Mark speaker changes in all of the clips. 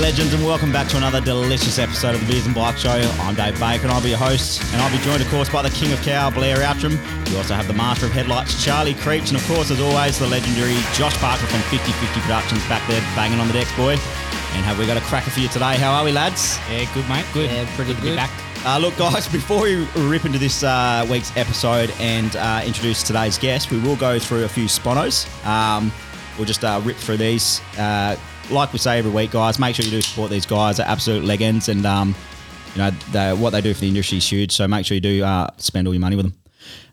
Speaker 1: legends, and welcome back to another delicious episode of the Beers and Bike Show. I'm Dave Baker, and I'll be your host. And I'll be joined, of course, by the King of Cow, Blair Outram. We also have the Master of Headlights, Charlie Creech, and of course, as always, the legendary Josh Parker from 5050 Productions back there banging on the decks, boy. And have we got a cracker for you today? How are we, lads?
Speaker 2: Yeah, good, mate. Good.
Speaker 3: Yeah, pretty
Speaker 2: to
Speaker 3: good.
Speaker 2: Be back.
Speaker 1: Uh, look, guys, before we rip into this uh, week's episode and uh, introduce today's guest, we will go through a few sponos. Um, we'll just uh, rip through these. Uh, like we say every week, guys, make sure you do support these guys. They're absolute legends, and um, you know they, what they do for the industry is huge. So make sure you do uh, spend all your money with them.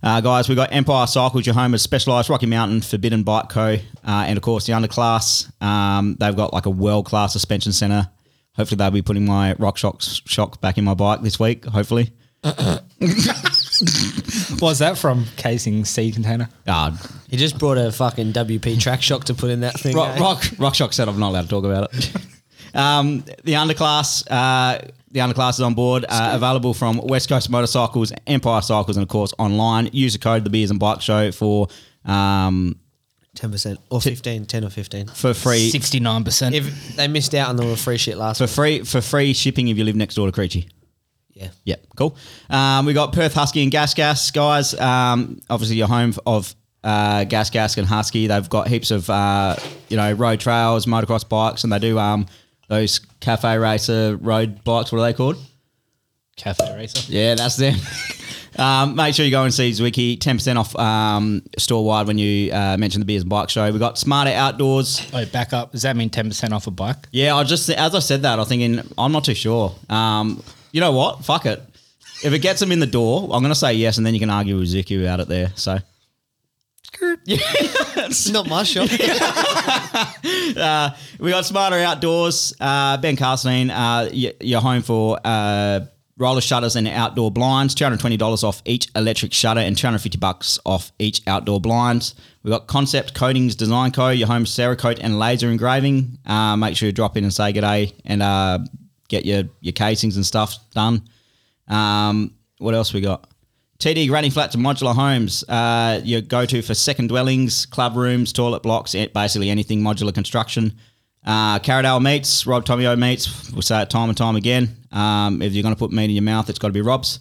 Speaker 1: Uh, guys, we've got Empire Cycles, your home of Specialized Rocky Mountain, Forbidden Bike Co., uh, and of course the Underclass. Um, they've got like a world class suspension center. Hopefully, they'll be putting my Rock Shocks shock back in my bike this week. Hopefully,
Speaker 2: What's that from? Casing C container.
Speaker 1: uh,
Speaker 3: He just brought a fucking WP track shock to put in that thing.
Speaker 1: rock,
Speaker 3: eh?
Speaker 1: rock Rock Shock said I'm not allowed to talk about it. um, the Underclass, uh, the Underclass is on board, uh, available from West Coast Motorcycles, Empire Cycles, and of course online. User code the Beers and Bike Show for um,
Speaker 3: 10% or 15, 10 or 15.
Speaker 1: for free
Speaker 2: 69%.
Speaker 3: If they missed out on all the free shit last
Speaker 1: for
Speaker 3: week.
Speaker 1: free for free shipping if you live next door to Creechy.
Speaker 3: Yeah.
Speaker 1: Yep, cool. Um, we got Perth Husky and Gas Gas guys. Um, obviously, your home of uh, Gas Gas and Husky. They've got heaps of uh, you know road trails, motocross bikes, and they do um, those cafe racer road bikes. What are they called?
Speaker 2: Cafe racer.
Speaker 1: Yeah, that's them. um, make sure you go and see Zwicky. Ten percent off um, store wide when you uh, mention the Beers and Bike Show. We got Smarter Outdoors.
Speaker 2: Oh, back up. Does that mean 10% off a bike?
Speaker 1: Yeah, I just as I said that, I was thinking I'm not too sure. Um, you know what? Fuck it. If it gets them in the door, I'm going to say yes, and then you can argue with Zuki about it there. So
Speaker 3: It's not my shop.
Speaker 1: we got Smarter Outdoors, uh, Ben Carstein, uh, y- your home for uh, roller shutters and outdoor blinds. Two hundred twenty dollars off each electric shutter and two hundred fifty bucks off each outdoor blinds. We got Concept Coatings Design Co. Your home Cerakote and laser engraving. Uh, make sure you drop in and say good day and uh, get your your casings and stuff done. Um, what else we got? TD Granny Flats and Modular Homes, uh, your go-to for second dwellings, club rooms, toilet blocks, eh, basically anything modular construction. Uh, Carradale Meats, Rob Tomio Meats, we'll say it time and time again. Um, if you're going to put meat in your mouth, it's got to be Rob's.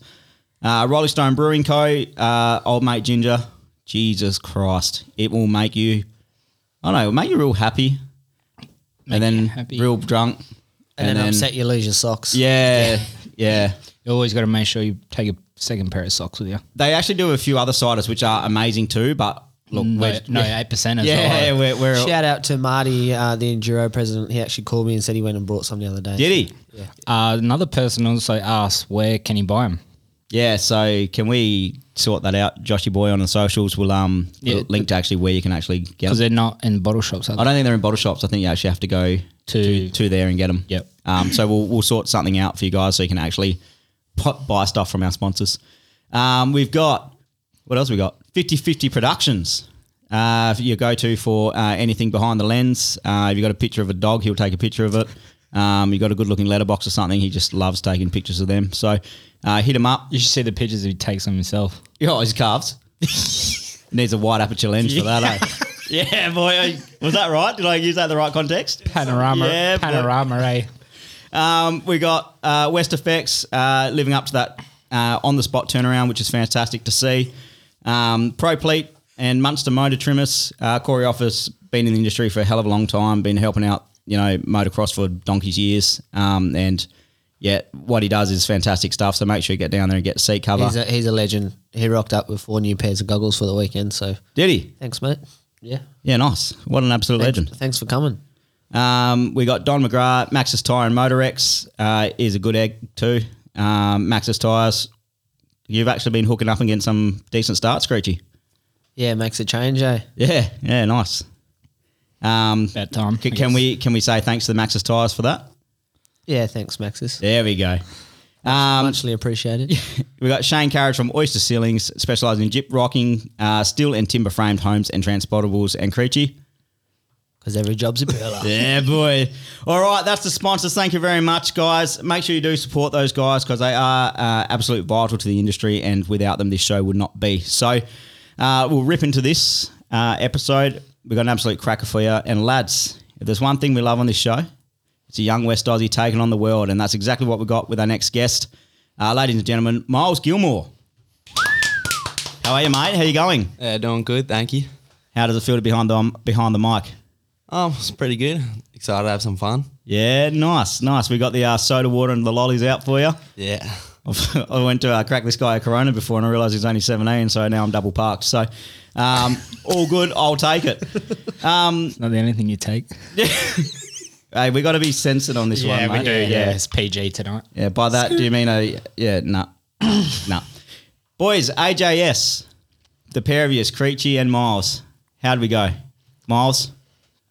Speaker 1: Uh, Rolling Stone Brewing Co., uh, Old Mate Ginger, Jesus Christ, it will make you, I don't know, it'll make you real happy and then
Speaker 2: happy.
Speaker 1: real drunk.
Speaker 3: and, then, upset you lose your socks.
Speaker 1: Yeah, yeah.
Speaker 2: You always got to make sure you take a second pair of socks with you.
Speaker 1: They actually do a few other ciders which are amazing too, but look,
Speaker 2: No,
Speaker 1: we're,
Speaker 2: no 8% as
Speaker 1: yeah,
Speaker 2: well.
Speaker 1: we're, we're
Speaker 3: Shout out to Marty, uh, the Enduro president. He actually called me and said he went and brought some the other day.
Speaker 1: did he?
Speaker 2: Uh, another person also asked, where can you buy them?
Speaker 1: Yeah, so can we sort that out, Joshy boy, on the socials? We'll um
Speaker 2: Yeah.
Speaker 1: link to actually where you can actually get
Speaker 2: Because
Speaker 1: them.
Speaker 2: they're not in bottle shops. Are
Speaker 1: I
Speaker 2: they?
Speaker 1: don't think they're in bottle shops. I think you actually have to go to
Speaker 2: To-
Speaker 1: to there and get them.
Speaker 2: Yep.
Speaker 1: Um, so we'll we'll sort something out for you guys so you can actually po- buy stuff from our sponsors. Um, we've got what else we got? 50-50 Productions. Uh, your go-to for uh, anything behind the lens. Uh, if you got a picture of a dog, he'll take a picture of it. Um, you got a good-looking letterbox or something, he just loves taking pictures of them. So uh, hit him up.
Speaker 2: You should see the pictures he takes them himself.
Speaker 1: Oh, his calves. Needs a wide aperture lens for that, eh? Yeah, boy. Was that right? Did I use that in the right context?
Speaker 2: Panorama.
Speaker 1: Yeah, but-
Speaker 2: panorama, eh?
Speaker 1: Um, we got uh, West Effects uh, living up to that uh, on the spot turnaround, which is fantastic to see. Um, Proplete and Munster Motor Trimmers. Uh, Corey Office been in the industry for a hell of a long time, been helping out you know motocross for donkey's years, um, and yeah, what he does is fantastic stuff. So make sure you get down there and get seat cover.
Speaker 3: He's a, he's a legend. He rocked up with four new pairs of goggles for the weekend. So
Speaker 1: Did he?
Speaker 3: thanks, mate. Yeah.
Speaker 1: Yeah, nice. What an absolute legend.
Speaker 3: Thanks for coming.
Speaker 1: Um, we got Don McGrath, Maxis Tyre and Motorex uh, is a good egg too. Um, Maxis Tyres, you've actually been hooking up and getting some decent starts, Screechy.
Speaker 3: Yeah, makes a change, eh?
Speaker 1: Yeah, yeah, nice. Um,
Speaker 2: About time.
Speaker 1: c-
Speaker 2: I
Speaker 1: can
Speaker 2: guess.
Speaker 1: we can we say thanks to the Maxis Tyres for that?
Speaker 3: Yeah, thanks, Maxis.
Speaker 1: There we go. Um,
Speaker 3: Muchly appreciated.
Speaker 1: we got Shane Carriage from Oyster Ceilings, specialising in gyp rocking, uh, steel and timber framed homes and transportables, and Creechy.
Speaker 3: Because every job's a pearler.
Speaker 1: Yeah, boy. All right, that's the sponsors. Thank you very much, guys. Make sure you do support those guys because they are uh, absolute vital to the industry, and without them, this show would not be. So, uh, we'll rip into this uh, episode. We've got an absolute cracker for you. And, lads, if there's one thing we love on this show, It's a young West Aussie taking on the world, and that's exactly what we got with our next guest, uh, ladies and gentlemen, Miles Gilmore. How are you, mate? How you going?
Speaker 4: Yeah, doing good, thank you.
Speaker 1: How does it feel to be behind the behind the mic?
Speaker 4: Um, it's pretty good. Excited to have some fun.
Speaker 1: Yeah, nice, nice. We got the uh, soda water and the lollies out for you.
Speaker 4: Yeah.
Speaker 1: I've- I went to uh, crack this guy a Corona before, and I realised he's only 17, so now I'm double parked. So, um, all good. I'll take it.
Speaker 2: It's not the only thing you take.
Speaker 1: Hey, we got to be censored on this one, mate.
Speaker 2: Yeah, it's PG tonight.
Speaker 1: Yeah, by that do you mean a yeah, no. no. Boys, AJS, the pair of you, Creechy and Miles. How'd we go? Miles?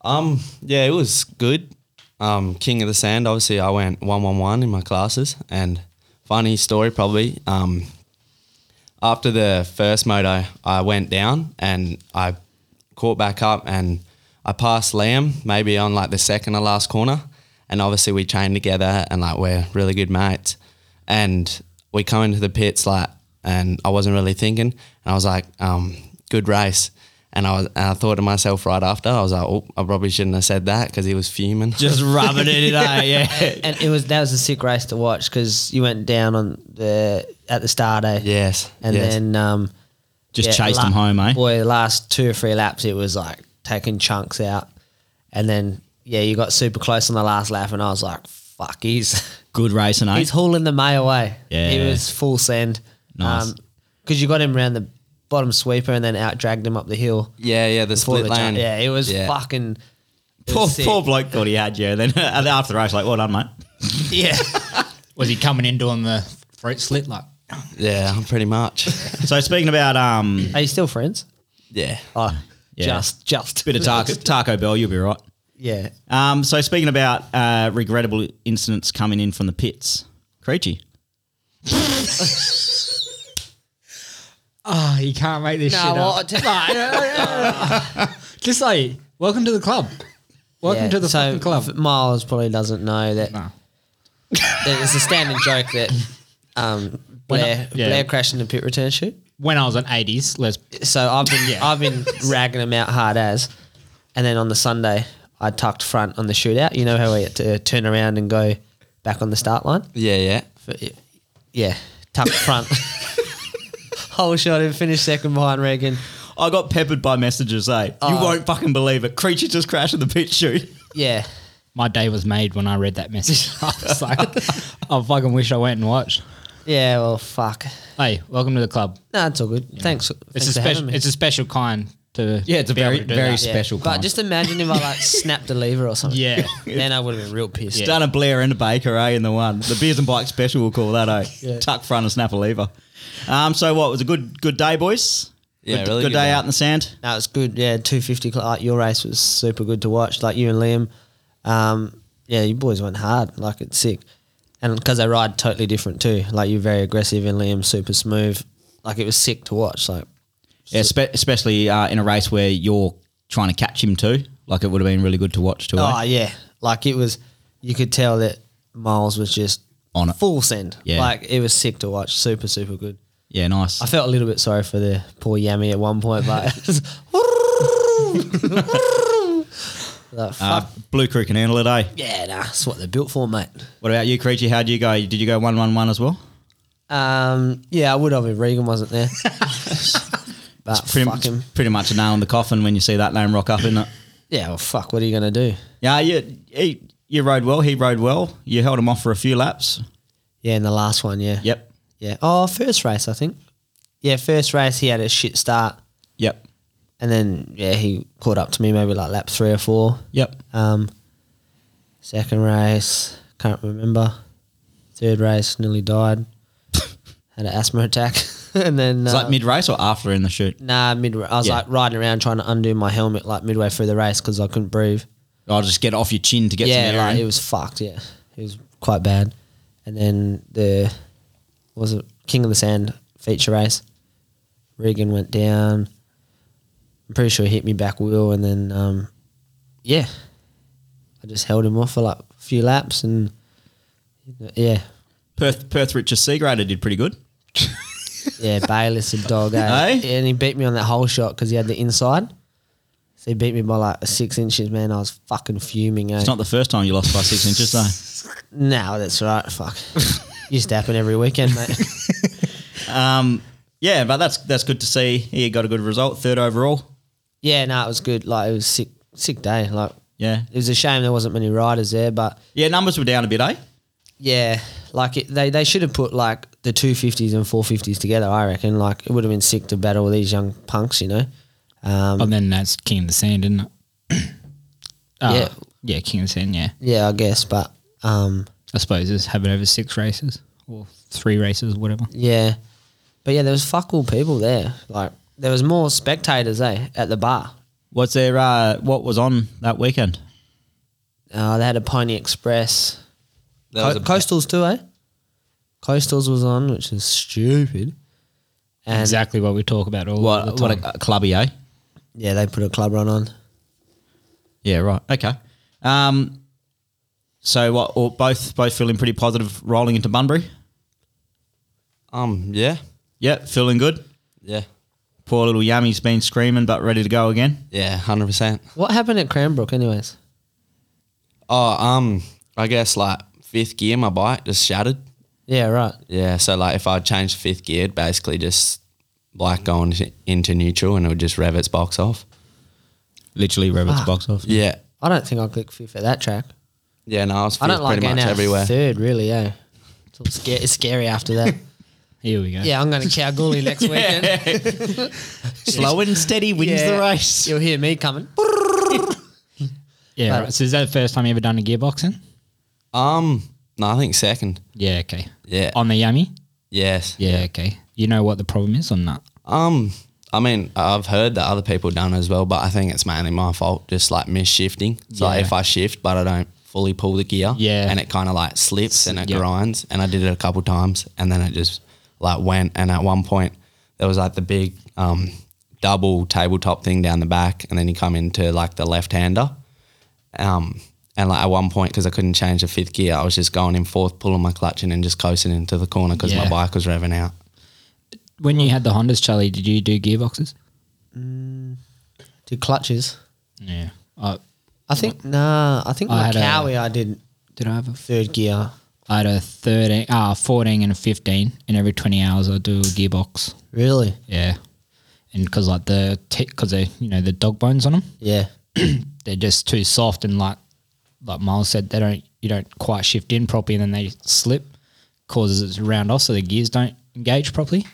Speaker 4: Um, yeah, it was good. Um, King of the Sand, obviously I went one one one in my classes and funny story probably. Um after the first moto I went down and I caught back up and I passed Liam maybe on like the second to last corner and obviously we trained together and like we're really good mates. And we come into the pits like and I wasn't really thinking and I was like, um, good race. And I, was, and I thought to myself right after, I was like, oh, I probably shouldn't have said that because he was fuming.
Speaker 1: Just rubbing it in, eh? Yeah.
Speaker 3: And it was that was a sick race to watch because you went down on the at the start, eh?
Speaker 4: yes.
Speaker 3: And
Speaker 4: yes.
Speaker 3: then um,
Speaker 1: Just
Speaker 3: yeah,
Speaker 1: chased
Speaker 3: la-
Speaker 1: him home, eh?
Speaker 3: Boy, the last two or three laps, it was like taking chunks out, and then yeah, you got super close on the last lap, and I was like, "Fuck, he's
Speaker 1: Good racing, eh?
Speaker 3: he's hauling the May away."
Speaker 1: Yeah.
Speaker 3: he was full send.
Speaker 1: Nice.
Speaker 3: because you got him around the bottom sweeper and then out dragged him up the hill.
Speaker 4: Yeah, yeah, the
Speaker 3: before
Speaker 4: split
Speaker 3: the jump.
Speaker 4: lane.
Speaker 3: Yeah, it was
Speaker 4: Yeah.
Speaker 3: fucking. it
Speaker 1: Poor,
Speaker 3: was sick.
Speaker 1: poor bloke thought he had you. Then after the race, like, well done, mate.
Speaker 3: Yeah.
Speaker 2: Was he coming in doing the throat slit like?
Speaker 4: Yeah, pretty much.
Speaker 1: So speaking about um
Speaker 3: Are you still friends?
Speaker 4: yeah.
Speaker 3: Oh,
Speaker 1: Yeah.
Speaker 3: just just
Speaker 1: bit of taco, taco Bell, you'll be right.
Speaker 3: Yeah.
Speaker 1: Um, so speaking about uh, regrettable incidents coming in from the pits, Creechy.
Speaker 2: Oh, you can't make this shit
Speaker 3: well,
Speaker 2: up. Just like, welcome to the club. Welcome
Speaker 3: Yeah,
Speaker 2: to the
Speaker 3: so
Speaker 2: fucking club.
Speaker 3: f- Miles probably doesn't know that.
Speaker 2: No.
Speaker 3: that it's a standard joke that um, Blair,
Speaker 2: yeah.
Speaker 3: Blair crashed in the pit return shoot.
Speaker 2: When I was in eighties, let's
Speaker 3: So I've been
Speaker 2: Yeah.
Speaker 3: I've been ragging him out hard as, and then on the Sunday I tucked front on the shootout. You know how we had to turn around and go back on the start line.
Speaker 4: Yeah, yeah.
Speaker 3: Yeah, tucked front. Whole shot and finished second behind Regan.
Speaker 1: I got peppered by messages, eh? you
Speaker 3: Oh.
Speaker 1: won't fucking believe it. Creechy just crashed in the pit chute.
Speaker 3: Yeah,
Speaker 2: my day was made when I read that message. I was like, I fucking wish I went and watched.
Speaker 3: yeah. Well, fuck.
Speaker 2: Hey, welcome to the club.
Speaker 3: No, it's all good. Thanks.
Speaker 2: It's
Speaker 3: thanks
Speaker 2: a
Speaker 3: for having
Speaker 2: special.
Speaker 3: me.
Speaker 2: It's a special kind to
Speaker 1: Yeah, it's a
Speaker 2: to be able
Speaker 1: very-
Speaker 2: to do
Speaker 1: very
Speaker 2: that.
Speaker 1: spe- special
Speaker 3: But
Speaker 1: kind.
Speaker 3: just imagine if I like snapped a lever or something.
Speaker 2: Yeah.
Speaker 3: Then I would have been real pissed.
Speaker 1: Done a Blair and a Baker, eh? In the one, the beers and bike special, we'll call that, eh? Tuck front and snap a lever. Um, so what was a good good day, boys?
Speaker 4: Yeah,
Speaker 1: good,
Speaker 4: really
Speaker 1: good
Speaker 4: good
Speaker 1: day
Speaker 4: day.
Speaker 1: out in the sand.
Speaker 3: No, it's good. Yeah, two fifty. Like your race was super good to watch. Like you and Liam. Um, yeah, you boys went hard. Like it's sick, and because they ride totally different too. Like you're very aggressive and Liam super smooth. Like it was sick to watch. Like
Speaker 1: Yeah, spe- especially uh, in a race where you're trying to catch him too. Like it would have been really good to watch too. eh?
Speaker 3: oh yeah, like it was. You could tell that Miles was just
Speaker 1: On it.
Speaker 3: full send.
Speaker 1: Yeah.
Speaker 3: like it was sick to watch. Super super good.
Speaker 1: Yeah, nice.
Speaker 3: I felt a little bit sorry for the poor Yami at one point, but like, fuck,
Speaker 1: Uh, Blue Crew can handle it, eh?
Speaker 3: yeah, nah, that's what they're built for, mate.
Speaker 1: What about you, Creechy? How'd you go? Did you go one one one as well?
Speaker 3: Um, yeah, I would have if Regan wasn't there. but
Speaker 1: Pretty,
Speaker 3: Ah, fuck him.
Speaker 1: pretty much a nail in the coffin when you see that name rock up, isn't it?
Speaker 3: Yeah, well, fuck. What are you gonna do?
Speaker 1: Yeah, you he, you rode well. He rode well. You held him off for a few laps.
Speaker 3: Yeah, in the last one, yeah,
Speaker 1: Yep,
Speaker 3: yeah. Oh, first race, I think. Yeah, first race he had a shit start,
Speaker 1: yep,
Speaker 3: and then yeah, he caught up to me maybe like lap three or four.
Speaker 1: yep.
Speaker 3: Um, second race, can't remember. Third race, nearly died. Had an asthma attack, and then
Speaker 1: It's
Speaker 3: uh,
Speaker 1: like mid race or after in the shoot.
Speaker 3: nah, mid. I was
Speaker 1: Yeah.
Speaker 3: like riding around trying to undo my helmet like midway through the race because I couldn't breathe.
Speaker 1: I'll just get off your chin to get
Speaker 3: yeah,
Speaker 1: some air.
Speaker 3: like,
Speaker 1: in.
Speaker 3: it was fucked. Yeah, it was quite bad. And then the what was it King of the Sand feature race. Regan went down. I'm pretty sure he hit me back wheel, and then um, yeah, I just held him off for like a few laps, and yeah,
Speaker 1: Perth Perth Richard Seagrader did pretty good.
Speaker 3: yeah, Bayless a dog, eh?
Speaker 1: Eh?
Speaker 3: and he beat me on that hole shot because he had the inside. So he beat me by like six inches, man. I was fucking fuming. Eh?
Speaker 1: It's not the first time you lost by six inches, though.
Speaker 3: no, that's right. Fuck. Used to happen every weekend, mate.
Speaker 1: Um, Yeah, but that's that's good to see. He got a good result, third overall.
Speaker 3: yeah, no, it was good. Like it was sick, sick day. Like
Speaker 1: Yeah,
Speaker 3: it was a shame there wasn't many riders there, but
Speaker 1: yeah. Numbers were down a bit, eh?
Speaker 3: Yeah, like it, they they should have put like the two fifties and four fifties together. I reckon like it would have been sick to battle these young punks, you know. Um,
Speaker 2: And then that's King of the Sand, isn't it? Uh,
Speaker 3: Yeah.
Speaker 2: Yeah, King of the Sand, yeah.
Speaker 3: yeah, I guess, but um,
Speaker 2: I suppose just have it over six races or three races, whatever.
Speaker 3: yeah, but yeah, there was fuck all people there. Like there was more spectators, eh, at the bar.
Speaker 1: What's there? Uh, what was on that weekend?
Speaker 3: Uh, they had a Pony Express,
Speaker 4: That was
Speaker 3: Co-
Speaker 4: a-
Speaker 3: Coastals too, eh? Coastals was on, which is stupid. And
Speaker 2: exactly what we talk about all the
Speaker 1: What
Speaker 2: time.
Speaker 1: what a, a clubby, eh?
Speaker 3: yeah, they put a club run on.
Speaker 1: Yeah, right. Okay. Um, so what? Or both both feeling pretty positive rolling into Bunbury.
Speaker 4: Um, yeah,
Speaker 1: Yeah, feeling good.
Speaker 4: yeah,
Speaker 1: Poor little Yummy's been screaming, but ready to go again.
Speaker 4: yeah, hundred percent.
Speaker 3: What happened at Cranbrook, anyways?
Speaker 4: Oh, um, I guess like fifth gear, my bike just shattered.
Speaker 3: Yeah, right.
Speaker 4: Yeah, so like if I changed fifth gear, it'd basically just like going t- into neutral and it would just rev its box off.
Speaker 1: Literally, Robert's
Speaker 3: Fuck.
Speaker 1: box off.
Speaker 4: Yeah,
Speaker 3: I don't think I click fifth at that track.
Speaker 4: yeah, and I was
Speaker 3: I
Speaker 4: fifth
Speaker 3: don't like
Speaker 4: pretty
Speaker 3: going
Speaker 4: much
Speaker 3: out
Speaker 4: everywhere.
Speaker 3: third, really. Yeah, it's, all sca- it's scary after that.
Speaker 2: Here we go.
Speaker 3: yeah, I'm going to Kalgoorlie next weekend.
Speaker 1: Slow and steady wins
Speaker 3: Yeah.
Speaker 1: the race.
Speaker 3: You'll hear me coming.
Speaker 2: Yeah, right. So is that the first time you ever done a gearboxing?
Speaker 4: Um, no, I think second.
Speaker 2: Yeah, okay.
Speaker 4: Yeah.
Speaker 2: On the yummy?
Speaker 4: Yes.
Speaker 2: Yeah, okay. You know what the problem is or not?
Speaker 4: Um, I mean, I've heard that other people done as well, but I think it's mainly my fault, just like miss shifting. So like
Speaker 2: Yeah.
Speaker 4: if I shift, but I don't fully pull the gear,
Speaker 2: Yeah.
Speaker 4: and it kind of like slips and it
Speaker 2: Yeah.
Speaker 4: grinds. And I did it a couple times, and then it just like went. And at one point, there was like the big um double tabletop thing down the back, and then you come into like the left hander. Um, and like at one point, because I couldn't change the fifth gear, I was just going in fourth, pulling my clutch in, and just coasting into the corner because my
Speaker 2: Yeah.
Speaker 4: bike was revving out.
Speaker 2: When you had the Hondas, Charlie, did you do gearboxes?
Speaker 3: Did clutches?
Speaker 2: Yeah. Uh,
Speaker 3: I think nah. I think
Speaker 2: I
Speaker 3: my
Speaker 2: had a-
Speaker 3: Cowie I did
Speaker 2: did I have a
Speaker 3: third gear.
Speaker 2: I had a 13, uh, 14 and a 15, and every 20 hours I do a gearbox.
Speaker 3: Really?
Speaker 2: Yeah. And because, like, the, because they, you know, the dog bones on them,
Speaker 3: Yeah.
Speaker 2: they're just too soft. And, like, like Miles said, they don't, you don't quite shift in properly, and then they slip, causes it to round off, so the gears don't engage properly.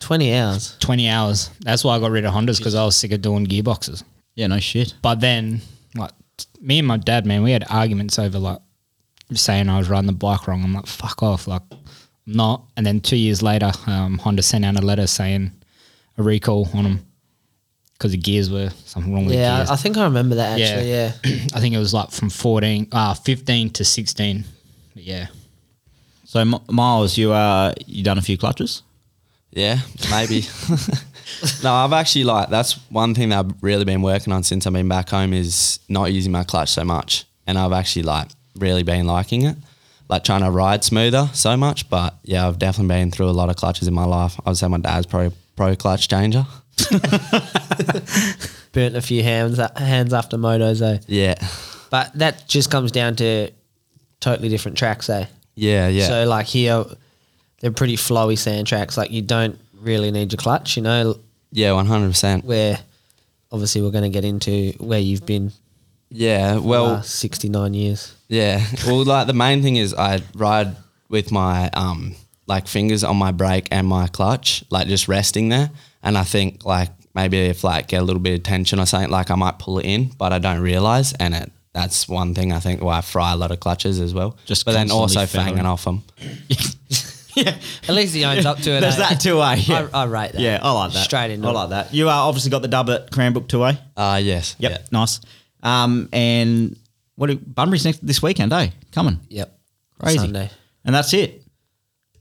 Speaker 3: Twenty hours.
Speaker 2: 20 hours. That's why I got rid of Hondas because I was sick of doing gearboxes.
Speaker 1: Yeah, no shit.
Speaker 2: But then, like, t- me and my dad, man, we had arguments over like saying I was riding the bike wrong. I'm like, fuck off, like, I'm not. And then two years later, um, Honda sent out a letter saying a recall on them because the gears were something wrong with the
Speaker 3: Yeah,
Speaker 2: gears.
Speaker 3: I, I think I remember that actually. Yeah.
Speaker 2: I think it was like from 14, uh, 15 to 16. But yeah.
Speaker 1: So M- Miles, you uh, you done a few clutches?
Speaker 4: Yeah, maybe. no, I've actually like that's one thing that I've really been working on since I've been back home is not using my clutch so much, and I've actually like really been liking it, like trying to ride smoother so much. But yeah, I've definitely been through a lot of clutches in my life. I would say my dad's pro pro clutch changer.
Speaker 3: Burnt a few hands hands after motos though.
Speaker 4: Yeah,
Speaker 3: But that just comes down to totally different tracks eh? though.
Speaker 4: yeah, yeah,
Speaker 3: So like here, they're pretty flowy sand tracks. Like you don't really need your clutch. You know
Speaker 4: yeah, one hundred percent.
Speaker 3: where, obviously, we're going to get into where you've been
Speaker 4: Yeah,
Speaker 3: well,
Speaker 4: well,
Speaker 3: sixty nine years.
Speaker 4: Yeah. Well, like the main thing is I ride with my um like fingers on my brake and my clutch, like just resting there. And I think like maybe if like get a little bit of tension or something, like I might pull it in, but I don't realize. And it that's one thing I think why I fry a lot of clutches as well.
Speaker 1: Just
Speaker 4: but then
Speaker 1: constantly
Speaker 4: also
Speaker 1: feathering.
Speaker 4: fanging off them.
Speaker 3: At least he owns up to it.
Speaker 1: There's
Speaker 3: eh?
Speaker 1: that too, eh? Yeah.
Speaker 3: I, I rate that.
Speaker 1: yeah, I like that.
Speaker 3: Straight into
Speaker 1: I
Speaker 3: it.
Speaker 1: like that. You uh, obviously got the dub at Cranbrook too, eh?
Speaker 4: Uh yes.
Speaker 1: Yep, nice. Um, and what do, Bunbury's next this weekend, eh? Coming
Speaker 3: Yep.
Speaker 1: crazy,
Speaker 3: Sunday.
Speaker 1: and that's it.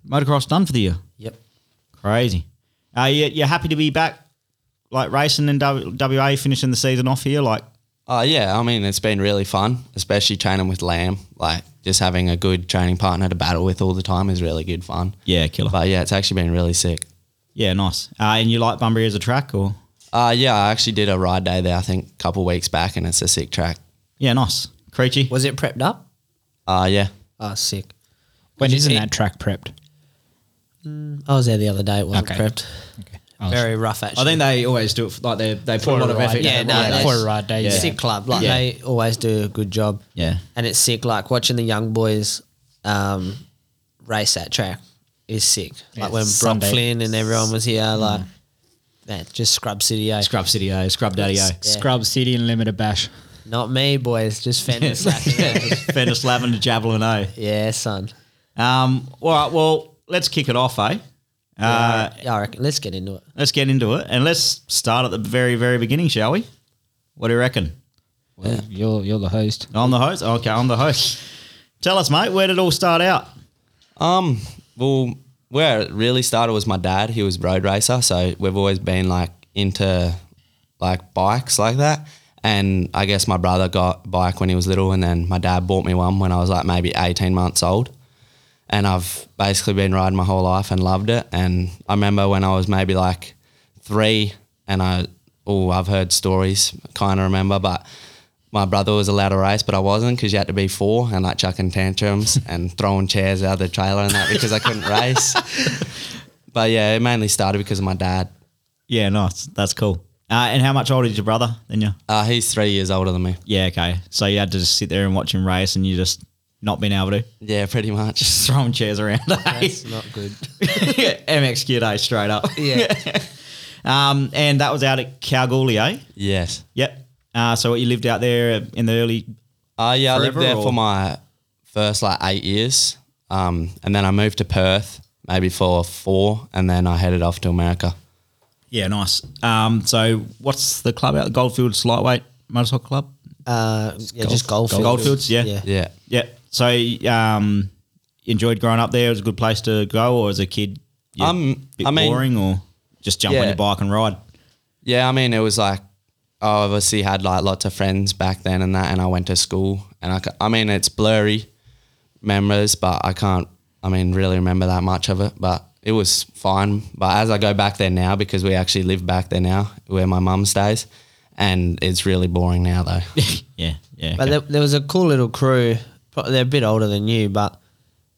Speaker 1: Motocross done for the year.
Speaker 3: Yep.
Speaker 1: Crazy. Uh, you, you're happy to be back, like racing in W- WA, finishing the season off here, like
Speaker 4: Oh yeah, I mean it's been really fun, especially training with Lamb. Like just having a good training partner to battle with all the time is really good fun.
Speaker 1: yeah, killer.
Speaker 4: But yeah, it's actually been really sick.
Speaker 1: Yeah, nice. Uh, and you like Bunbury as a track, or
Speaker 4: Uh, yeah, I actually did a ride day there. I think a couple weeks back, and it's a sick track.
Speaker 1: Yeah, nice. Creechy.
Speaker 3: Was it prepped up?
Speaker 4: Uh, yeah,
Speaker 3: Oh, sick.
Speaker 2: When
Speaker 3: you
Speaker 2: isn't
Speaker 3: see-
Speaker 2: that track prepped?
Speaker 3: I was there the other day. It wasn't
Speaker 2: Okay. Oh,
Speaker 3: prepped.
Speaker 2: Okay. I was-
Speaker 3: Very rough, actually.
Speaker 1: I think they always do it. For, like they they put a lot of
Speaker 2: ride.
Speaker 1: effort. into
Speaker 3: Yeah,
Speaker 1: it,
Speaker 3: no,
Speaker 1: right?
Speaker 3: that's-
Speaker 2: for a ride day.
Speaker 1: Yeah.
Speaker 3: sick club. Like
Speaker 1: Yeah.
Speaker 3: they always do a good job.
Speaker 1: Yeah.
Speaker 3: and it's sick. Like watching the young boys um, race that track is sick.
Speaker 2: Yeah,
Speaker 3: Like when
Speaker 2: Sunday.
Speaker 3: Brock Flynn and everyone was here, like man, just Scrub City. Eh?
Speaker 1: Mm. Scrub City O, Scrub Daddy eh? O.
Speaker 3: Yeah.
Speaker 2: Scrub City and Limited Bash.
Speaker 3: Not me, boys. Just fender slapping.
Speaker 1: Yeah.
Speaker 3: yeah.
Speaker 1: Fennis Lavender Javelin O.
Speaker 3: son.
Speaker 1: Um, all right, well, let's kick it off, eh? Uh,
Speaker 3: yeah, I reckon. Let's get into it.
Speaker 1: Let's get into it and let's start at the very, very beginning, shall we? What do you reckon?
Speaker 2: Well, You're you're the host.
Speaker 1: I'm the host. Okay, I'm the host. Tell us, mate, where did it all start out?
Speaker 4: Um, well, where it really started was my dad. He was road racer, so we've always been like into like bikes like that. And I guess my brother got a bike when he was little, and then my dad bought me one when I was like maybe eighteen months old. And I've basically been riding my whole life and loved it. And I remember when I was maybe like three, and I oh I've heard stories, kind of remember, but my brother was allowed to race, but I wasn't because you had to be four and like chucking tantrums and throwing chairs out of the trailer and that because I couldn't race. But yeah, it mainly started because of my dad.
Speaker 1: Yeah, nice. That's cool. Uh, and how much older is your brother than you?
Speaker 4: Uh, he's three years older than me.
Speaker 1: Yeah, okay. So you had to just sit there and watch him race and you just not been able to.
Speaker 4: Yeah, pretty much.
Speaker 1: Just throwing chairs around. eh?
Speaker 3: It's not good.
Speaker 1: MXQ day straight up.
Speaker 3: Yeah.
Speaker 1: Um, and that was out at Kalgoorlie, eh?
Speaker 4: Yes.
Speaker 1: Yep. Uh, so what, you lived out there in the early.
Speaker 4: Uh, yeah, I
Speaker 1: Forever
Speaker 4: lived there
Speaker 1: or-
Speaker 4: for my first like eight years. Um, and then I moved to Perth maybe for four, and then I headed off to America.
Speaker 1: Yeah, nice. Um, so what's the club out? Goldfields Lightweight Motorcycle Club?
Speaker 3: Uh, yeah, just golf.
Speaker 1: Goldfields, yeah.
Speaker 4: Yeah.
Speaker 1: Yeah. So um, you enjoyed growing up there. It was a good place to go, or as a kid, you
Speaker 4: Um,
Speaker 1: bit
Speaker 4: I mean-
Speaker 1: boring, or just jump on
Speaker 4: Yeah.
Speaker 1: your bike and ride.
Speaker 4: Yeah, I mean, it was like I obviously had like lots of friends back then and that, and I went to school, and I, ca- I mean, it's blurry memories, but I can't, I mean, really remember that much of it, but it was fine. But as I go back there now, because we actually live back there now, where my mum stays, and it's really boring now though.
Speaker 1: Yeah, yeah.
Speaker 3: But
Speaker 1: okay.
Speaker 3: there, there was a cool little crew. Pro- They're a bit older than you, but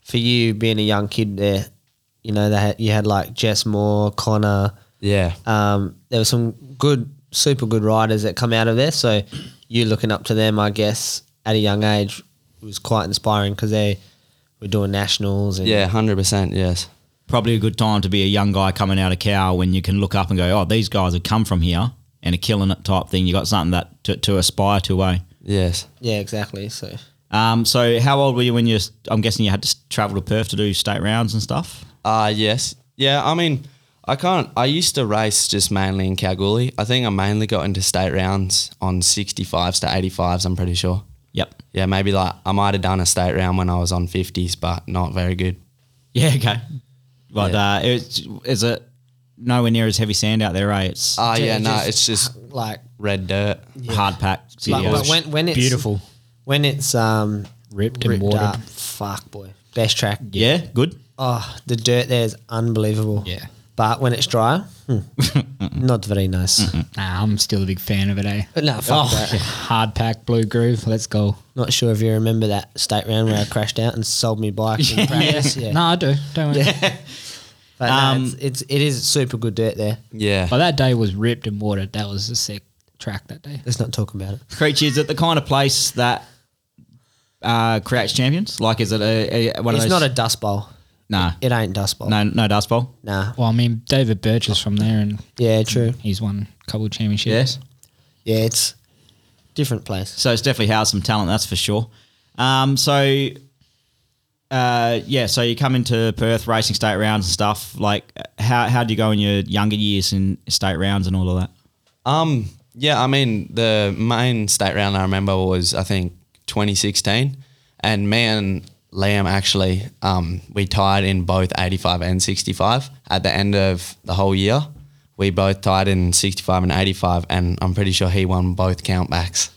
Speaker 3: for you being a young kid there, you know, they had, you had like Jess Moore, Connor.
Speaker 4: yeah,
Speaker 3: Um, there were some good, super good riders that come out of there. So you looking up to them, I guess, at a young age was quite inspiring because they were doing nationals. And
Speaker 4: yeah, hundred percent, yes.
Speaker 1: Probably a good time to be a young guy coming out of cow when you can look up and go, oh, these guys have come from here and are killing it type thing. You got something that to, to aspire to, eh?
Speaker 4: Yes.
Speaker 3: Yeah, exactly. So
Speaker 1: Um, so how old were you when you? I'm guessing you had to s- travel to Perth to do state rounds and stuff.
Speaker 4: Uh yes. Yeah, I mean, I can't I used to race just mainly in Kalgoorlie. I think I mainly got into state rounds on 65s to 85s, I'm pretty sure.
Speaker 1: Yep.
Speaker 4: Yeah, maybe like I might have done a state round when I was on 50s, but not very good.
Speaker 1: Yeah. Okay. But uh, it's is it nowhere near as heavy sand out there, eh? It's
Speaker 4: Oh
Speaker 3: Yeah,
Speaker 4: yeah, no,
Speaker 3: just-
Speaker 4: it's just
Speaker 3: like,
Speaker 4: red dirt.
Speaker 1: hard packed.
Speaker 3: like
Speaker 1: videos.
Speaker 3: but when, when it's
Speaker 2: Beautiful.
Speaker 3: when it's um,
Speaker 2: Ripped and watered.
Speaker 3: fuck boy, best track.
Speaker 1: yeah. Good.
Speaker 3: Oh, the dirt there is unbelievable.
Speaker 2: Yeah.
Speaker 3: But when it's dry, hmm, not very nice.
Speaker 2: Nah, I'm still a big fan of it, eh?
Speaker 3: But no, fuck
Speaker 2: Oh,
Speaker 3: that.
Speaker 2: yeah. Hard pack, blue groove. Let's go.
Speaker 3: Not sure if you remember that state round where I crashed out and sold me bike in practice. Yeah.
Speaker 2: No, I do. Don't worry.
Speaker 3: But no,
Speaker 1: Um,
Speaker 3: it's, it's it is super good dirt there.
Speaker 4: Yeah.
Speaker 2: But that day was ripped and watered. That was a sick track that day.
Speaker 3: Let's not talk about it.
Speaker 1: Creature, is it the kind of place that uh, creates champions? Like, is it a, a one
Speaker 3: It's
Speaker 1: of those?
Speaker 3: not a dust bowl.
Speaker 1: no,
Speaker 3: It ain't dust bowl.
Speaker 1: no, no dust bowl.
Speaker 3: Nah.
Speaker 2: Well, I mean, David Birch is from there and
Speaker 3: Yeah, true.
Speaker 2: he's won a couple of championships.
Speaker 3: Yeah, it's different place.
Speaker 1: So it's definitely housed some talent, that's for sure. Um, so, uh, yeah, so you come into Perth racing state rounds and stuff. Like, how how do you go in your younger years in state rounds and all of that?
Speaker 4: Um, yeah, I mean, the main state round I remember was, I think, 2016. And me and Liam actually, um, we tied in both 85 and 65 at the end of the whole year. We both tied in 65 and 85, and I'm pretty sure he won both countbacks.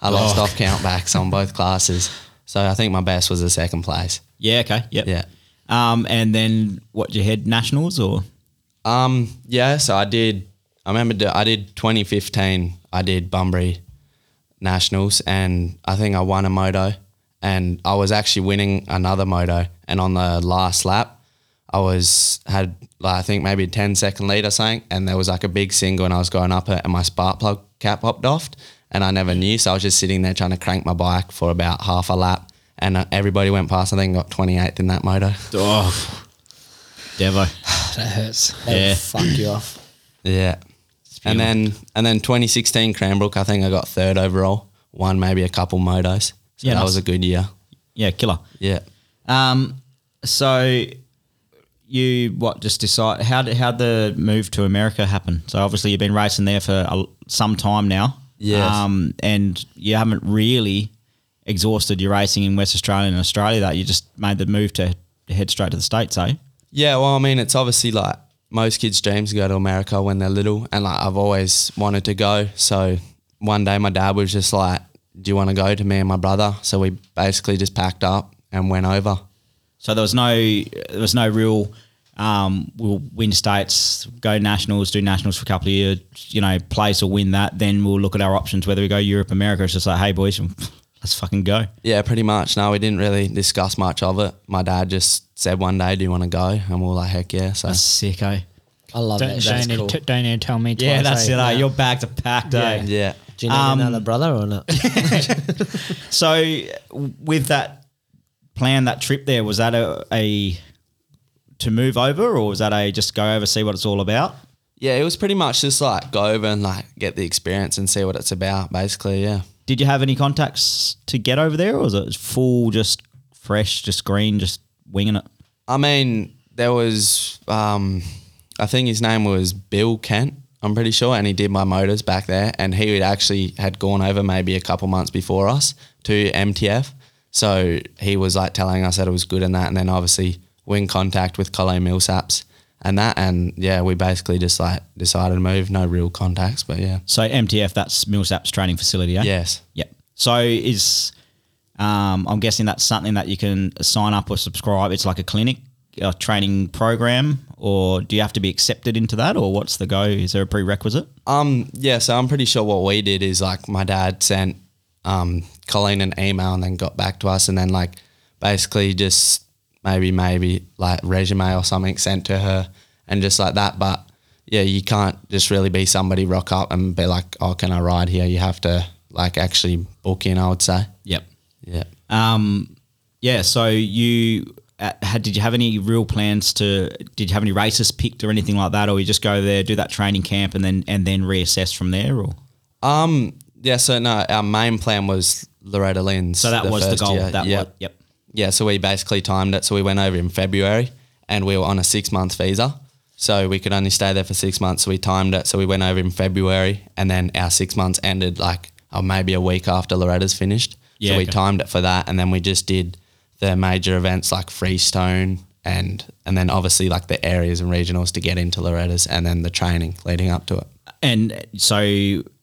Speaker 4: I lost off countbacks on both classes. So I think my best was the second place.
Speaker 1: Yeah. Okay. Yep.
Speaker 4: Yeah.
Speaker 1: Um, and then what? You head nationals or
Speaker 4: Um, yeah, so I did I remember do- I did 2015. I did Bunbury Nationals, and I think I won a moto, and I was actually winning another moto. And on the last lap, I was had like, I think maybe a 10 second lead or something, and there was like a big single, and I was going up it, and my spark plug cap popped off, and I never knew, so I was just sitting there trying to crank my bike for about half a lap, and uh, everybody went past. I think I got 28th in that moto.
Speaker 1: Oh, Devo.
Speaker 2: That hurts.
Speaker 3: They
Speaker 1: Yeah.
Speaker 3: would fuck you off.
Speaker 4: Yeah. And then and then 2016 Cranbrook, I think I got third overall, won maybe a couple motos. So
Speaker 1: Yeah,
Speaker 4: that
Speaker 1: nice.
Speaker 4: was a good year.
Speaker 1: Yeah, killer.
Speaker 4: Yeah.
Speaker 1: Um, so you what just decide how did how the move to America happen? So obviously you've been racing there for a, some time now.
Speaker 4: Yes.
Speaker 1: Um, and you haven't really exhausted your racing in West Australia and Australia that you just made the move to head straight to the states, eh?
Speaker 4: Yeah, well, I mean, it's obviously like most kids' dreams to go to America when they're little, and like I've always wanted to go. So one day, my dad was just like, "Do you want to go?" To me and my brother, so we basically just packed up and went over.
Speaker 1: So there was no there was no real um, we'll win states, go nationals, do nationals for a couple of years, you know, place or win that. Then we'll look at our options whether we go Europe, America. It's just like, hey boys, let's fucking go.
Speaker 4: Yeah, pretty much. No, we didn't really discuss much of it. My dad just said one day, "Do you want to go?" And we were like, "Heck yeah!" So
Speaker 1: That's sick, eh?
Speaker 3: I love
Speaker 2: Don't,
Speaker 3: that.
Speaker 2: don't,
Speaker 3: That's
Speaker 2: need
Speaker 3: cool.
Speaker 2: to, don't need to tell me twice.
Speaker 1: Yeah, that's
Speaker 2: eh?
Speaker 1: it. eh? Your bags are packed. eh?
Speaker 4: yeah.
Speaker 3: Do you need another brother or not?
Speaker 1: So w- with that plan, that trip there was that a, a to move over, or was that a just go over see what it's all about?
Speaker 4: Yeah, it was pretty much just like go over and like get the experience and see what it's about, basically. Yeah.
Speaker 1: Did you have any contacts to get over there, or was it full, just fresh, just green, just winging it?
Speaker 4: I mean, there was, um, I think his name was Bill Kent, I'm pretty sure, and he did my motors back there. And he had actually had gone over maybe a couple months before us to MTF. So he was like telling us that it was good and that. And then obviously we're in contact with Colin Millsaps and that. And yeah, we basically just like decided to move. No real contacts, but yeah.
Speaker 1: So MTF, that's Millsap's training facility. Eh?
Speaker 4: Yes.
Speaker 1: Yep. So is um, I'm guessing that's something that you can sign up or subscribe. It's like a clinic, a training program, or do you have to be accepted into that, or what's the go? Is there a prerequisite?
Speaker 4: Um, yeah, so I'm pretty sure what we did is like my dad sent um, Colleen an email and then got back to us and then like basically just maybe maybe like resume or something sent to her and just like that. But yeah, you can't just really be somebody rock up and be like, Oh, can I ride here? You have to like actually book in, I would say.
Speaker 1: Yep.
Speaker 4: Yeah.
Speaker 1: Um, yeah. So you uh, had? Did you have any real plans to? Did you have any races picked or anything like that, or you just go there, do that training camp, and then and then reassess from there? Or
Speaker 4: Um yeah, so no, our main plan was Loretta Lynn's.
Speaker 1: so that was the goal. That
Speaker 4: yeah.
Speaker 1: was yep.
Speaker 4: Yeah, so we basically timed it. So we went over in February and we were on a six month visa. So we could only stay there for six months. So we timed it. So we went over in February and then our six months ended like oh, maybe a week after Loretta's finished.
Speaker 1: Yeah,
Speaker 4: so we
Speaker 1: okay.
Speaker 4: timed it for that. And then we just did the major events like Freestone and and then obviously like the areas and regionals to get into Loretta's and then the training leading up to it.
Speaker 1: And so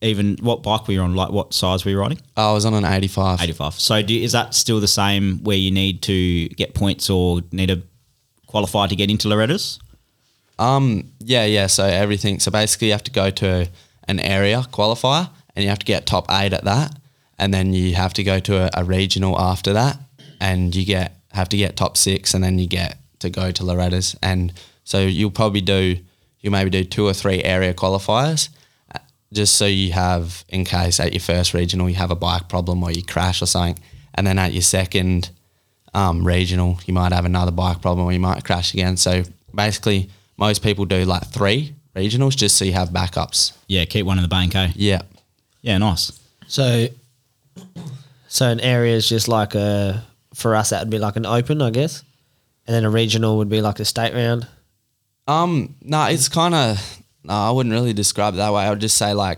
Speaker 1: even what bike were you on? Like what size were you riding?
Speaker 4: Oh, I was on an 85.
Speaker 1: 85. So do, is that still the same where you need to get points or need to qualify to get into Loretta's?
Speaker 4: Yeah, yeah. So everything. So basically, you have to go to an area qualifier, and you have to get top eight at that, and then you have to go to a, a regional after that, and you get have to get top six, and then you get to go to Loretta's, and so you'll probably do you maybe do two or three area qualifiers, uh, just so you have in case at your first regional you have a bike problem or you crash or something, and then at your second um, regional, you might have another bike problem or you might crash again. So basically, most people do like three regionals just so you have backups.
Speaker 1: Yeah, keep one in the bank, eh?
Speaker 4: Yeah.
Speaker 1: Yeah, nice.
Speaker 3: So, so an area is just like a for us that would be like an open, I guess, and then a regional would be like a state round.
Speaker 4: Um, no, it's kind of, no, I wouldn't really describe it that way. I would just say like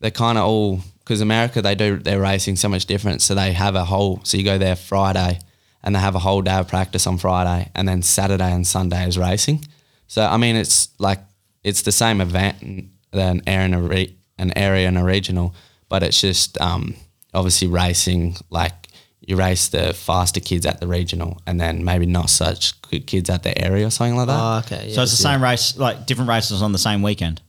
Speaker 4: they're kind of all, because America, they do their racing so much different. So they have a whole, so you go there Friday and they have a whole day of practice on Friday and then Saturday and Sunday is racing. So, I mean, it's like, it's the same event than an area and a, re- an area and a regional, but it's just um, obviously racing like you race the faster kids at the regional and then maybe not such good kids at the area or something like that.
Speaker 3: Oh, okay. Yeah.
Speaker 1: so it's the same race, like different races on the same weekend.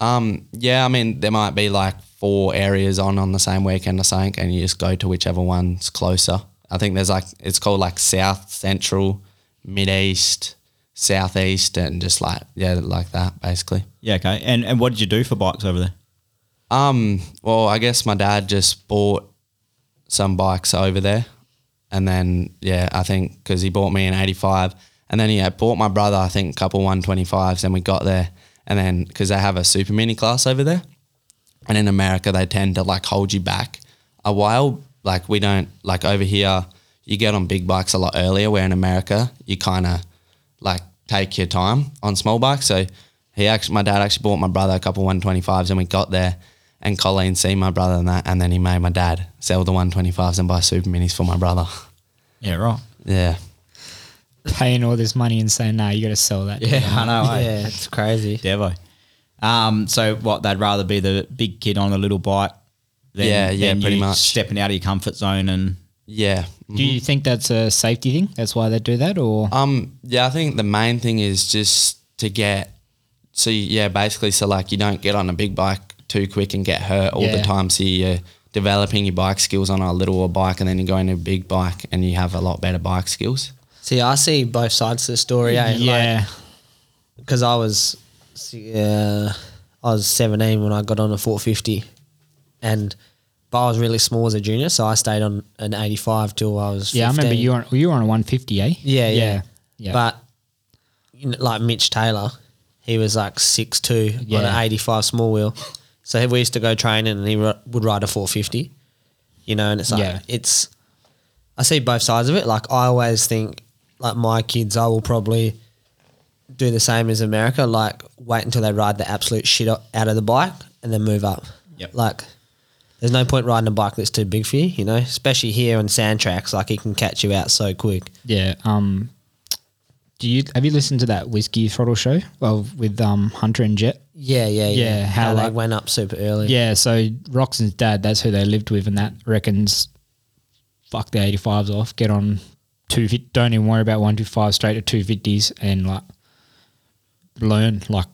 Speaker 4: Um, yeah, I mean, there might be like four areas on on the same weekend or something, and you just go to whichever one's closer. I think there's like it's called like South Central, Mid East, Southeast, and just like yeah, like that basically.
Speaker 1: Yeah, okay. And and what did you do for bikes over there?
Speaker 4: Um, well, I guess my dad just bought some bikes over there, and then yeah, I think because he bought me an eighty-five, and then he had bought my brother I think a couple one twenty-fives, and we got there, and then because they have a super mini class over there, and in America they tend to like hold you back a while. Like we don't like over here, you get on big bikes a lot earlier. Where in America, you kind of like take your time on small bikes. So he actually, my dad actually bought my brother a couple 125s and we got there and Colleen seen my brother and that. And then he made my dad sell the 125s and buy super minis for my brother.
Speaker 1: Yeah, right.
Speaker 4: Yeah.
Speaker 2: Paying all this money and saying, "No, you got to sell that."
Speaker 1: Yeah, I know. eh?
Speaker 3: yeah, it's crazy.
Speaker 1: Devo. Um, so what they'd rather be the big kid on a little bike than,
Speaker 4: Yeah, yeah,
Speaker 1: than you
Speaker 4: pretty much.
Speaker 1: stepping out of your comfort zone and
Speaker 4: Yeah.
Speaker 2: Do you think that's a safety thing? That's why they do that, or
Speaker 3: Oh,
Speaker 4: Um, yeah, I think the main thing is just to get so you- yeah, basically so like you don't get on a big bike too quick and get hurt all
Speaker 2: Yeah.
Speaker 4: the time. So you're developing your bike skills on a little bike and then you go into a big bike and you have a lot better bike skills.
Speaker 3: See, I see both sides of the story. Eh?
Speaker 2: yeah,
Speaker 3: because I was, yeah, I was 17 when I got on a 450, and but I was really small as a junior, so I stayed on an 85 till I was.
Speaker 2: yeah. I remember
Speaker 3: 15.
Speaker 2: you were you were on a one fifty, eh?
Speaker 3: Yeah, yeah,
Speaker 2: yeah. yeah.
Speaker 3: But you know, like Mitch Taylor, he was like six two on an
Speaker 2: Yeah.
Speaker 3: 85 small wheel. So we used to go training, and he ri- would ride a 450. You know, and it's like
Speaker 2: Yeah.
Speaker 3: it's. I see both sides of it. Like I always think, like my kids, I will probably do the same as America. Like wait until they ride the absolute shit o- out of the bike and then move up.
Speaker 1: Yep.
Speaker 3: Like. There's no point riding a bike that's too big for you, you know, especially here on sand tracks. Like, it can catch you out so quick.
Speaker 2: Yeah. Um, do you have you listened to that whiskey throttle show? Well, with um Hunter and Jet.
Speaker 3: Yeah, yeah, yeah.
Speaker 2: Yeah,
Speaker 3: how,
Speaker 2: how
Speaker 3: they
Speaker 2: like-
Speaker 3: went up super early.
Speaker 2: Yeah. So Roxon's dad, that's who they lived with, and that reckons, fuck the eighty fives off. Get on two. fif- Don't even worry about one two five straight to two fifties and like learn like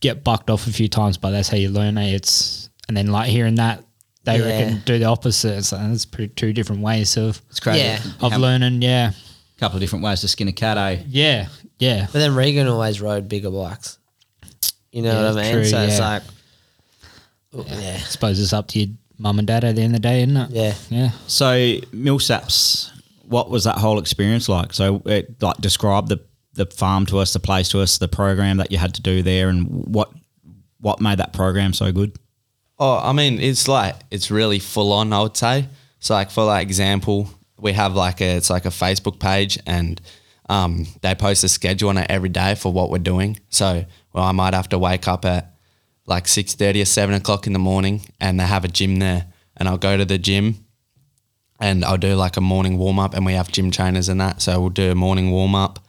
Speaker 2: get bucked off a few times, but that's how you learn. Eh? It's and then like hearing that. They
Speaker 3: Yeah.
Speaker 2: reckon do the opposite. It's like, that's pretty, two different ways of
Speaker 1: it's crazy.
Speaker 3: Yeah.
Speaker 2: of
Speaker 1: Have
Speaker 2: learning. Yeah,
Speaker 1: a couple of different ways to skin a cat, eh?
Speaker 2: yeah, yeah.
Speaker 3: But then Regan always rode bigger bikes. You know
Speaker 2: Yeah,
Speaker 3: what I mean?
Speaker 2: true,
Speaker 3: so it's
Speaker 2: yeah.
Speaker 3: like, oh, yeah.
Speaker 2: suppose it's up to your mum and dad at the end of the day, isn't it?
Speaker 3: Yeah.
Speaker 2: Yeah.
Speaker 1: So Millsaps, what was that whole experience like? So it, like describe the the farm to us, the place to us, the program that you had to do there, and what what made that program so good.
Speaker 4: Oh, I mean, it's like it's really full on. I would say. So, like for like example, we have like a it's like a Facebook page, and um, they post a schedule on it every day for what we're doing. So, well, I might have to wake up at like six thirty or seven o'clock in the morning, and they have a gym there, and I'll go to the gym, and I'll do like a morning warm up, and we have gym trainers and that. So we'll do a morning warm up,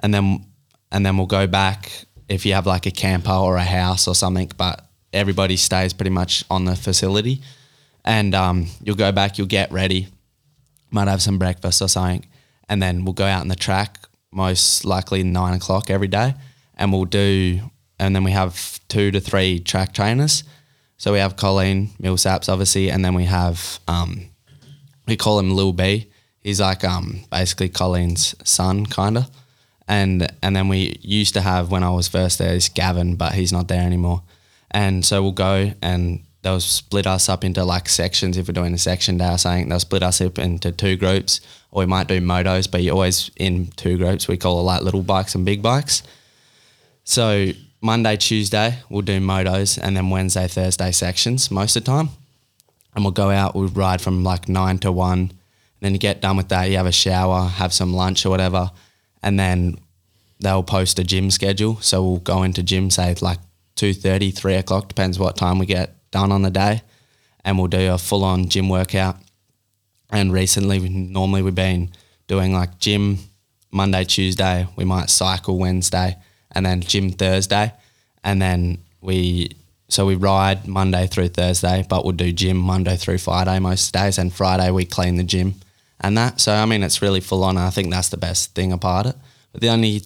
Speaker 4: and then and then we'll go back if you have like a camper or a house or something. But everybody stays pretty much on the facility, and um, you'll go back, you'll get ready, might have some breakfast or something, and then we'll go out on the track most likely nine o'clock every day, and we'll do and then we have two to three track trainers. So we have Colleen Millsaps obviously, and then we have um, we call him Lil B. He's like um basically Colleen's son, kinda. And and then we used to have when I was first there is Gavin, but he's not there anymore. And so we'll go and they'll split us up into like sections if we're doing a section day or something. They'll split us up into two groups, or we might do motos, but you're always in two groups. We call it like little bikes and big bikes. So Monday, Tuesday, we'll do motos, and then Wednesday, Thursday sections most of the time and we'll go out. We'll ride from like nine to one. And then you get done with that, you have a shower, have some lunch or whatever, and then they'll post a gym schedule. So we'll go into gym say like 2.30, 3 o'clock, depends what time we get done on the day, and we'll do a full on gym workout. And recently, we, normally we've been doing like gym Monday, Tuesday. We might cycle Wednesday, and then gym Thursday, and then we so we ride Monday through Thursday, but we'll do gym Monday through Friday most days, and Friday we clean the gym and that. So I mean, it's really full on. I think that's the best thing about it. But the only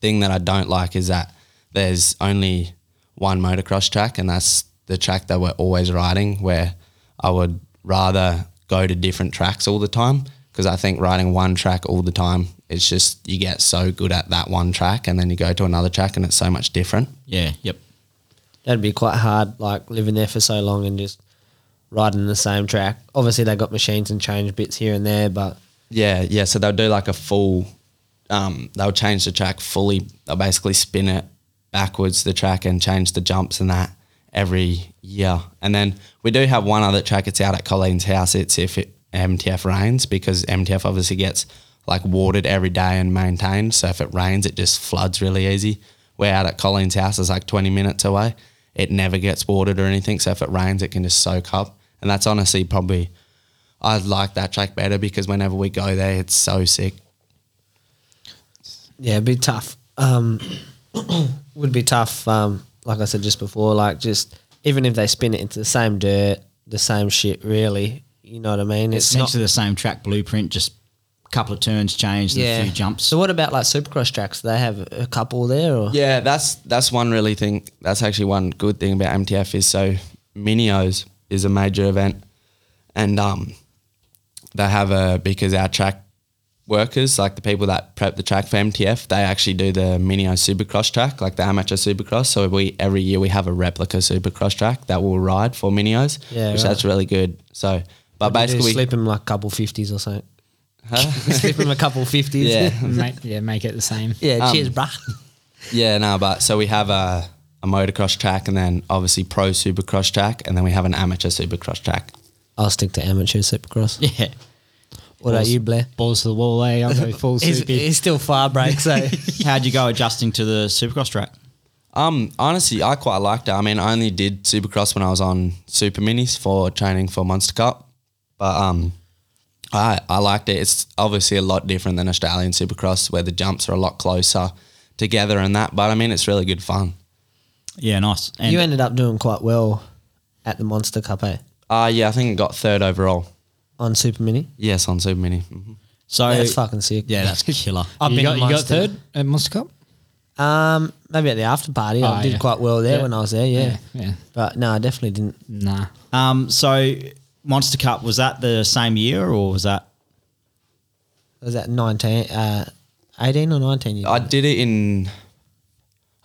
Speaker 4: thing that I don't like is that there's only one motocross track, and that's the track that we're always riding. Where I would rather go to different tracks all the time because I think riding one track all the time, it's just you get so good at that one track, and then you go to another track, and it's so much different.
Speaker 1: Yeah. Yep.
Speaker 3: That'd be quite hard, like living there for so long and just riding the same track. Obviously, they got machines and change bits here and there, but
Speaker 4: Yeah, yeah. So they'll do like a full. Um, they'll change the track fully. They'll basically spin it backwards the track and change the jumps and that every year. And then we do have one other track. It's out at Colleen's house. It's if it, MTF rains because MTF obviously gets like watered every day and maintained. So if it rains, it just floods really easy. We're out at Colleen's house. It's like twenty minutes away. It never gets watered or anything. So if it rains, it can just soak up. And that's honestly probably I like that track better because whenever we go there, it's so sick.
Speaker 3: yeah, it'd be tough. Um, would be tough. Um, like I said just before, like just even if they spin it into the same dirt, the same shit, really. You know what I mean? It's not
Speaker 1: Essentially the same track blueprint, just a couple of turns changed and a few jumps.
Speaker 3: So what about like supercross tracks? Do they have a couple there, or
Speaker 4: Yeah, that's that's one really thing. That's actually one good thing about MTF is so Minios is a major event, and um, they have a because our track workers, like the people that prep the track for MTF, they actually do the Minio Supercross track, like the amateur Supercross. So we every year we have a replica Supercross track that we'll ride for Minios,
Speaker 3: Yeah,
Speaker 4: which
Speaker 3: right.
Speaker 4: that's really good. So, but
Speaker 3: Or do you
Speaker 4: basically,
Speaker 3: slip them like a couple fifties or something. slip them a couple fifties.
Speaker 4: yeah.
Speaker 2: make, yeah, make it the same.
Speaker 3: yeah. Cheers, bruh.
Speaker 4: Yeah, no, but so we have a, a motocross track and then obviously pro supercross track and then we have an amateur supercross track.
Speaker 3: I'll stick to amateur supercross.
Speaker 1: yeah.
Speaker 3: What about you, Blair?
Speaker 2: Balls to the wall, eh? I'll go full
Speaker 3: He's,
Speaker 2: soupy.
Speaker 3: he's still far break, so
Speaker 1: How'd you go adjusting to the supercross track?
Speaker 4: Um, honestly, I quite liked it. I mean, I only did supercross when I was on super minis for training for Monster Cup, but um, I I liked it. It's obviously a lot different than Australian supercross where the jumps are a lot closer together and that. But I mean, it's really good fun.
Speaker 1: Yeah, nice. And
Speaker 3: you ended up doing quite well at the Monster Cup, eh?
Speaker 4: Uh yeah, I think I got third overall.
Speaker 3: On Super Mini.
Speaker 4: Yes, on super mini. Mhm.
Speaker 1: so
Speaker 3: That's fucking sick.
Speaker 1: Oh, Yeah, that's killer.
Speaker 3: I've
Speaker 2: you,
Speaker 3: been
Speaker 2: got,
Speaker 3: a
Speaker 2: you got
Speaker 3: monster.
Speaker 2: third at Monster Cup?
Speaker 3: Um, maybe at the after party, I
Speaker 2: Oh,
Speaker 3: did
Speaker 2: yeah.
Speaker 3: quite well there
Speaker 2: Yeah.
Speaker 3: when I was there. Yeah.
Speaker 2: Yeah, yeah.
Speaker 3: But no, I definitely didn't.
Speaker 2: Nah.
Speaker 1: Um, so Monster Cup was that the same year or was that?
Speaker 3: Was that nineteen? Uh, eighteen or nineteen? You
Speaker 4: I
Speaker 3: did?
Speaker 4: did it in.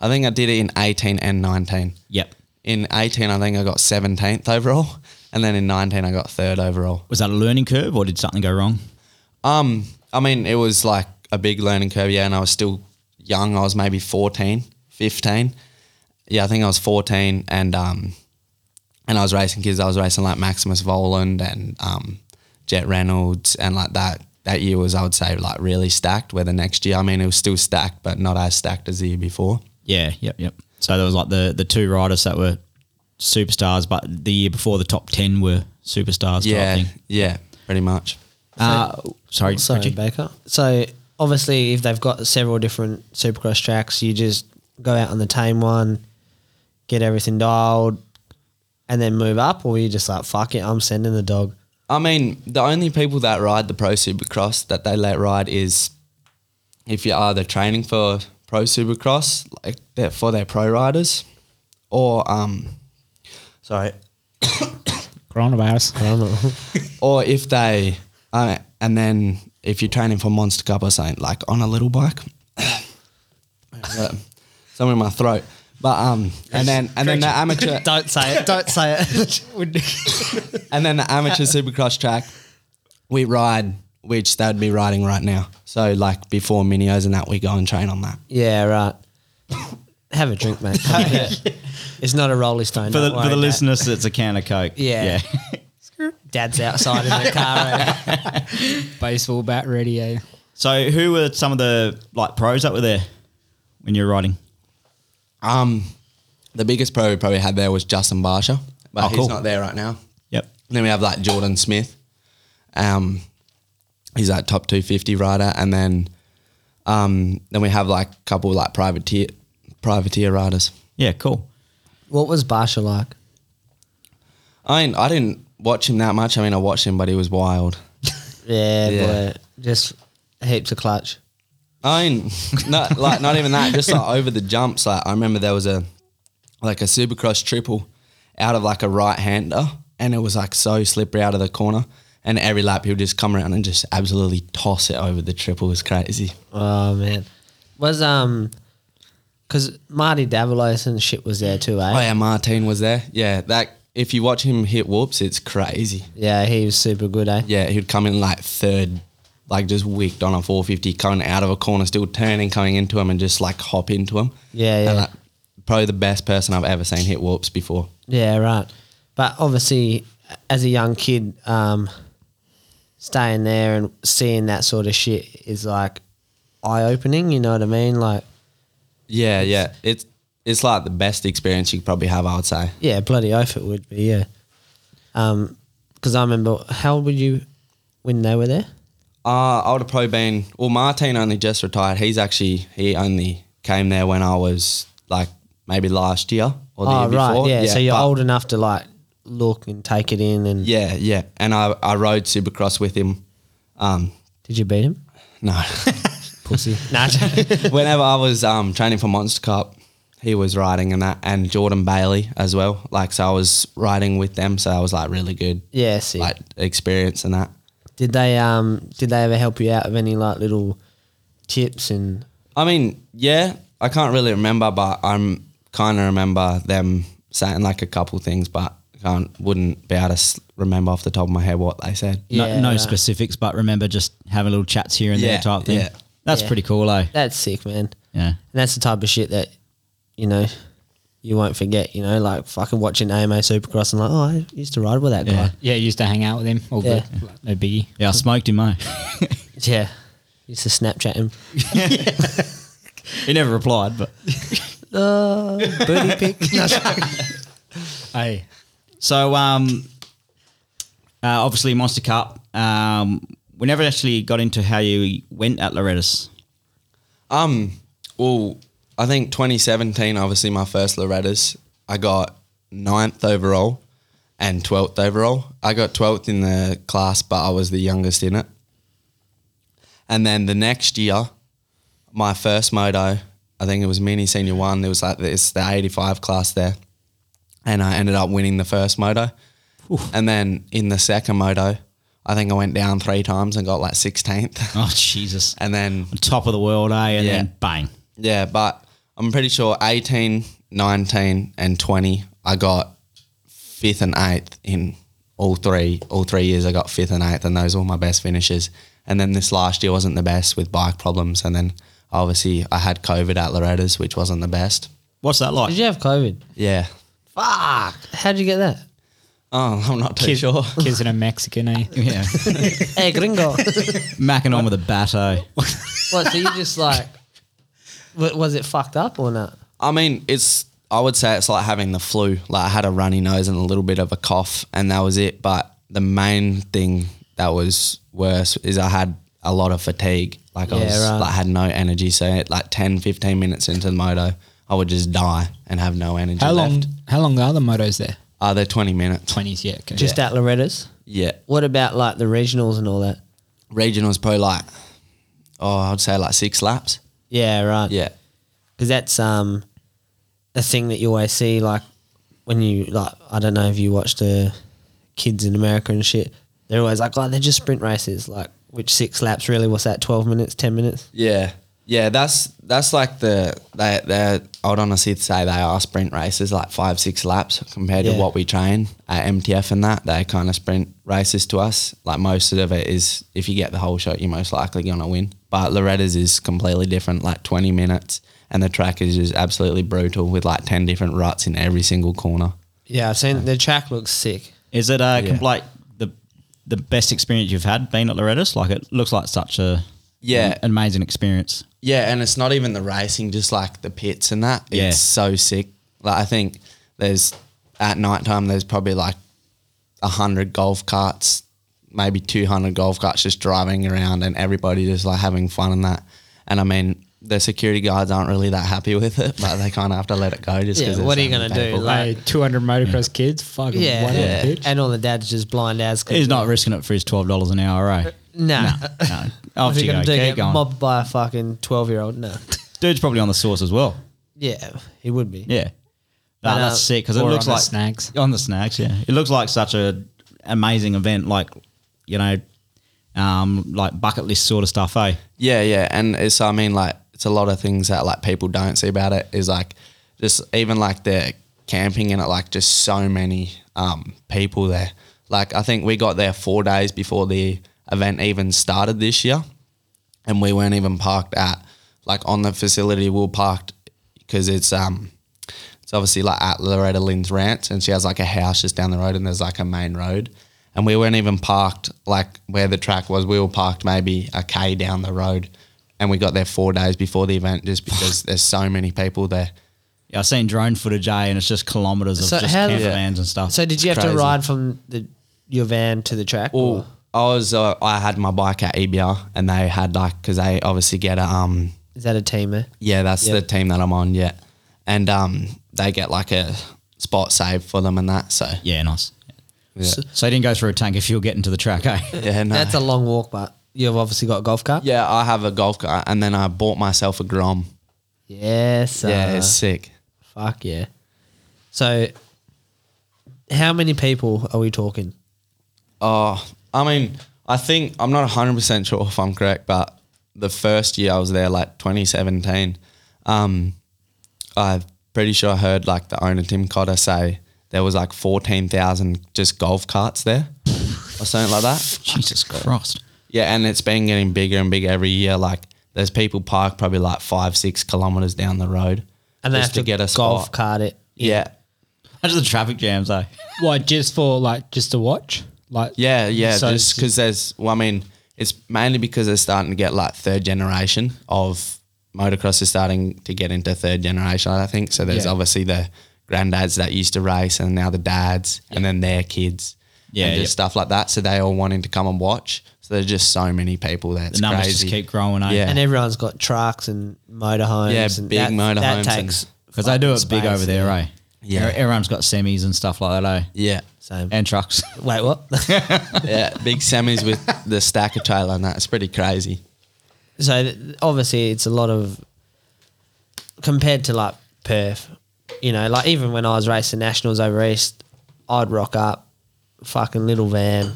Speaker 4: I think I did it in eighteen and nineteen.
Speaker 1: Yep.
Speaker 4: In 18, I think I got 17th overall. And then in 19, I got third overall.
Speaker 1: Was that a learning curve or did something go wrong?
Speaker 4: Um, I mean, it was like a big learning curve, yeah. And I was still young. I was maybe 14, 15. Yeah, I think I was 14. And, um, and I was racing kids. I was racing like Maximus Voland and um, Jet Reynolds and like that. That year was, I would say, like really stacked. Where the next year, I mean, it was still stacked, but not as stacked as the year before.
Speaker 1: Yeah. Yep. Yep. So there was like the the two riders that were superstars, but the year before the top ten were superstars.
Speaker 4: yeah,
Speaker 1: Type thing.
Speaker 4: yeah, pretty much.
Speaker 1: Uh, sorry.
Speaker 3: Sorry,
Speaker 1: Richie.
Speaker 3: Baker. So obviously, if they've got several different Supercross tracks, you just go out on the tame one, get everything dialed, and then move up, or you just like fuck it, I'm sending the dog.
Speaker 4: I mean, the only people that ride the Pro Supercross that they let ride is if you're either training for Pro Supercross, like they're for their pro riders, or um, sorry,
Speaker 2: Coronavirus.
Speaker 3: I don't know.
Speaker 4: or if they, uh, and then if you're training for Monster Cup or something, like on a little bike, somewhere in my throat. But um, and then and then the amateur
Speaker 3: don't say it. Don't say it.
Speaker 4: and then the amateur supercross track, we ride, which they would be riding right now. So like before minios and that, we go and train on that.
Speaker 3: yeah, right. Have a drink, mate. It's not a Rolling Stone.
Speaker 1: For the,
Speaker 3: don't
Speaker 1: for the
Speaker 3: worry, Dad.
Speaker 1: listeners, it's a can of Coke.
Speaker 3: Yeah.
Speaker 1: Yeah.
Speaker 3: Dad's outside in the car. eh?
Speaker 2: Baseball bat ready, eh?
Speaker 1: So who were some of the like pros that were there when you were riding?
Speaker 4: Um, the biggest pro we probably had there was Justin Barsha, but
Speaker 1: Oh,
Speaker 4: he's
Speaker 1: cool.
Speaker 4: not there right now.
Speaker 1: Yep.
Speaker 4: Then we have like Jordan Smith. Um, he's like top 250 rider, and then um, then we have like a couple like privateer privateer riders.
Speaker 1: Yeah. Cool.
Speaker 3: what was Barsha like?
Speaker 4: I mean, I didn't watch him that much. I mean, I watched him, but he was wild.
Speaker 3: Yeah,
Speaker 4: Yeah.
Speaker 3: boy. Just heaps of clutch.
Speaker 4: I mean, not like not even that. Just like over the jumps. Like I remember there was a like a supercross triple out of like a right hander and it was like so slippery out of the corner. And every lap he would just come around and just absolutely toss it over the triple. It was crazy.
Speaker 3: Oh man, was um, because Marty Davalos and shit was there too, eh?
Speaker 4: Oh yeah, Martin was there. Yeah, that if you watch him hit whoops, it's crazy.
Speaker 3: Yeah, he was super good, eh?
Speaker 4: Yeah, he'd come in like third, like just wicked on a 450, coming out of a corner, still turning, coming into him, and just like hop into him.
Speaker 3: Yeah, yeah.
Speaker 4: And like, probably the best person I've ever seen hit whoops before.
Speaker 3: Yeah, right. But obviously, as a young kid, um, staying there and seeing that sort of shit is like eye opening. You know what I mean? Like,
Speaker 4: Yeah, yeah. It's it's like the best experience you could probably have, I would say.
Speaker 3: yeah, bloody oath it would be. Yeah. Um, because I remember, how old were you when they were there?
Speaker 4: Uh, I would have probably been. Well, Martin only just retired. He's actually he only came there when I was like maybe last year or the
Speaker 3: oh,
Speaker 4: year
Speaker 3: right.
Speaker 4: before.
Speaker 3: yeah. So you're
Speaker 4: but-
Speaker 3: old enough to like look and take it in. And
Speaker 4: Yeah, yeah. And I I rode Supercross with him. Um,
Speaker 3: did you beat him?
Speaker 4: no,
Speaker 3: Pussy. nah.
Speaker 4: whenever I was um, training for Monster Cup, he was riding and that, and Jordan Bailey as well. Like, so I was riding with them, so I was like really good,
Speaker 3: Yeah. See.
Speaker 4: like experience and that.
Speaker 3: Did they um did they ever help you out with any like little tips and
Speaker 4: I mean, yeah, I can't really remember, but I'm kind of remember them saying like a couple things, but can't wouldn't be able to s- remember off the top of my head what they said.
Speaker 1: No,
Speaker 3: Yeah,
Speaker 1: no
Speaker 3: right.
Speaker 1: specifics, but remember just having little chats here and
Speaker 4: Yeah,
Speaker 1: there type thing.
Speaker 4: yeah.
Speaker 1: That's
Speaker 3: Yeah.
Speaker 1: pretty cool, eh?
Speaker 3: that's sick, man.
Speaker 1: Yeah.
Speaker 3: And that's the type of shit that, you know, you won't forget, you know, like fucking watching AMA Supercross and like, oh, I used to ride with that
Speaker 1: Yeah.
Speaker 3: guy.
Speaker 2: Yeah, used to hang out with him. All
Speaker 3: Yeah.
Speaker 2: good. Like, No biggie.
Speaker 1: Yeah, I smoked him, eh?
Speaker 3: Yeah. Used to Snapchat him.
Speaker 1: he never replied, but
Speaker 3: Oh, booty pic.
Speaker 2: Hey.
Speaker 1: So, um, uh, obviously, Monster Cup. Um, we never actually got into how you went at Loretta's.
Speaker 4: Um, well, I think 2017, obviously my first Loretta's, I got ninth overall and 12th overall. I got 12th in the class, but I was the youngest in it. And then the next year, my first moto, I think it was mini senior one, there was like this, the 85 class there. And I ended up winning the first moto. And then in the second moto, I think I went down three times and got like 16th.
Speaker 1: Oh Jesus!
Speaker 4: And then
Speaker 1: Top of the world, eh? And
Speaker 4: Yeah.
Speaker 1: then bang.
Speaker 4: yeah, but I'm pretty sure 18, 19, and 20, I got fifth and eighth in all three. All three years, I got fifth and eighth, and those were my best finishes. And then this last year wasn't the best with bike problems. And then obviously, I had COVID at Loretta's, which wasn't the best.
Speaker 1: What's that like?
Speaker 3: Did you have COVID?
Speaker 4: Yeah.
Speaker 3: Fuck. How'd you get that?
Speaker 4: Oh, I'm not too
Speaker 2: Kids,
Speaker 4: sure.
Speaker 2: kids in a Mexican, eh?
Speaker 1: yeah,
Speaker 3: Hey, gringo.
Speaker 1: macking on with a bat, eh?
Speaker 3: what, so you just like, wa- was it fucked up or not?
Speaker 4: I mean, it's. I would say it's like having the flu. Like I had a runny nose and a little bit of a cough, and that was it. But the main thing that was worse is I had a lot of fatigue. Like I
Speaker 3: Yeah,
Speaker 4: was
Speaker 3: right.
Speaker 4: like had no energy. So at like 10, 15 minutes into the moto, I would just die and have no energy
Speaker 2: How long?
Speaker 4: left.
Speaker 2: How long are the motos there?
Speaker 4: Are they twenty minutes?
Speaker 2: Twenties, yeah. Okay.
Speaker 3: Just at Loretta's?
Speaker 4: Yeah.
Speaker 3: What about like the regionals and all that?
Speaker 4: Regional's probably like, oh, I'd say like six laps.
Speaker 3: Yeah, right.
Speaker 4: Yeah.
Speaker 3: because that's um a thing that you always see like when you like I don't know if you watch the kids in America and shit they're always like oh they're just sprint races like which six laps really what's that 12 minutes 10 minutes
Speaker 4: Yeah, yeah. That's that's like the they they. I'd honestly say they are sprint races, like five six laps compared
Speaker 3: Yeah.
Speaker 4: to what we train at MTF and that. They kind of sprint races to us. Like most of it is, if you get the whole shot, you're most likely gonna win. But Loretta's is completely different, like twenty minutes, and the track is just absolutely brutal with like ten different ruts in every single corner.
Speaker 3: yeah I've seen the track looks sick
Speaker 1: Is it uh,
Speaker 4: Yeah.
Speaker 1: complete the the best experience you've had being at Loretta's? Like it looks like such a
Speaker 4: Yeah.
Speaker 1: an amazing experience.
Speaker 4: Yeah, and it's not even the racing, just like the pits and that.
Speaker 1: Yeah.
Speaker 4: It's so sick. Like I think there's at night time there's probably like a hundred golf carts, maybe two hundred golf carts just driving around and everybody just like having fun and that. And I mean the security guards aren't really that happy with it, but they kind of have to let it go just
Speaker 3: Yeah,
Speaker 4: because.
Speaker 3: what are you gonna do? Like-
Speaker 2: Hey, two hundred motocross kids. Fucking
Speaker 3: yeah,
Speaker 2: what
Speaker 4: Yeah.
Speaker 2: a bitch.
Speaker 3: and all the dads just blind as
Speaker 1: He's not risking it for his twelve dollars an hour, eh?
Speaker 3: nah
Speaker 1: No, off
Speaker 3: If
Speaker 1: you
Speaker 3: you're
Speaker 1: go.
Speaker 3: gonna do
Speaker 1: Keep
Speaker 3: get
Speaker 1: going.
Speaker 3: mobbed by a fucking 12 year old no
Speaker 1: Dude's probably on the source as well.
Speaker 3: yeah he would be
Speaker 1: Yeah. Nah,
Speaker 3: But, uh,
Speaker 1: that's sick because it
Speaker 2: or
Speaker 1: looks
Speaker 2: on the
Speaker 1: like
Speaker 2: snags.
Speaker 1: on the snags. Yeah, it looks like such a amazing event. Like you know, um, like bucket list sort of stuff. Eh?
Speaker 4: Yeah, yeah, and it's I mean like it's a lot of things that like people don't see about it is like just even like the camping and it like just so many um people there. Like I think we got there four days before the event even started this year, and we weren't even parked at like on the facility. We were parked because it's um it's obviously like at Loretta Lynn's ranch, and she has like a house just down the road, and there's like a main road, and we weren't even parked like where the track was. We were parked maybe a k down the road, and we got there four days before the event just because there's so many people there.
Speaker 1: Yeah, I've seen drone footage, eh, and it's just kilometers of
Speaker 3: So
Speaker 1: just
Speaker 3: how-
Speaker 1: camper
Speaker 4: Yeah.
Speaker 1: vans and stuff.
Speaker 3: So did you have
Speaker 4: Crazy.
Speaker 3: to ride from the your van to the track?
Speaker 4: Well, I was uh, I had my bike at EBR, and they had like because they obviously get a um
Speaker 3: is that a teamer?
Speaker 4: Yeah, that's
Speaker 3: Yeah.
Speaker 4: the team that I'm on. Yeah, and um, they get like a spot saved for them and that. So
Speaker 1: yeah, nice.
Speaker 4: yeah,
Speaker 1: So, you didn't go through a tank if you're getting to the track, eh?
Speaker 4: yeah, no.
Speaker 3: That's a long walk, but you've obviously got a golf cart.
Speaker 4: yeah. I have a golf cart, and then I bought myself a Grom.
Speaker 3: Yes.
Speaker 4: yeah,
Speaker 3: uh,
Speaker 4: it's sick.
Speaker 3: Fuck yeah. So, how many people are we talking?
Speaker 4: Oh, I mean, I think I'm not 100 percent sure if I'm correct, but the first year I was there, like 2017, um, I'm pretty sure I heard like the owner Tim Cotter say there was like 14,000 just golf carts there, or something like that.
Speaker 1: Jesus Christ.
Speaker 4: Yeah, and it's been getting bigger and bigger every year. Like there's people parked probably like five, six kilometers down the road,
Speaker 3: And they have to,
Speaker 4: get a
Speaker 3: golf
Speaker 4: spot.
Speaker 3: cart it.
Speaker 4: Yeah,
Speaker 1: That's the traffic jams, eh?
Speaker 2: What just for like just to watch? Like
Speaker 4: yeah, yeah.
Speaker 2: So
Speaker 4: just
Speaker 2: it's-
Speaker 4: because there's, well, I mean, it's mainly because they're starting to get like third generation of motocross is starting to get into third generation. I think so. There's
Speaker 2: Yeah.
Speaker 4: obviously the granddads that used to race, and now the dads, and then their kids.
Speaker 1: Yeah,
Speaker 4: and just
Speaker 1: yeah.
Speaker 4: stuff like that. So they all wanting to come and watch. So there's just so many people there. It's
Speaker 1: The numbers
Speaker 4: crazy.
Speaker 1: just keep growing, eh?
Speaker 4: Yeah.
Speaker 3: And everyone's got trucks and motorhomes.
Speaker 4: Yeah,
Speaker 3: and
Speaker 4: big
Speaker 3: that, That
Speaker 4: motorhomes and-
Speaker 3: takes
Speaker 1: Because they do it
Speaker 3: fucking
Speaker 1: big over
Speaker 3: space,
Speaker 1: there,
Speaker 3: yeah.
Speaker 1: eh?
Speaker 4: Yeah.
Speaker 1: Everyone's got semis and stuff like that, eh?
Speaker 4: yeah.
Speaker 3: Same.
Speaker 1: And trucks.
Speaker 3: Wait, what?
Speaker 4: Yeah, big semis with the stacker trailer and that. It's pretty crazy.
Speaker 3: so th- obviously it's a lot of compared to like Perth, you know, like even when I was racing nationals over east, I'd rock up, fucking little van,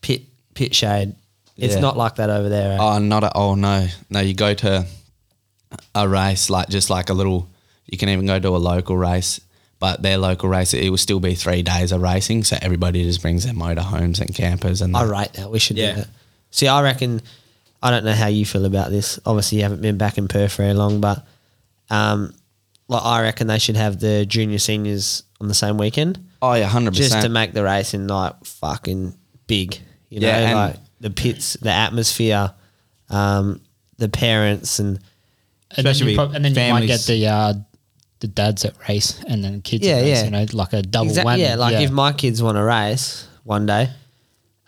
Speaker 3: pit pit shade. It's
Speaker 4: Yeah.
Speaker 3: not like that over there. eh?
Speaker 4: Oh, not at all. No, no. You go to a race like just like a little. You can even go to a local race, but their local race it will still be three days of racing. So everybody just brings their motor homes and campers and
Speaker 3: I
Speaker 4: that.
Speaker 3: rate that. We should
Speaker 1: Yeah.
Speaker 3: do that. See, I reckon. I don't know how you feel about this. Obviously, you haven't been back in Perth very long, but um, like I reckon they should have the junior seniors on the same weekend
Speaker 4: oh yeah, hundred
Speaker 3: just to
Speaker 4: percent.
Speaker 3: make the racing like fucking big. You know,
Speaker 4: Yeah, and-
Speaker 3: like the pits, the atmosphere, um, the parents, and
Speaker 2: and then,
Speaker 1: Especially
Speaker 2: you, prob- and then you might
Speaker 1: families.
Speaker 2: get the uh, the dads at race and then kids
Speaker 3: Yeah,
Speaker 2: at race,
Speaker 3: yeah.
Speaker 2: you know, like a double
Speaker 3: Exact-
Speaker 2: whammy.
Speaker 3: Yeah, like if my kids want to race one day,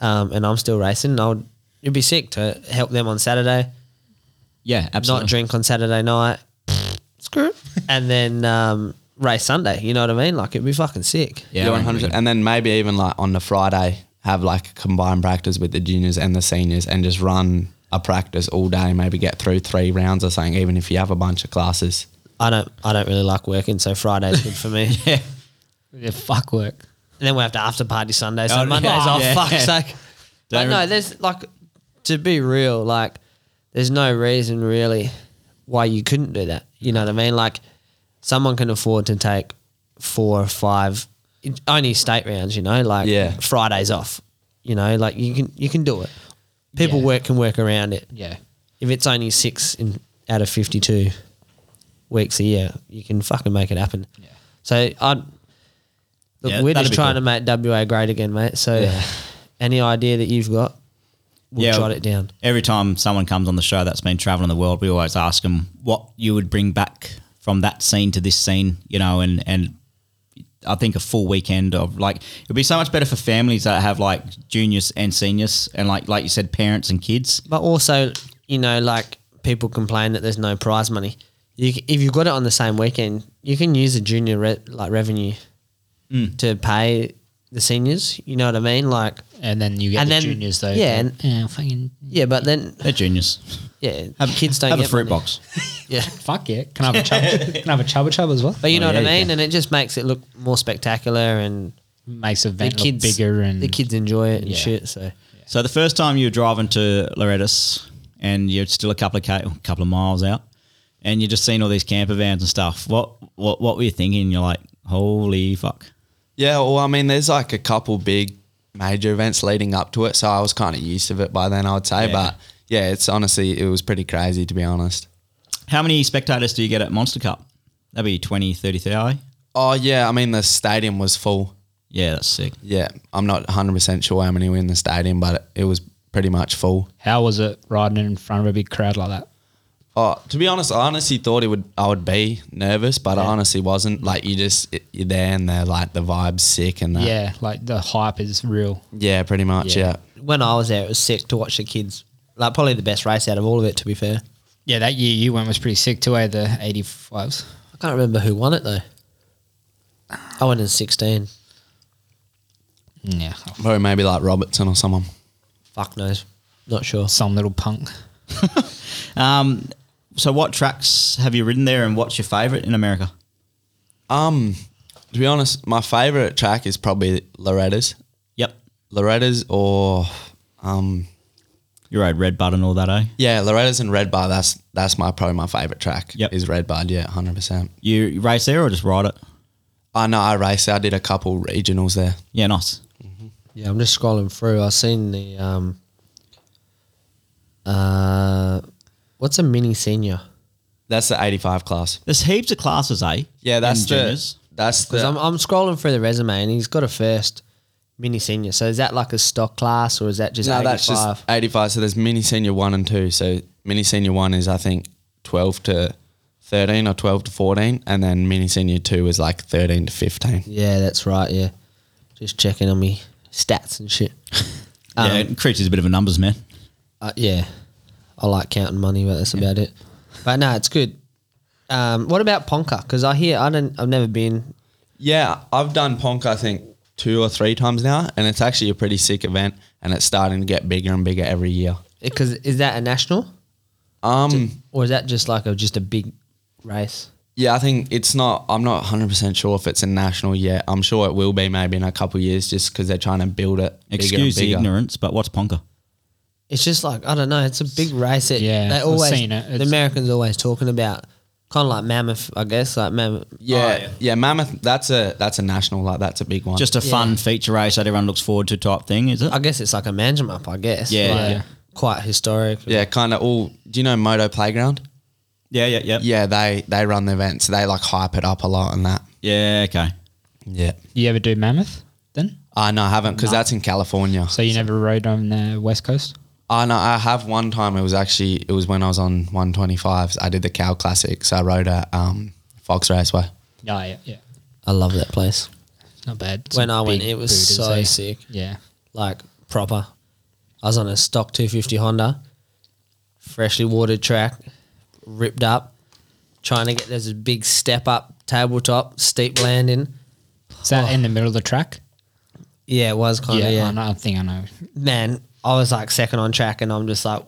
Speaker 3: um, and I'm still racing, I would. It'd be sick to help them on Saturday.
Speaker 1: yeah, absolutely.
Speaker 3: not drink on Saturday night. Screw it. And then um, race Sunday. You know what I mean? Like it'd be fucking sick.
Speaker 1: Yeah,
Speaker 4: Yeah,
Speaker 1: I reckon
Speaker 4: one
Speaker 1: we
Speaker 4: hundred.
Speaker 1: could-
Speaker 4: And then maybe even like on the Friday have like a combined practice with the juniors and the seniors and just run a practice all day. Maybe get through three rounds or something. Even if you have a bunch of classes.
Speaker 3: I don't. I don't really like working, so Friday's good for me.
Speaker 1: Yeah.
Speaker 2: yeah, fuck work.
Speaker 3: And then we have to after party Sunday, so
Speaker 1: Oh,
Speaker 3: Monday's
Speaker 1: yeah.
Speaker 3: off.
Speaker 1: Yeah.
Speaker 3: Fuck's sake. But
Speaker 1: Don't-
Speaker 3: no, there's like to be real, like there's no reason really why you couldn't do that. You know what I mean? Like someone can afford to take four or five only state rounds. You know, like
Speaker 4: Yeah.
Speaker 3: Fridays off. You know, like you can you can do it. People
Speaker 2: Yeah.
Speaker 3: work can work around it.
Speaker 2: Yeah.
Speaker 3: If it's only six in, out of fifty-two weeks a year, you can fucking make it happen.
Speaker 2: Yeah.
Speaker 3: So I look,
Speaker 1: Yeah,
Speaker 3: we're
Speaker 1: that'd
Speaker 3: just
Speaker 1: be
Speaker 3: trying
Speaker 1: cool.
Speaker 3: to make WA great again, mate. So any idea that you've got, we'll
Speaker 1: Yeah.
Speaker 3: jot it down.
Speaker 1: Every time someone comes on the show that's been traveling the world, we always ask them what you would bring back from that scene to this scene, you know, and and I think a full weekend of like it'd be so much better for families that have like juniors and seniors and like like you said parents and kids.
Speaker 3: But also, you know, like people complain that there's no prize money. You, c- if you've got it on the same weekend, you can use the junior re- like revenue
Speaker 1: Hmm.
Speaker 3: to pay the seniors. You know what I mean? Like,
Speaker 2: And then you get
Speaker 3: And
Speaker 2: the
Speaker 3: then-
Speaker 2: juniors though.
Speaker 3: yeah,
Speaker 2: that-
Speaker 3: and-
Speaker 2: yeah, fucking
Speaker 3: yeah, but then
Speaker 1: They're juniors.
Speaker 3: Yeah,
Speaker 1: Have,
Speaker 3: kids don't
Speaker 1: have
Speaker 3: get
Speaker 1: a fruit
Speaker 3: money.
Speaker 1: box.
Speaker 3: Yeah,
Speaker 2: Fuck yeah. Can I have a chub? can I have a chubba chub as well?
Speaker 3: but you know
Speaker 1: Oh,
Speaker 3: what
Speaker 1: yeah,
Speaker 3: I
Speaker 1: you
Speaker 3: mean, and it just makes it look more spectacular, and
Speaker 2: Makes
Speaker 3: the
Speaker 2: event look
Speaker 3: kids
Speaker 2: bigger and
Speaker 3: the kids enjoy it and
Speaker 2: Yeah.
Speaker 3: shit. So
Speaker 1: So the first time you were driving to Loretta's and you're still a couple of ca- couple of miles out, and you're just seeing all these camper vans and stuff. What what what were you thinking? You're like, holy fuck!
Speaker 4: Yeah, well, I mean, there's like a couple big major events leading up to it, so I was kind of used to it by then, I would say.
Speaker 1: Yeah.
Speaker 4: But yeah, it's honestly, it was pretty crazy to be honest.
Speaker 1: How many spectators do you get at Monster Cup? That'd be 20, 30,000.
Speaker 4: Oh yeah, I mean, the stadium was full.
Speaker 1: eh? Yeah, that's sick.
Speaker 4: Yeah, I'm not 100 percent sure how many were in the stadium, but it was pretty much full.
Speaker 2: How was it riding in front of a big crowd like that?
Speaker 4: Oh, to be honest, I honestly thought it would. I would be nervous, but I honestly wasn't. Like you just it- you're there, and they're like the vibe's sick, and that.
Speaker 2: Yeah, like the hype is real.
Speaker 4: yeah, pretty much,
Speaker 2: Yeah.
Speaker 4: yeah.
Speaker 3: when I was there, it was sick to watch the kids. Like probably the best race out of all of it. To be fair,
Speaker 2: Yeah, that year you went was pretty sick too, eh? The 85s.
Speaker 3: I can't remember who won it though. I went in sixteen.
Speaker 2: Yeah.
Speaker 4: Probably maybe like Robertson or someone.
Speaker 3: Fuck knows, not sure.
Speaker 2: Some little punk.
Speaker 1: Um, so what tracks have you ridden there, and what's your favourite in America?
Speaker 4: Um, to be honest, my favorite track is probably Loretta's.
Speaker 1: Yep,
Speaker 4: Loretta's or um
Speaker 1: you rode Red Bud and all that, eh?
Speaker 4: yeah, Loretta's and Red Bar. That's that's my probably my favorite track.
Speaker 1: Yep.
Speaker 4: is Red Bar. Yeah, hundred percent.
Speaker 1: You you race there or just ride it?
Speaker 4: I know I raced. I did a couple regionals there.
Speaker 1: Yeah, nice.
Speaker 3: Yeah, I'm just scrolling through. I've seen the um, uh, what's a mini senior?
Speaker 4: That's the eighty five class.
Speaker 1: There's heaps of classes, eh?
Speaker 4: Yeah, that's
Speaker 1: And
Speaker 4: the
Speaker 1: juniors.
Speaker 4: that's
Speaker 3: Because
Speaker 4: the
Speaker 3: I'm, I'm scrolling through the resume and he's got a first mini senior. So is that like a stock class or is that just
Speaker 4: no,
Speaker 3: 85?
Speaker 4: that's just eighty five. So there's mini senior one and two. So mini senior one is I think twelve to thirteen or twelve to fourteen, and then mini senior two is like thirteen to fifteen.
Speaker 3: yeah, that's right. Yeah, just checking on me stats and shit. Um,
Speaker 1: yeah, it creates a bit of a numbers man.
Speaker 3: Uh, yeah, I like counting money, but that's about it. But no, it's good. Um, what about Ponca? Because I hear I don't. I've never been.
Speaker 4: Yeah, I've done Ponk, I think, two or three times now, and it's actually a pretty sick event, and it's starting to get bigger and bigger every year.
Speaker 3: Because is that a national
Speaker 4: Um,
Speaker 3: or is that just like a just a big race?
Speaker 4: yeah, I think it's not, I'm not 100% sure if it's a national yet. I'm sure it will be maybe in a couple of years just because they're trying to build it. bigger and
Speaker 1: Excuse the
Speaker 4: bigger.
Speaker 1: ignorance, but what's Ponca?
Speaker 3: It's just like I don't know. It's a big race. It,
Speaker 2: Yeah,
Speaker 3: they
Speaker 2: I've
Speaker 3: always
Speaker 2: seen it.
Speaker 3: the
Speaker 2: It's-
Speaker 3: Americans are always talking about kind of like mammoth. I guess like mammoth.
Speaker 4: Yeah,
Speaker 1: Oh, yeah.
Speaker 4: yeah, Mammoth, that's a that's a national, like, that's a big one.
Speaker 1: Just a
Speaker 3: Yeah.
Speaker 1: fun feature race that everyone looks forward to type thing, is it?
Speaker 3: I guess it's like a mansion map. I guess
Speaker 1: Yeah,
Speaker 3: like,
Speaker 2: yeah.
Speaker 3: quite historic.
Speaker 4: yeah, kind of all, do you know Moto Playground?
Speaker 1: Yeah, yeah, yeah.
Speaker 4: Yeah, they, they run the event, so they like hype it up a lot and that.
Speaker 1: Yeah, okay.
Speaker 4: Yeah.
Speaker 2: You ever do Mammoth then?
Speaker 4: Uh, no, I haven't because that's in California.
Speaker 2: So you never rode on the West Coast?
Speaker 4: Oh no, I have one time. It was actually it was when I was on 125s. I did the Cow Classics. I rode at um, Fox Raceway.
Speaker 2: Yeah, yeah, yeah.
Speaker 3: I love that place.
Speaker 2: Not bad.
Speaker 3: When I
Speaker 2: Some
Speaker 3: went,
Speaker 2: big
Speaker 3: it was
Speaker 2: Buddhas,
Speaker 3: so
Speaker 2: eh?
Speaker 3: sick.
Speaker 2: Yeah.
Speaker 3: like proper. I was on a stock 250 Honda, freshly watered track, ripped up, trying to get there's a big step up tabletop, steep landing.
Speaker 2: Is that in the middle of the track?
Speaker 3: Yeah, it was kind of Oh, yeah.
Speaker 2: I, know, I think I know.
Speaker 3: Man, I was like second on track, and I'm just like,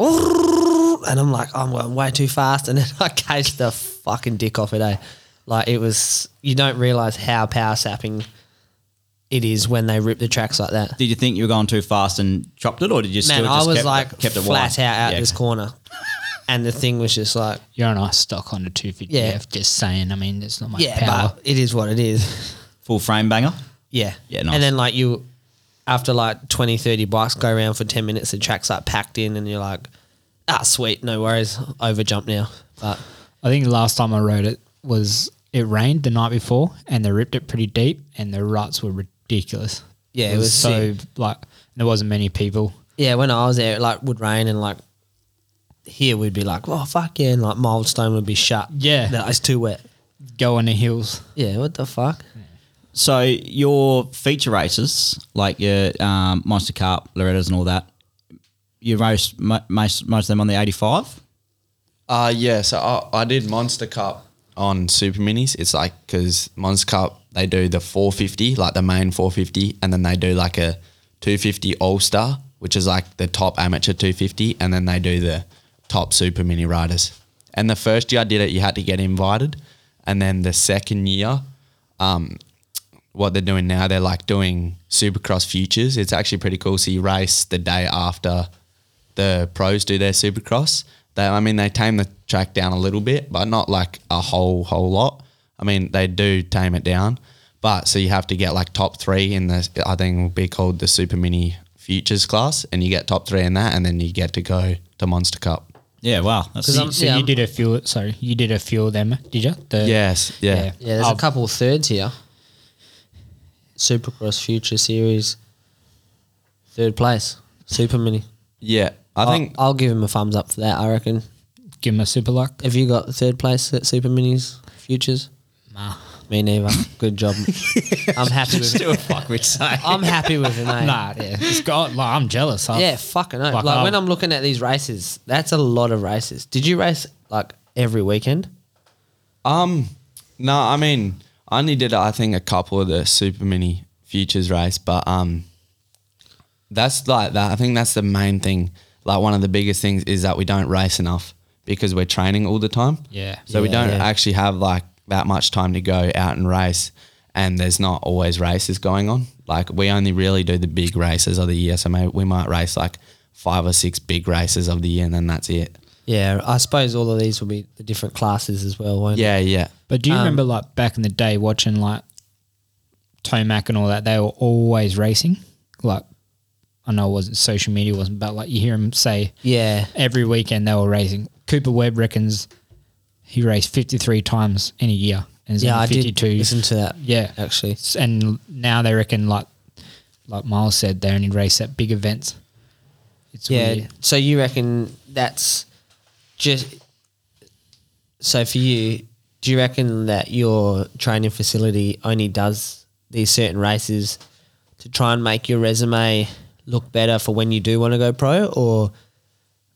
Speaker 3: "Ooh," and I'm like, I'm going way too fast, and then I caged the fucking dick off it. Eh? Like it was, you don't realize how power sapping it is when they rip the tracks like that.
Speaker 1: Did you think you were going too fast and chopped it, or did you still
Speaker 3: Man,
Speaker 1: just
Speaker 3: I was
Speaker 1: kept,
Speaker 3: like
Speaker 1: kept it
Speaker 3: flat
Speaker 1: wide?
Speaker 3: out out
Speaker 1: Yeah,
Speaker 3: this corner, and the thing was just like,
Speaker 2: You're on ice stock on the 250.
Speaker 3: Yeah.
Speaker 2: Yeah. Just saying. I mean, it's not much
Speaker 3: yeah,
Speaker 2: power.
Speaker 3: but it is what it is.
Speaker 1: full frame banger.
Speaker 3: Yeah,
Speaker 1: Yeah, nice.
Speaker 3: And then like you, after like 20, 30 bikes go around for ten minutes, the track's like packed in, and you're like, ah, sweet, no worries, over jump now. But
Speaker 2: I think the last time I rode it was it rained the night before and they ripped it pretty deep and the ruts were ridiculous.
Speaker 3: Yeah, it was
Speaker 2: so like there wasn't many people.
Speaker 3: yeah, when I was there, it like would rain and like. Here we'd be like, oh fuck yeah, and like milestone would be shut.
Speaker 2: Yeah.
Speaker 3: no, it's too wet.
Speaker 2: Go on the hills.
Speaker 3: Yeah, what the fuck?
Speaker 1: So your feature races, like your um, Monster Cup, Loretta's, and all that, you race mo- most most of them on the eighty five.
Speaker 4: Uh yeah. So I, I did Monster Cup on Super Minis. It's like because Monster Cup they do the 450, like the main 450, and then they do like a 250 All Star, which is like the top amateur 250, and then they do the top super mini riders. And the first year I did it, you had to get invited. And then the second year, um, what they're doing now, they're like doing Supercross futures. It's actually pretty cool. So you race the day after the pros do their Supercross. They, I mean, they tame the track down a little bit, but not like a whole whole lot. I mean, they do tame it down, but so you have to get like top three in the I think will be called the Super Mini Futures class, and you get top three in that, and then you get to go to Monster Cup.
Speaker 1: Yeah, wow. That's,
Speaker 2: So,
Speaker 3: I'm-
Speaker 2: so
Speaker 3: yeah,
Speaker 2: you
Speaker 3: I'm-
Speaker 2: did a few. Sorry, you did a few of them, did you? The,
Speaker 4: Yes, yeah.
Speaker 3: Yeah, Um, there's
Speaker 2: Oh,
Speaker 3: a couple thirds here. Supercross Future Series, third place, Super Mini.
Speaker 4: Yeah, I
Speaker 3: I'll-
Speaker 4: think
Speaker 3: I'll, give him a thumbs up for that. I reckon.
Speaker 2: Give him a super luck.
Speaker 3: Have you got third place at Super Minis Futures?
Speaker 2: Nah.
Speaker 3: Me neither. Good job. I'm happy with it.
Speaker 1: do a fuck which say.
Speaker 3: I'm happy with it, mate.
Speaker 2: Nah, yeah. It's got, like, I'm jealous. I've-
Speaker 3: Yeah, fucking no.
Speaker 2: Fuck
Speaker 3: Like when
Speaker 2: off.
Speaker 3: I'm looking at these races, that's a lot of races. Did you race like every weekend?
Speaker 4: Um, no, I mean, I only did I think a couple of the super mini futures race, but um, that's like that. I think that's the main thing. Like one of the biggest things is that we don't race enough because we're training all the time.
Speaker 2: Yeah.
Speaker 4: So we
Speaker 3: Yeah,
Speaker 4: don't
Speaker 3: yeah.
Speaker 4: actually have like that much time to go out and race, and there's not always races going on. Like we only really do the big races of the year. So maybe we might race like five or six big races of the year, and then that's it.
Speaker 3: Yeah, I suppose all of these will be the different classes as well, won't
Speaker 4: Yeah, yeah.
Speaker 2: But do you remember, like, back in the day watching, like, Tomac and all that? They were always racing. Like, I know it wasn't social media, wasn't, but, like, you hear them say
Speaker 3: it? Yeah.
Speaker 2: every weekend they were racing. Cooper Webb reckons he raced 53 times in a year. And he's
Speaker 3: Yeah,
Speaker 2: in
Speaker 3: I
Speaker 2: 52.
Speaker 3: did listen to that.
Speaker 2: Yeah.
Speaker 3: actually.
Speaker 2: S- and now they reckon like like Miles said they only race at big events. It's
Speaker 3: yeah.
Speaker 2: weird.
Speaker 3: So you reckon that's just so for you? Do you reckon that your training facility only does these certain races to try and make your resume look better for when you do want to go pro, or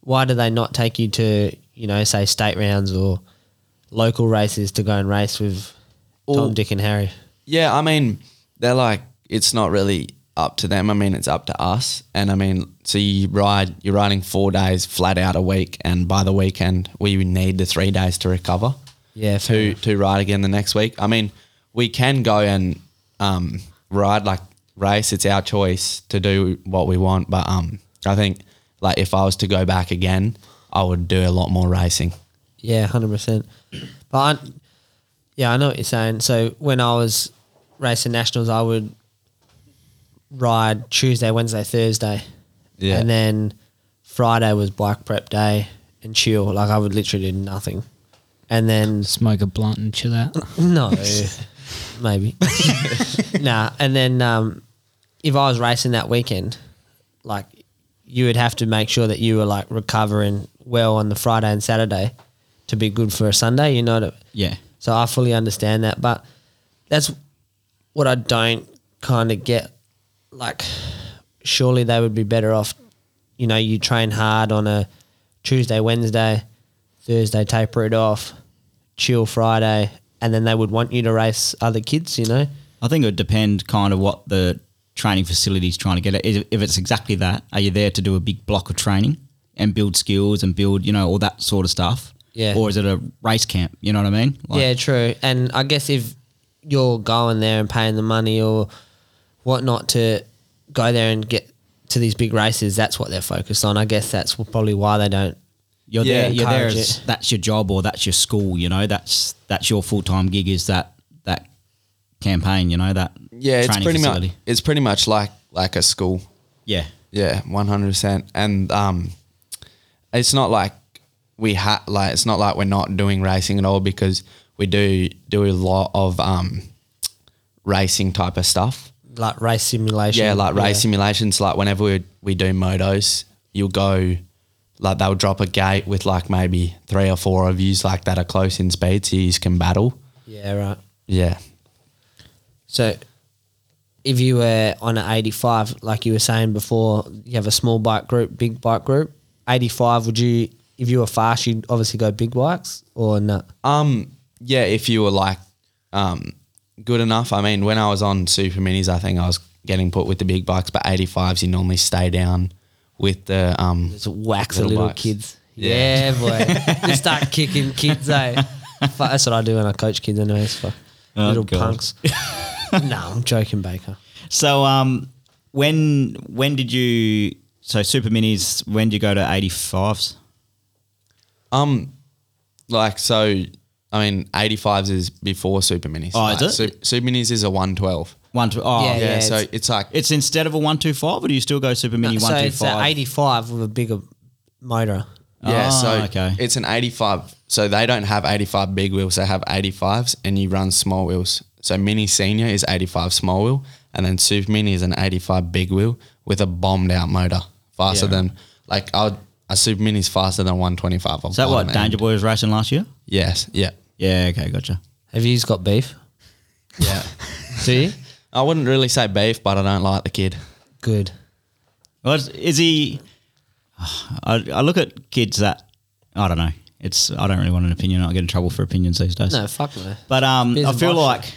Speaker 3: why do they not take you to you know say state rounds or local races to go and race with
Speaker 4: Or-
Speaker 3: Tom, Dick, and Harry?
Speaker 4: Yeah, I mean, they're like it's not really up to them. I mean, it's up to us. And I mean, so you ride, you're riding four days flat out a week, and by the weekend we need the three days to recover
Speaker 3: Yeah,
Speaker 4: to to ride again the next week. I mean, we can go and um, ride like race. It's our choice to do what we want. But um, I think like if I was to go back again, I would do a lot more racing.
Speaker 3: Yeah, hundred percent. But I, yeah, I know what you're saying. So when I was racing nationals, I would ride Tuesday, Wednesday, Thursday,
Speaker 4: Yeah.
Speaker 3: and then Friday was bike prep day and chill. Like I would literally do nothing, and then
Speaker 2: Smoke a blunt and chill out.
Speaker 3: no, maybe. nah, and then um, if I was racing that weekend, like you would have to make sure that you were like recovering well on the Friday and Saturday to be good for a Sunday. You know, to,
Speaker 1: yeah.
Speaker 3: so I fully understand that, but that's what I don't kind of get. Like, surely they would be better off. You know, you train hard on a Tuesday, Wednesday, Thursday, taper it off, chill Friday, and then they would want you to race other kids. You know,
Speaker 1: I think it would depend kind of what the training facility is trying to get at. If if it's exactly that, are you there to do a big block of training and build skills and build, you know, all that sort of stuff?
Speaker 3: Yeah.
Speaker 1: Or is it a race camp? You know what I mean? Like,
Speaker 3: yeah, true. And I guess if you're going there and paying the money or whatnot to go there and get to these big races, that's what they're focused on. I guess that's probably why they don't
Speaker 1: You're
Speaker 4: Yeah,
Speaker 1: there. You're there
Speaker 3: encourage
Speaker 1: as
Speaker 3: it.
Speaker 1: that's your job or that's your school. You know, that's that's your full time gig. Is that that campaign? You know that.
Speaker 4: Yeah, it's
Speaker 1: training
Speaker 4: pretty
Speaker 1: facility.
Speaker 4: much it's pretty much like like a school.
Speaker 1: Yeah.
Speaker 4: Yeah, one hundred percent. And um, it's not like we ha like it's not like we're not doing racing at all because we do do a lot of um, racing type of stuff.
Speaker 3: like race simulation.
Speaker 4: Yeah, like race simulations. Like whenever we we do motos, you'll go like they'll drop a gate with like maybe three or four of yous like that are close in speed, so you can battle.
Speaker 3: Yeah, right.
Speaker 4: Yeah,
Speaker 3: So if you were on an 85, like you were saying before, you have a small bike group, big bike group. 85, would you, if you were fast, you'd obviously go big bikes or not?
Speaker 4: Um, yeah, if you were like um, good enough. I mean, when I was on super minis, I think I was getting put with the big bikes, but 85s, you normally stay down with the um,
Speaker 3: Just wax
Speaker 4: Little
Speaker 3: the little
Speaker 4: bikes.
Speaker 3: kids. Yeah, boy. Just start kicking kids, eh? Fuck, that's what I do when I coach kids, anyways. Fuck.
Speaker 1: Oh,
Speaker 3: Little
Speaker 1: God.
Speaker 3: punks. no, I'm joking, Baker.
Speaker 1: So um, when when did you so super minis? When did you go to eighty fives?
Speaker 4: Um, like so, I mean, eighty fives is before super minis.
Speaker 1: Oh, is
Speaker 4: Like,
Speaker 1: it?
Speaker 4: Su- super minis is a one twelve.
Speaker 1: One two. Oh,
Speaker 4: Yeah,
Speaker 1: yeah.
Speaker 3: Yeah,
Speaker 4: so
Speaker 3: it's-
Speaker 4: it's, like
Speaker 1: It's instead of a one two five, or do you still go super mini
Speaker 3: No,
Speaker 1: one
Speaker 3: so
Speaker 1: two
Speaker 3: it's an
Speaker 1: five?
Speaker 3: 85 with a bigger motor.
Speaker 4: yeah.
Speaker 1: Oh,
Speaker 4: so
Speaker 1: okay.
Speaker 4: it's an eighty five. So they don't have eighty five big wheels. They have eighty fives, and you run small wheels. So mini senior is eighty five small wheel, and then super mini is an eighty five big wheel with a bombed out motor, faster
Speaker 1: Yeah.
Speaker 4: than like I would, a super mini is faster than one twenty five.
Speaker 1: Is that what Danger Boy was racing last year?
Speaker 4: Yes. Yeah.
Speaker 1: Yeah. Okay. Gotcha.
Speaker 3: Have you got beef?
Speaker 4: Yeah.
Speaker 3: Do you?
Speaker 4: I wouldn't really say beef, but I don't like the kid.
Speaker 3: Good.
Speaker 1: Well, is- is he? I, I look at kids that I don't know. It's I don't really want an opinion. I get in trouble for opinions these days.
Speaker 3: No, fuck no.
Speaker 1: But um,
Speaker 3: Beers
Speaker 1: I
Speaker 3: and
Speaker 1: feel
Speaker 3: bosh.
Speaker 1: like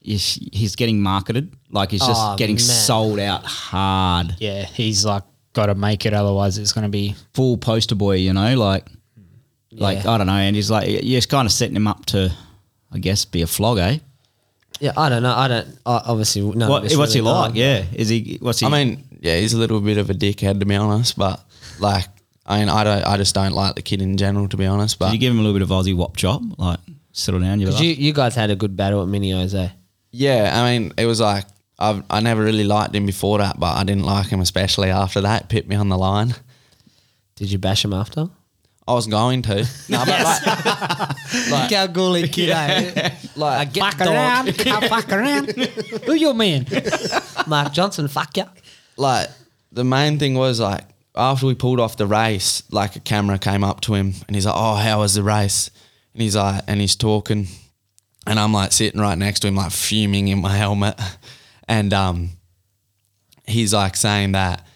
Speaker 1: he's, he's getting marketed. Like he's just
Speaker 3: Oh,
Speaker 1: getting
Speaker 3: man.
Speaker 1: sold out hard.
Speaker 2: Yeah, he's like got to make it, otherwise it's going to be.
Speaker 1: Full poster boy, you know, like like
Speaker 3: Yeah.
Speaker 1: I don't know. And he's like, you're kind of setting him up to, I guess, be a flog, eh?
Speaker 3: Yeah, I don't know. I don't. I obviously, no.
Speaker 1: What, what's he like? Yeah, is he? What's he?
Speaker 4: I mean, yeah, he's a little bit of a dickhead to be honest, but like, I mean, I don't, I just don't like the kid in general to be honest.
Speaker 1: did
Speaker 4: But
Speaker 1: you give him a little bit of Aussie wop chop? Like settle down, you.
Speaker 3: Because you, you guys had a good battle at Minios, eh?
Speaker 4: yeah, I mean, it was like I've, I never really liked him before that, but I didn't like him especially after that. Pit me on the line.
Speaker 3: Did you bash him after?
Speaker 4: I was going to. No, but like,
Speaker 3: Like, how gully kid, eh? Like, get
Speaker 2: Fuck
Speaker 3: the dog.
Speaker 2: around, I fuck around. Who your man?
Speaker 3: Mark Johnson, fuck ya.
Speaker 4: like the main thing was like after we pulled off the race, like a camera came up to him and he's like, "Oh, how was the race?" And he's like, and he's talking, and I'm like sitting right next to him, like fuming in my helmet, and um, he's like saying that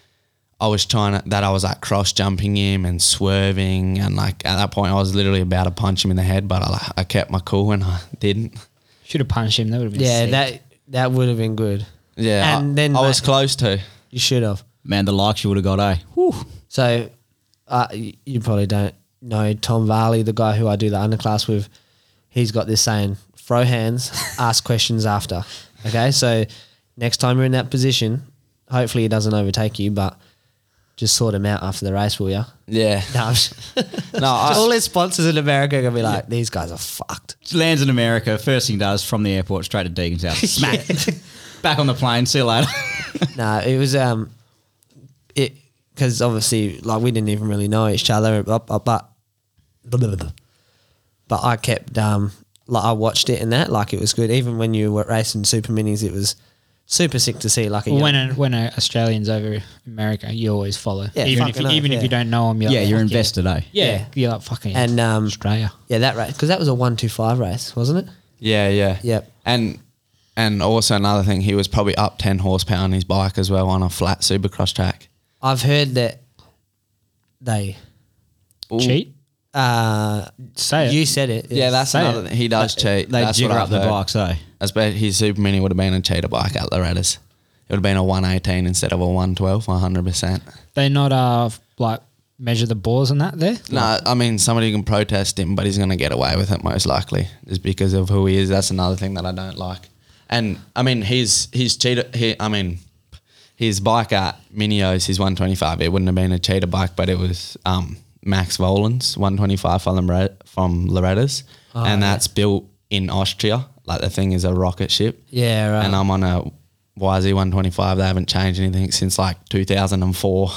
Speaker 4: I was trying to, that I was like cross jumping him and swerving, and like at that point I was literally about to punch him in the head, but I, I kept my cool and I didn't.
Speaker 2: Should have punched him. That would have been
Speaker 3: Yeah,
Speaker 2: sick.
Speaker 3: that that would have been good.
Speaker 4: Yeah,
Speaker 3: And
Speaker 4: I,
Speaker 3: then
Speaker 4: I was
Speaker 3: like-
Speaker 4: close to.
Speaker 3: You should have.
Speaker 1: man, the likes you would have got, eh? Whew.
Speaker 3: So, uh, y- you probably don't know Tom Varley, the guy who I do the underclass with. He's got this saying: throw hands, ask questions after. Okay, so next time you're in that position, hopefully he doesn't overtake you, but just sort him out after the race, will ya?
Speaker 4: Yeah,
Speaker 3: No, I'm just-
Speaker 4: no, I,
Speaker 3: all his sponsors in America are gonna be like, these guys are fucked.
Speaker 1: Lands in America. First thing he does from the airport straight to Deegan's house. Smack. Back on the plane. See you later.
Speaker 3: no, it was um, it because obviously like we didn't even really know each other, but but but, but I kept um like I watched it and that like it was good. Even when you were racing super minis, it was super sick to see. Like a
Speaker 2: Well,
Speaker 3: young-
Speaker 2: when a, when a Australian's over America, you always follow.
Speaker 3: Yeah,
Speaker 2: even if
Speaker 3: fucking oath,
Speaker 2: even if
Speaker 3: yeah.
Speaker 2: you don't know him, you're
Speaker 1: yeah,
Speaker 2: like,
Speaker 1: you're
Speaker 2: "Fuck
Speaker 1: invested, eh?
Speaker 2: Yeah,
Speaker 3: Yeah.
Speaker 2: yeah. you're like fucking
Speaker 3: and um
Speaker 2: Australia.
Speaker 3: yeah that race because that was a one two five race, wasn't it?
Speaker 4: Yeah, yeah.
Speaker 3: Yep.
Speaker 4: And and also another thing, he was probably up ten horsepower on his bike as well on a flat supercross track.
Speaker 3: I've heard that they
Speaker 2: Cheat.
Speaker 3: uh
Speaker 2: Say it.
Speaker 3: you said it
Speaker 4: Yeah, that's
Speaker 2: Say
Speaker 4: another
Speaker 2: it.
Speaker 4: thing. He does cheat.
Speaker 1: They
Speaker 4: that's
Speaker 1: jigger
Speaker 4: what
Speaker 1: up
Speaker 4: I've
Speaker 1: the
Speaker 4: heard.
Speaker 1: bikes, eh?
Speaker 4: I bet his super mini would have been a cheater bike at Loretta's. It would have been a one eighteen instead of a one twelve, one hundred percent.
Speaker 2: They not uh f- like measure the bores and that there.
Speaker 4: No, I mean somebody can protest him, but he's going to get away with it most likely, just because of who he is. That's another thing that I don't like. And I mean, he's he's cheated. He, I mean, his bike at Minios, his 125. It wouldn't have been a cheater bike, but it was um, Max Volans 125 from Loretta, from Loretta's, and that's built in Austria. Like the thing is a rocket ship.
Speaker 3: Yeah, right.
Speaker 4: And um, I'm on a YZ 125. They haven't changed anything since like 2004.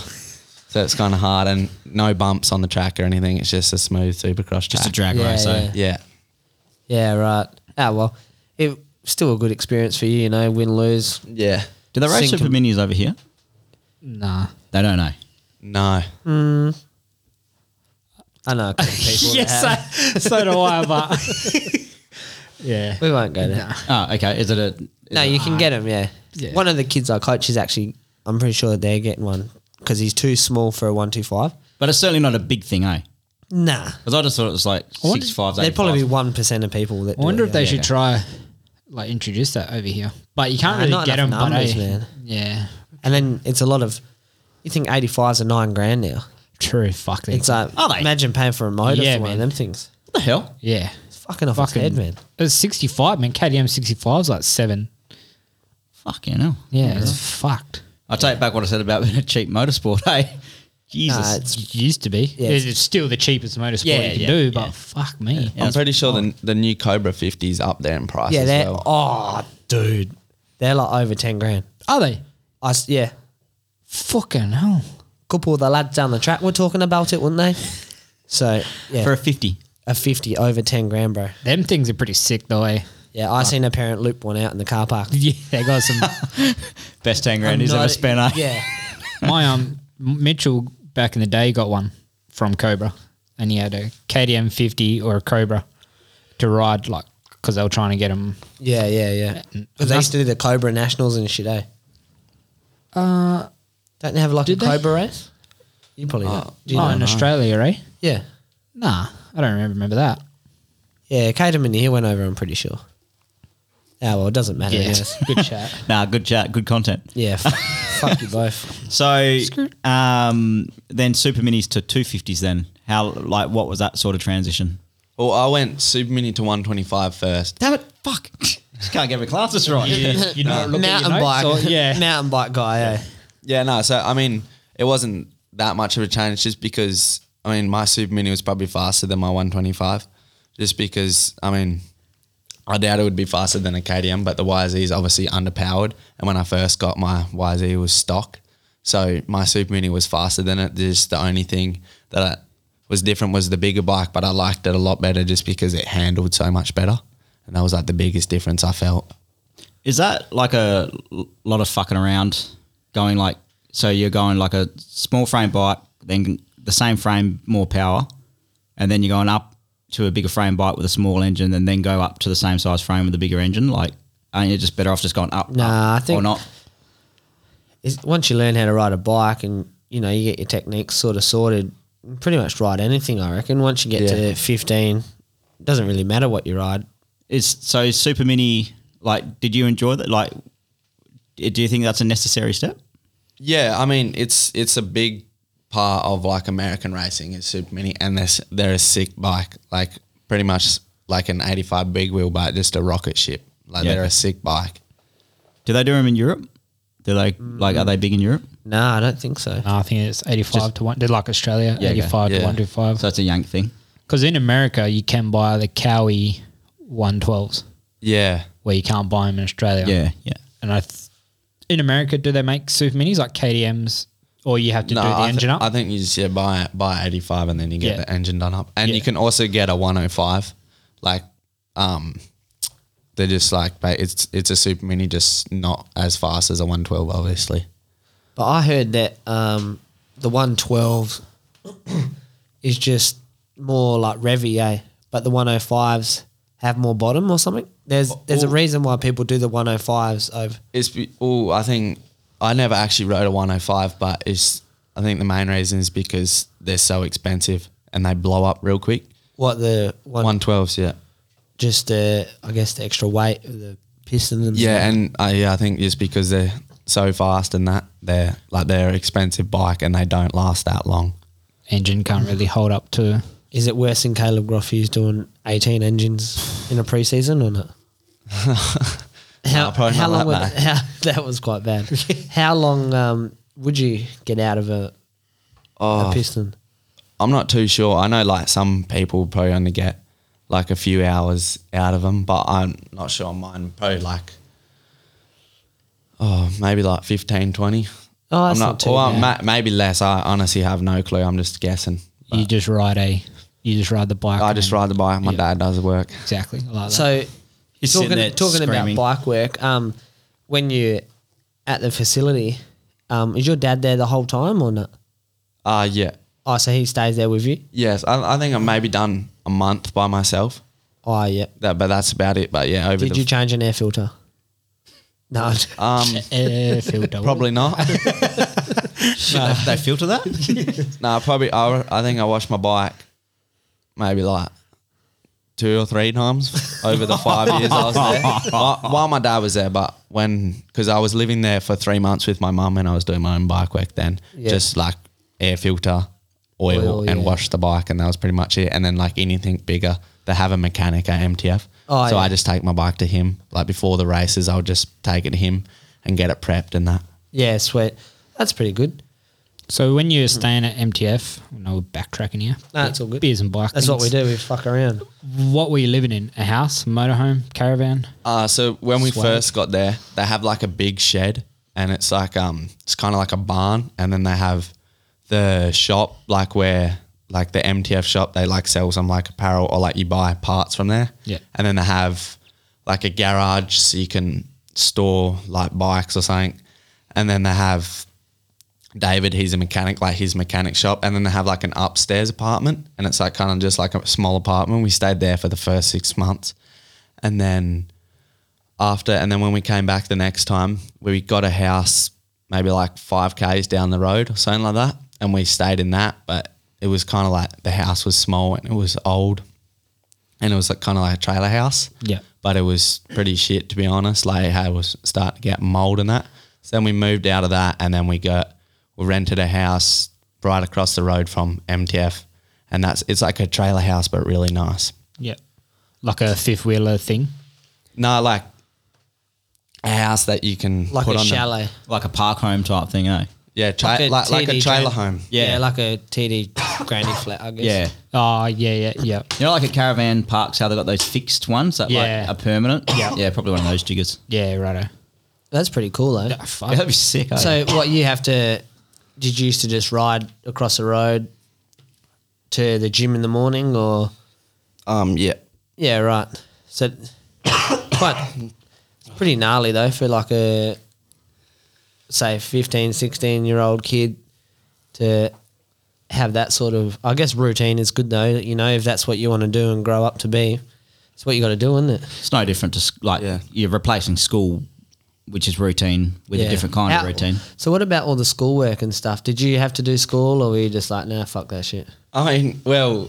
Speaker 4: So it's kind of hard and no bumps on the track or anything. It's just a smooth supercross track.
Speaker 1: Just a drag
Speaker 3: Yeah,
Speaker 1: race, eh?
Speaker 3: yeah.
Speaker 4: Yeah.
Speaker 3: yeah right ah well it still a good experience for you you know win lose
Speaker 4: Yeah.
Speaker 1: Do they race
Speaker 3: Sink
Speaker 1: super minis over here?
Speaker 2: Nah.
Speaker 1: They don't know.
Speaker 4: No.
Speaker 3: I know a couple of people. that have.
Speaker 2: so, so do I. But yeah,
Speaker 3: we won't go there.
Speaker 1: Oh, okay. Is it a? is
Speaker 3: No,
Speaker 1: it-
Speaker 3: you can get them. Yeah.
Speaker 2: Yeah.
Speaker 3: one of the kids I coach is actually. I'm pretty sure they're getting one because he's too small for a one two five.
Speaker 1: but it's certainly not a big thing, eh?
Speaker 3: Nah,
Speaker 1: Because I just thought it was like
Speaker 2: I wonder-
Speaker 1: six fives.
Speaker 3: there'd probably be
Speaker 1: eight
Speaker 3: one percent of people that.
Speaker 2: I wonder
Speaker 3: do it,
Speaker 2: if they
Speaker 3: yeah.
Speaker 2: should
Speaker 1: yeah.
Speaker 2: try like introduce that over here, but you can't
Speaker 3: Nah,
Speaker 2: really
Speaker 3: not
Speaker 2: get them.
Speaker 3: enough
Speaker 2: but
Speaker 3: numbers,
Speaker 2: hey,
Speaker 3: man.
Speaker 2: yeah,
Speaker 3: And then it's a lot of. You think eighty fives are nine grand now?
Speaker 2: true. Fuck
Speaker 3: It's uh, like
Speaker 1: Are they?
Speaker 3: imagine paying for a motor
Speaker 2: Yeah,
Speaker 3: for one of
Speaker 2: man.
Speaker 3: them things.
Speaker 1: What the hell?
Speaker 2: yeah.
Speaker 3: It's fucking off
Speaker 2: Fucking
Speaker 3: its head, man.
Speaker 2: It was sixty five, man. KDM sixty five is like seven.
Speaker 1: Fucking hell.
Speaker 2: Yeah, it's fucked.
Speaker 1: I take back what I said about being a cheap motorsport. Hey, Jesus.
Speaker 3: Nah, it's-
Speaker 2: It used to be.
Speaker 3: Yeah.
Speaker 2: It's still the cheapest motorsport
Speaker 1: Yeah,
Speaker 2: you can
Speaker 1: yeah,
Speaker 2: do,
Speaker 1: yeah.
Speaker 2: but fuck me.
Speaker 1: Yeah,
Speaker 4: I'm
Speaker 1: that's
Speaker 4: pretty sure the, the new Cobra 50 is up there in price.
Speaker 3: Yeah,
Speaker 4: as
Speaker 3: they're
Speaker 4: well.
Speaker 3: oh, dude, they're like over ten grand.
Speaker 2: Are they?
Speaker 3: I s- yeah,
Speaker 2: Fucking hell.
Speaker 3: couple of the lads down the track were talking about it, weren't they? So yeah,
Speaker 1: For
Speaker 3: for
Speaker 1: a 50.
Speaker 3: a fifty over ten grand, bro.
Speaker 2: Them things are pretty sick though, eh?
Speaker 3: Yeah, I seen a parent loop one out in the car park.
Speaker 2: Yeah, they got some
Speaker 1: Best 10 grand
Speaker 3: I'm
Speaker 1: he's
Speaker 3: not-
Speaker 1: ever spent. eh?
Speaker 3: Yeah,
Speaker 2: my um Mitchell back in the day got one from Cobra, and he had a KDM fifty or a Cobra to ride like because they were trying to get him.
Speaker 3: yeah, yeah, yeah. Because they used to do the Cobra Nationals and shit, eh? Uh, don't they have like a
Speaker 2: Uh, did they?
Speaker 3: Cobra race? You probably don't. Do you
Speaker 2: oh,
Speaker 3: know?
Speaker 2: in Australia, eh?
Speaker 3: Yeah,
Speaker 2: Nah, I don't remember, remember that.
Speaker 3: yeah. Caterman here went over. I'm pretty sure. Ah, well, it doesn't matter.
Speaker 2: Yeah,
Speaker 3: Yeah,
Speaker 2: good chat.
Speaker 1: Nah, good chat, good content.
Speaker 3: yeah. Fuck, fuck you both.
Speaker 1: So um, then super minis to 250s then. How, like, what was that sort of transition?
Speaker 4: Well, I went Super Mini to 125 first.
Speaker 1: Damn it, fuck. Just can't get my classes right.
Speaker 2: you know,
Speaker 3: Mountain bike,
Speaker 2: yeah.
Speaker 3: mountain bike guy. Eh?
Speaker 4: Yeah, no. So I mean, it wasn't that much of a change, just because I mean, my super mini was probably faster than my 125, just because I mean, I doubt it would be faster than a KDM, but the YZ is obviously underpowered, and when I first got my YZ it was stock, so my super mini was faster than it. Just the only thing that I, was different was the bigger bike, but I liked it a lot better just because it handled so much better, and that was like the biggest difference I felt.
Speaker 1: Is that like a l- lot of fucking around going like, so you're going like a small frame bike, then the same frame, more power, and then you're going up to a bigger frame bike with a small engine and then go up to the same size frame with a bigger engine? Like, aren't you just better off just going up?
Speaker 3: Nah,
Speaker 1: up,
Speaker 3: I think-
Speaker 1: Or not?
Speaker 3: is once you learn how to ride a bike and you know you get your techniques sort of sorted, you pretty much ride anything. I reckon once you get
Speaker 4: Yeah.
Speaker 3: to fifteen, it doesn't really matter what you ride.
Speaker 1: Is so is super mini. Like, did you enjoy that? Like, d- do you think that's a necessary step?
Speaker 4: Yeah, I mean it's it's a big part of like American racing is super mini, and they're s- they're a sick bike, like pretty much like an eighty five big wheel, but just a rocket ship. Like
Speaker 1: Yeah.
Speaker 4: they're a sick bike.
Speaker 1: Do they do them in Europe? Do they like? Are they big in Europe?
Speaker 3: No, I don't think so.
Speaker 2: No, I think it's eighty five to one. They're like Australia,
Speaker 1: Yeah, okay.
Speaker 2: eighty five
Speaker 4: Yeah.
Speaker 2: to one two five.
Speaker 1: So that's a Yank thing.
Speaker 2: Because in America, you can buy the Cowie one twelves,
Speaker 4: Yeah,
Speaker 2: where you can't buy them in Australia.
Speaker 1: Yeah, yeah.
Speaker 2: and I th- in America do they make super minis like KDMs or you have to do the
Speaker 4: I, thi-
Speaker 2: engine up?
Speaker 4: I think you just yeah, buy buy eighty five, and then you get
Speaker 2: Yeah.
Speaker 4: the engine done up, and you
Speaker 2: Yeah.
Speaker 4: can also get a one hundred five, like um. They're just like ba- it's it's a super mini, just not as fast as a one twelve, obviously.
Speaker 3: But I heard that um, the one twelve is just more like revy, eh? But the one oh fives have more bottom or something. There's there's a reason why people do the one oh fives over.
Speaker 4: It's be- oh, I think I never actually rode a 105, but it's I think the main reason is because they're so expensive and they blow up real quick.
Speaker 3: What the one,
Speaker 4: 112s, yeah,
Speaker 3: just the I guess the extra weight of the piston and
Speaker 4: yeah, and I yeah, I think just because they're so fast and that they're like they're an expensive bike and they don't last that long.
Speaker 2: engine can't really hold up to.
Speaker 3: Is it worse than Caleb Groffey's doing 18 engines in a preseason or not? how,
Speaker 4: Nah, probably
Speaker 3: how
Speaker 4: not
Speaker 3: long
Speaker 4: that
Speaker 3: would- how, that was quite bad. how long um, would you get out of a,
Speaker 4: Oh.
Speaker 3: a piston?
Speaker 4: I'm not too sure. I know like some people probably only get like a few hours out of them, but I'm not sure on mine. Probably like oh, maybe like 15, 20.
Speaker 3: Oh, that's
Speaker 4: I'm
Speaker 3: not too
Speaker 4: well,
Speaker 3: bad.
Speaker 4: ma- maybe less. I honestly have no clue. I'm just guessing.
Speaker 2: You just ride a, you just ride the bike.
Speaker 4: I
Speaker 2: and
Speaker 4: just
Speaker 2: then-
Speaker 4: ride the bike. My
Speaker 2: Yeah.
Speaker 4: dad does the work.
Speaker 2: exactly like that.
Speaker 3: So,
Speaker 1: He's sitting there
Speaker 3: talking, talking about
Speaker 1: screaming.
Speaker 3: bike work, um, when you're at the facility, um, is your dad there the whole time or not?
Speaker 4: Uh, yeah.
Speaker 3: Oh, so he stays there with you?
Speaker 4: Yes. I, I think I've maybe done a month by myself.
Speaker 3: Oh, yeah.
Speaker 4: That, but that's about it. But yeah, over
Speaker 3: Did
Speaker 4: the
Speaker 3: you change an air filter? No.
Speaker 4: um,
Speaker 2: Eh, Phil Dawes.
Speaker 4: probably not.
Speaker 1: they filter that.
Speaker 4: no, probably. I, I think I washed my bike maybe like two or three times over the five years I was there. While- While my dad was there, but when because I was living there for three months with my mum and I was doing my own bike work then,
Speaker 3: Yeah.
Speaker 4: just like air filter, oil,
Speaker 3: Oil,
Speaker 4: and
Speaker 3: yeah.
Speaker 4: wash the bike, and that was pretty much it. And then like anything bigger, they have a mechanic at MTF,
Speaker 3: Oh,
Speaker 4: so
Speaker 3: yeah.
Speaker 4: I just take my bike to him. Like before the races, I'll just take it to him and get it prepped and that.
Speaker 3: Yeah, sweet. That's pretty good.
Speaker 2: So when you're staying at MTF, no backtracking here.
Speaker 3: Nah, it's all good.
Speaker 2: Beers and bike.
Speaker 3: That's what we
Speaker 2: things.
Speaker 3: do. We fuck around.
Speaker 2: What were you living in? A house, motorhome, caravan?
Speaker 4: Uh, so when we
Speaker 2: Swag.
Speaker 4: first got there, they have like a big shed, and it's like um, it's kind of like a barn, and then they have the shop, like where like the MTF shop, they like sell some like apparel or like you buy parts from there.
Speaker 2: Yeah.
Speaker 4: And then they have like a garage so you can store like bikes or something, and then they have David, he's a mechanic, like his mechanic shop, and then they have like an upstairs apartment, and it's like kind of just like a small apartment. We stayed there for the first six months, and then after, and then when we came back the next time, we got a house maybe like five k's down the road or something like that, and we stayed in that. But it was kind of like the house was small and it was old, and it was like kind of like a trailer house.
Speaker 2: Yeah.
Speaker 4: But it was pretty shit to be honest. Like it had- was starting to get mold and that. So then we moved out of that and then we got we rented a house right across the road from MTF. And that's it's like a trailer house but really nice.
Speaker 2: Yeah. Like a fifth wheeler thing?
Speaker 4: No, like a house that you can
Speaker 3: Like
Speaker 4: put
Speaker 3: a
Speaker 4: on the-
Speaker 3: chalet.
Speaker 1: Like a park home type thing, eh?
Speaker 4: yeah, tra- like, like, a
Speaker 3: TD
Speaker 4: trailer
Speaker 3: gran-
Speaker 4: home.
Speaker 1: Yeah.
Speaker 3: Yeah, like a TD granny flat, I guess.
Speaker 1: Yeah.
Speaker 2: Oh, yeah, yeah, yeah.
Speaker 1: You know, like at caravan parks, how they got those fixed ones that
Speaker 2: Yeah.
Speaker 1: like are permanent.
Speaker 2: Yeah.
Speaker 1: yeah, probably one of those jiggers.
Speaker 2: Yeah, righto.
Speaker 3: That's pretty cool, though.
Speaker 2: Ah, fuck.
Speaker 1: That'd be sick. eh?
Speaker 3: So, what you have to, did you used to just ride across the road to the gym in the morning or?
Speaker 4: Um yeah.
Speaker 3: Yeah, right. So, quite pretty gnarly though for like a say 15, 16 year old kid to have that sort of. I guess routine is good though. You know, if that's what you want to do and grow up to be, it's what you got to do, isn't it?
Speaker 1: it's no different to s- like
Speaker 4: Yeah.
Speaker 1: you're replacing school, which is routine, with a
Speaker 3: Yeah.
Speaker 1: different kind
Speaker 3: How-
Speaker 1: of routine.
Speaker 3: So, what about all the schoolwork and stuff? Did you have to do school, or were you just like, nah, fuck that shit?
Speaker 4: I mean, well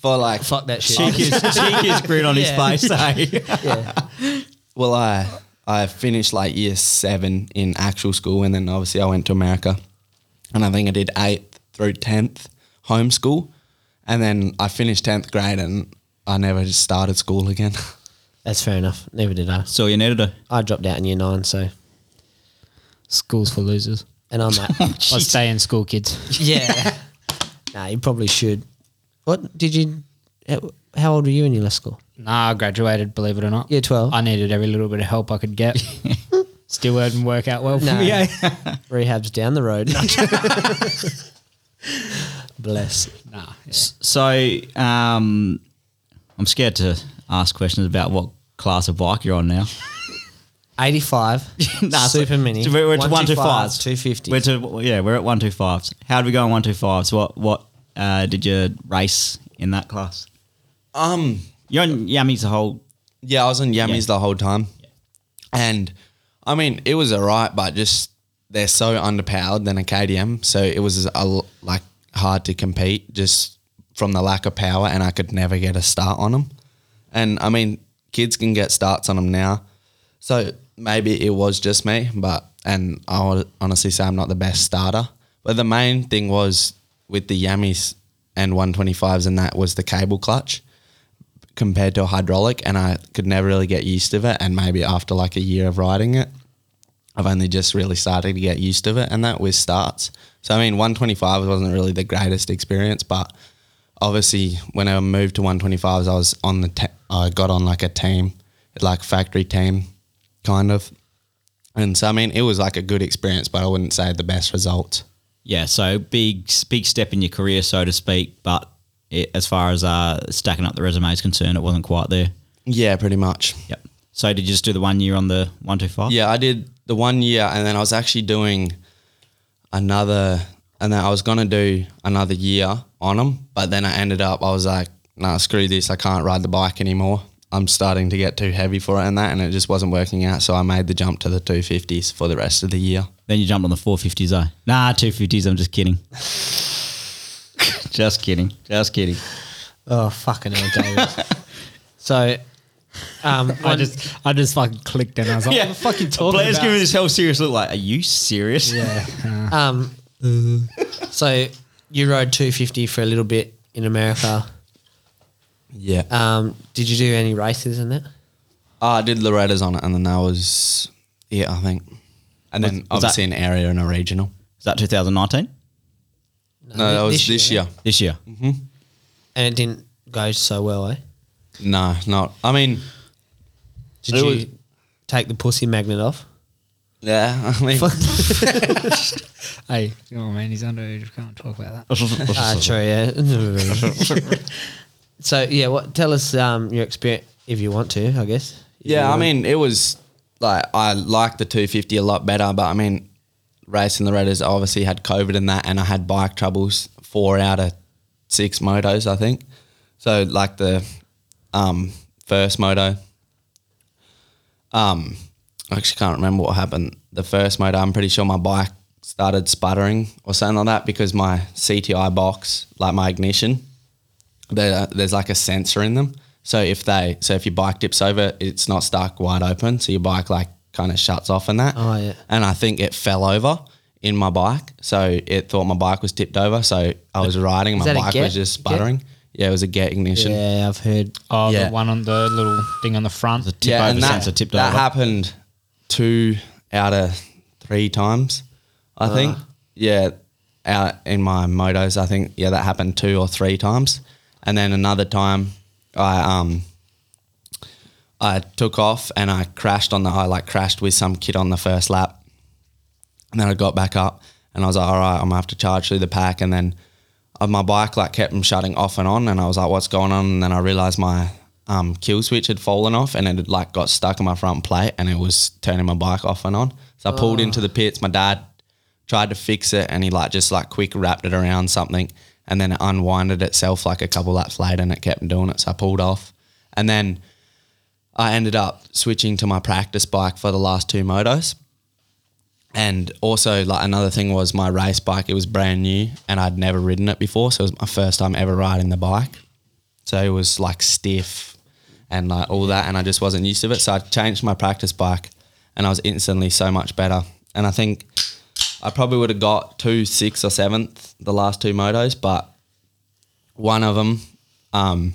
Speaker 4: for like
Speaker 3: Fuck that shit.
Speaker 1: Cheek is, cheek is grin on
Speaker 3: Yeah.
Speaker 1: his face, eh?
Speaker 3: yeah.
Speaker 4: Well, I I finished like year seven in actual school, and then obviously I went to America, and I think I did eighth through tenth homeschool, and then I finished tenth grade, and I never just started school again.
Speaker 3: That's fair enough. Never did I.
Speaker 1: So you needed a
Speaker 3: I dropped out in year nine, so.
Speaker 2: School's for losers.
Speaker 3: And I'm like,
Speaker 2: I stay in school, kids.
Speaker 3: Yeah. nah, you probably should. What did you? how- How old were you when you left school?
Speaker 2: Nah, I graduated, believe it or not.
Speaker 3: Year twelve.
Speaker 2: I needed every little bit of help I could get. Still didn't work out well for
Speaker 3: No.
Speaker 2: me. eh?
Speaker 3: Rehab's down the road. Bless.
Speaker 2: Nah. yeah.
Speaker 1: So um, I'm scared to ask questions about what class of bike you're on now.
Speaker 3: Eighty-five.
Speaker 1: Nah, so-
Speaker 3: super mini.
Speaker 1: so We're, we're at one two fives.
Speaker 3: Two fifty.
Speaker 1: We're to, yeah, we're at one two fives. How did we go on one two fives? What what uh, did you race in that class?
Speaker 4: um,
Speaker 1: You're on Yummies the whole.
Speaker 4: yeah, I was on Yummies the whole time, and I mean it was alright, but just they're so underpowered than a KDM, so it was a, l- like hard to compete just from the lack of power, and I could never get a start on them. And I mean, kids can get starts on them now. So maybe it was just me, but, and I would honestly say I'm not the best starter. But the main thing was with the Yammies and 125s and that was the cable clutch compared to a hydraulic. And I could never really get used to it. And maybe after like a year of riding it, I've only just really started to get used to it, and that with starts. So I mean, 125 wasn't really the greatest experience, but obviously when I moved to 125s, I was on the te- I got on like a team, like factory team, kind of. And so I mean, it was like a good experience, but I wouldn't say the best result.
Speaker 1: Yeah, so big big step in your career, so to speak. But it, as far as uh, stacking up the resume is concerned, it wasn't quite there.
Speaker 4: Yeah, pretty much.
Speaker 1: Yep. So did you just do the one year on the one two five?
Speaker 4: Yeah, I did the one year, and then I was actually doing another, and then I was gonna do another year on them, but then I ended up, I was like, nah, screw this, I can't ride the bike anymore. I'm starting to get too heavy for it and that, and it just wasn't working out. So I made the jump to the 250s for the rest of the year.
Speaker 1: Then you jumped on the 450s, eh? Nah, 250s. I'm just kidding. just kidding. Just kidding.
Speaker 3: Oh fucking hell, David. so, um,
Speaker 2: I
Speaker 3: one-
Speaker 2: just, I just fucking clicked and I was like, what the fuck you talking
Speaker 1: Blair's
Speaker 2: about?
Speaker 1: giving this hell serious look like, are you serious?
Speaker 2: yeah.
Speaker 3: um, so you rode 250 for a little bit in America.
Speaker 4: Yeah. Ah,
Speaker 3: Um, did you do any races in that?
Speaker 4: I did Loretta's on it, and then that was yeah, I think. And then
Speaker 1: was that-
Speaker 4: obviously an area and a regional.
Speaker 1: Is that 2019?
Speaker 4: No, that was this, year.
Speaker 1: This year.
Speaker 3: And it didn't go so well, eh?
Speaker 4: No, not. I mean,
Speaker 3: Did
Speaker 4: It
Speaker 3: you
Speaker 4: was-
Speaker 3: take the pussy magnet off?
Speaker 4: yeah. I mean,
Speaker 2: Hey, oh man, he's underage. We can't talk about that.
Speaker 4: Uh,
Speaker 3: Ah, true, yeah. so, yeah, what? tell us um, your experience, if you want to, I guess. If you
Speaker 4: yeah. I
Speaker 3: want.
Speaker 4: mean, it was like I liked the 250 a lot better, but I mean, racing Loretta's I obviously had COVID and that, and I had bike troubles four out of six motos, I think. So like the um, first moto, um, I actually can't remember what happened. The first motor, I'm pretty sure my bike started sputtering or something like that because my CTI box, like my ignition, there, there's like a sensor in them. So if they, so if your bike dips over, it's not stuck wide open. So your bike like kind of shuts off and that.
Speaker 3: Oh, yeah.
Speaker 4: And I think it fell over in my bike. So it thought my bike was tipped over. So I was riding,
Speaker 3: that
Speaker 4: my
Speaker 3: a
Speaker 4: bike
Speaker 3: get?
Speaker 4: was just sputtering. Yeah, it was a get ignition.
Speaker 3: Yeah, I've heard.
Speaker 2: Oh,
Speaker 4: Yeah.
Speaker 2: the one on the little thing on the front.
Speaker 1: tip over sensor tipped
Speaker 4: that
Speaker 1: over.
Speaker 4: happened two out of three times, I
Speaker 1: Ah.
Speaker 4: think. Yeah, out in my motos, I think yeah that happened two or three times, and then another time, I um, I took off and I crashed on the I like crashed with some kid on the first lap, and then I got back up and I was like, all right, I'm gonna have to charge through the pack. And then uh, my bike like kept on shutting off and on, and I was like, what's going on? And then I realized my um, kill switch had fallen off, and it had like got stuck in my front plate, and it was turning my bike off and on. So I pulled into the pits. My dad tried to fix it, and he like just like quick wrapped it around something, and then it unwinded itself like a couple laps later, and it kept on doing it. So I pulled off, and then. I ended up switching to my practice bike for the last two motos. And also, like another thing was my race bike. It was brand new, and I'd never ridden it before, so it was my first time ever riding the bike. So it was like stiff, and like all that, and I just wasn't used to it. So I changed my practice bike, and I was instantly so much better. And I think I probably would have got two, six, or seventh the last two motos, but one of them, um,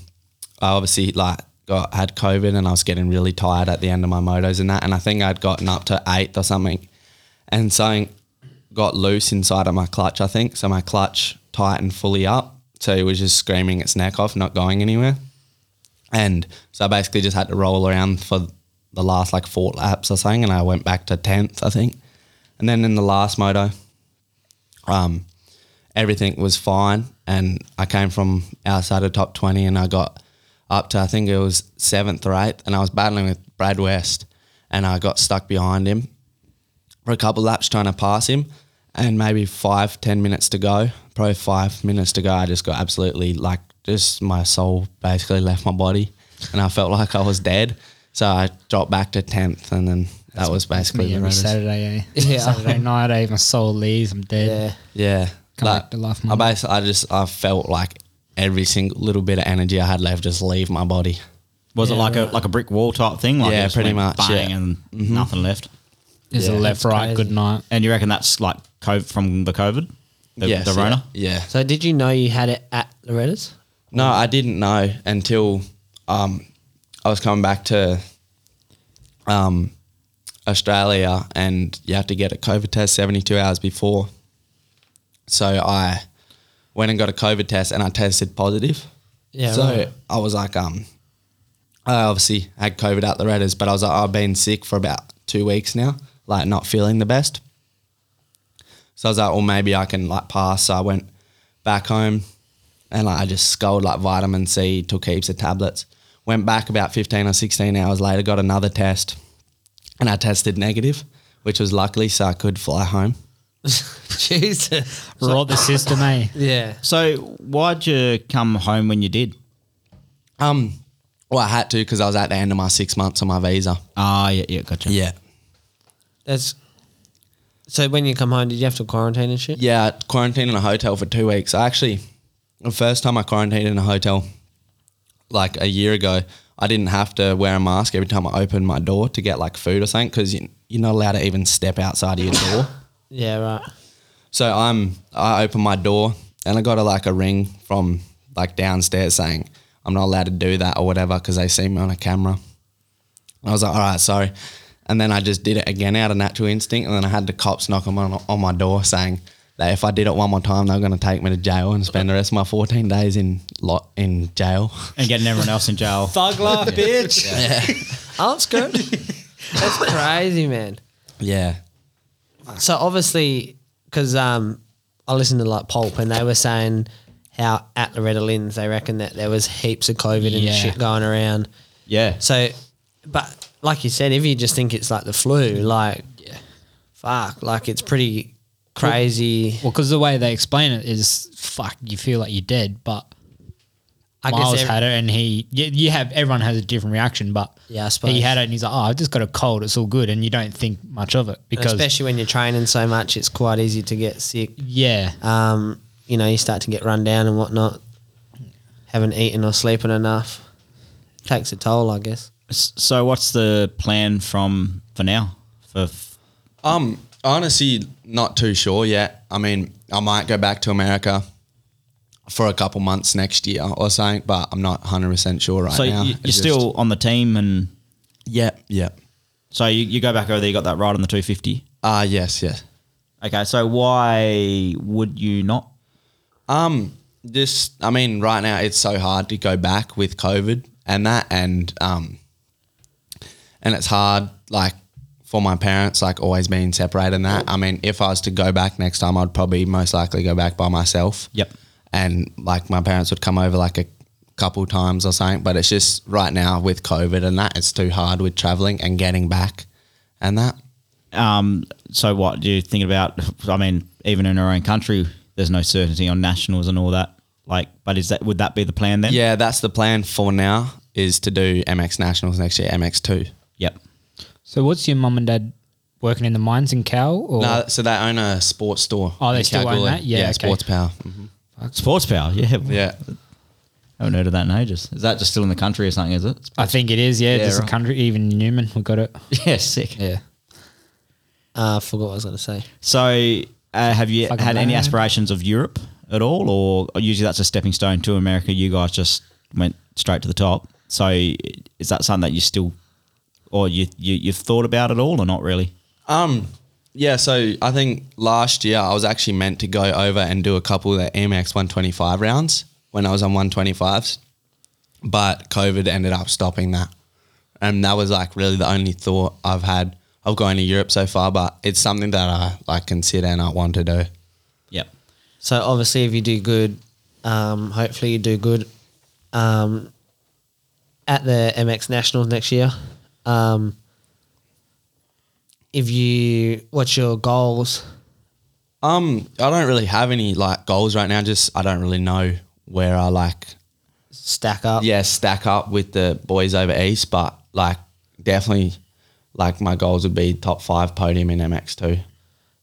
Speaker 4: I obviously like got had COVID and I was getting really tired at the end of my motos and that, and I think I'd gotten up to eighth or something, and something got loose inside of my clutch. I think so. My clutch tightened fully up, so it was just screaming its neck off, not going anywhere, and so I basically just had to roll around for the last like four laps or something, and I went back to tenth, I think, and then in the last moto, um, everything was fine. And I came from outside of top 20 and I got up to, I think it was seventh or eighth. And I was battling with Brad West and I got stuck behind him for a couple laps trying to pass him. And maybe five, ten minutes to go, probably five minutes to go, I just got absolutely like, just my soul basically left my body and I felt like I was dead. So I dropped back to 10th and then that was basically
Speaker 2: Me
Speaker 4: the
Speaker 2: every
Speaker 4: road.
Speaker 2: Saturday, eh?
Speaker 3: Yeah.
Speaker 2: Saturday night, eh? My soul leaves. I'm dead.
Speaker 3: Yeah.
Speaker 4: Yeah.
Speaker 2: Come back to life,
Speaker 4: I
Speaker 2: Mum.
Speaker 4: basically, I just, I felt like every single little bit of energy I had left just leave my body.
Speaker 1: Was it like a like a brick wall type thing? Like it
Speaker 4: Yeah,
Speaker 1: just
Speaker 4: pretty
Speaker 1: went
Speaker 4: much,
Speaker 1: Bang
Speaker 4: yeah. Mm-hmm.
Speaker 1: and nothing left.
Speaker 2: Is
Speaker 4: Yeah.
Speaker 2: a left, right,
Speaker 3: crazy.
Speaker 2: good night.
Speaker 1: And you reckon that's like COVID from the COVID, the,
Speaker 4: Yes,
Speaker 1: the Rona?
Speaker 4: Yeah. yeah.
Speaker 3: So, did you know you had it at Loretta's?
Speaker 4: No, I didn't know until um, I was coming back to um, Australia, and you have to get a COVID test 72 hours before. So I went and got a COVID test, and I tested positive.
Speaker 3: Yeah,
Speaker 4: So
Speaker 3: right.
Speaker 4: I was like, um, I obviously had COVID at Loretta's, but I was like, I've been sick for about two weeks now, like not feeling the best. So I was like, well, maybe I can like pass. So I went back home and like I just sculled like vitamin C, took heaps of tablets. Went back about 15 or 16 hours later, got another test and I tested negative, which was luckily so I could fly home.
Speaker 3: Jesus.
Speaker 2: Rot the system, eh?
Speaker 3: Yeah.
Speaker 1: So why'd you come home when you did?
Speaker 4: Um, well, I had to because I was at the end of my six months on my visa.
Speaker 1: Ah, yeah, yeah, gotcha.
Speaker 4: Yeah.
Speaker 3: That's. So, when you come home, did you have to quarantine and shit?
Speaker 4: Yeah, I quarantined in a hotel for two weeks. I actually, the first time I quarantined in a hotel, like a year ago, I didn't have to wear a mask every time I opened my door to get like food or something because you, you're not allowed to even step outside of your door.
Speaker 3: Yeah, right.
Speaker 4: So I'm I open my door Then I got a, like a ring from like downstairs saying I'm not allowed to do that or whatever because they see me on a camera. And I was like, all right, sorry. And then I just did it again out of natural instinct. And then I had the cops knock on, on my door saying that if I did it one more time, they were going to take me to jail and spend the rest of my 14 days in lot in jail.
Speaker 1: and getting everyone else in jail.
Speaker 2: Thug life, bitch.
Speaker 3: I'm scared. That's crazy, man.
Speaker 4: Yeah.
Speaker 3: So obviously, because um, I listened to like Pulp and they were saying how at Loretta Lynn's they reckon that there was heaps of COVID
Speaker 2: Yeah.
Speaker 3: and shit going around.
Speaker 1: Yeah.
Speaker 3: So, but like you said, if you just think it's like the flu, like fuck, like it's pretty crazy.
Speaker 2: Well, because the way they explain it is, fuck, you feel like you're dead. But
Speaker 3: I guess
Speaker 2: Miles
Speaker 3: every-
Speaker 2: had it, and he, you, you have everyone has a different reaction. But
Speaker 3: Yeah, I suppose.
Speaker 2: he had it, and he's like, oh, I've just got a cold. It's all good, and you don't think much of it
Speaker 3: And
Speaker 2: because
Speaker 3: especially when you're training so much, it's quite easy to get sick.
Speaker 2: yeah,
Speaker 3: Um, you know, you start to get run down and whatnot. Haven't eaten or sleeping enough takes a toll, I guess.
Speaker 1: S- So what's the plan from for now? For f-
Speaker 4: Um, honestly, not too sure yet. I mean, I might go back to America for a couple months next year or something, but I'm not 100% sure right
Speaker 1: so
Speaker 4: now.
Speaker 1: you,
Speaker 4: It's
Speaker 1: you're
Speaker 4: just-
Speaker 1: still on the team, and
Speaker 4: Yeah, yeah.
Speaker 1: so you, you go back over there. You got that ride on the 250.
Speaker 4: Ah, yes, yes.
Speaker 1: Okay, so why would you not?
Speaker 4: Um, this, I mean, right now it's so hard to go back with COVID and that, and um, and it's hard like for my parents, like always being separated and that. I mean, if I was to go back next time, I'd probably most likely go back by myself.
Speaker 1: Yep.
Speaker 4: And like my parents would come over like a couple times or something, but it's just right now with COVID and that, it's too hard with traveling and getting back and that.
Speaker 1: Um, so what do you think about? I mean, even in our own country, there's no certainty on nationals and all that. Like, but is that would that be the plan then?
Speaker 4: Yeah, that's the plan for now is to do MX Nationals next year, MX2.
Speaker 1: Yep.
Speaker 2: So what's your mum and dad working in the mines in Cal? Or
Speaker 4: No, so they own a sports store.
Speaker 2: Oh, they
Speaker 4: in
Speaker 2: still own
Speaker 4: Kalgoorlie.
Speaker 2: that? Yeah, okay. Mm-hmm.
Speaker 4: Sports Power. Mhm.
Speaker 1: Sports power. Yeah.
Speaker 4: Yeah,
Speaker 1: I haven't heard of that in ages. Is that just still in the country or something? Is it?
Speaker 2: I think it is. Yeah,
Speaker 1: Yeah,
Speaker 2: there's
Speaker 1: right.
Speaker 2: a country. Even Newman, we got it.
Speaker 1: Yeah. Sick.
Speaker 2: Yeah.
Speaker 3: Uh, I forgot what I was going to say.
Speaker 1: So, uh, have you
Speaker 2: Fucking
Speaker 1: had any
Speaker 2: bad.
Speaker 1: aspirations of Europe at all, or or usually that's a stepping stone to America? You guys just went straight to the top. So, is that something that you still, or you, you you've thought about at all, or not really?
Speaker 4: Um, yeah. So I think last year I was actually meant to go over and do a couple of the MX 125 rounds when I was on 125s, but COVID ended up stopping that, and that was like really the only thought I've had of going to Europe so far. But it's something that I like consider and I want to do.
Speaker 1: Yep.
Speaker 3: So obviously, if you do good, um, hopefully you do good um, at the MX Nationals next year. Um, if you, what's your goals?
Speaker 4: Um, I don't really have any like goals right now. Just I don't really know where I like
Speaker 3: Stack up.
Speaker 4: yeah, stack up with the boys over east, but like definitely, like my goals would be top five podium in MX two.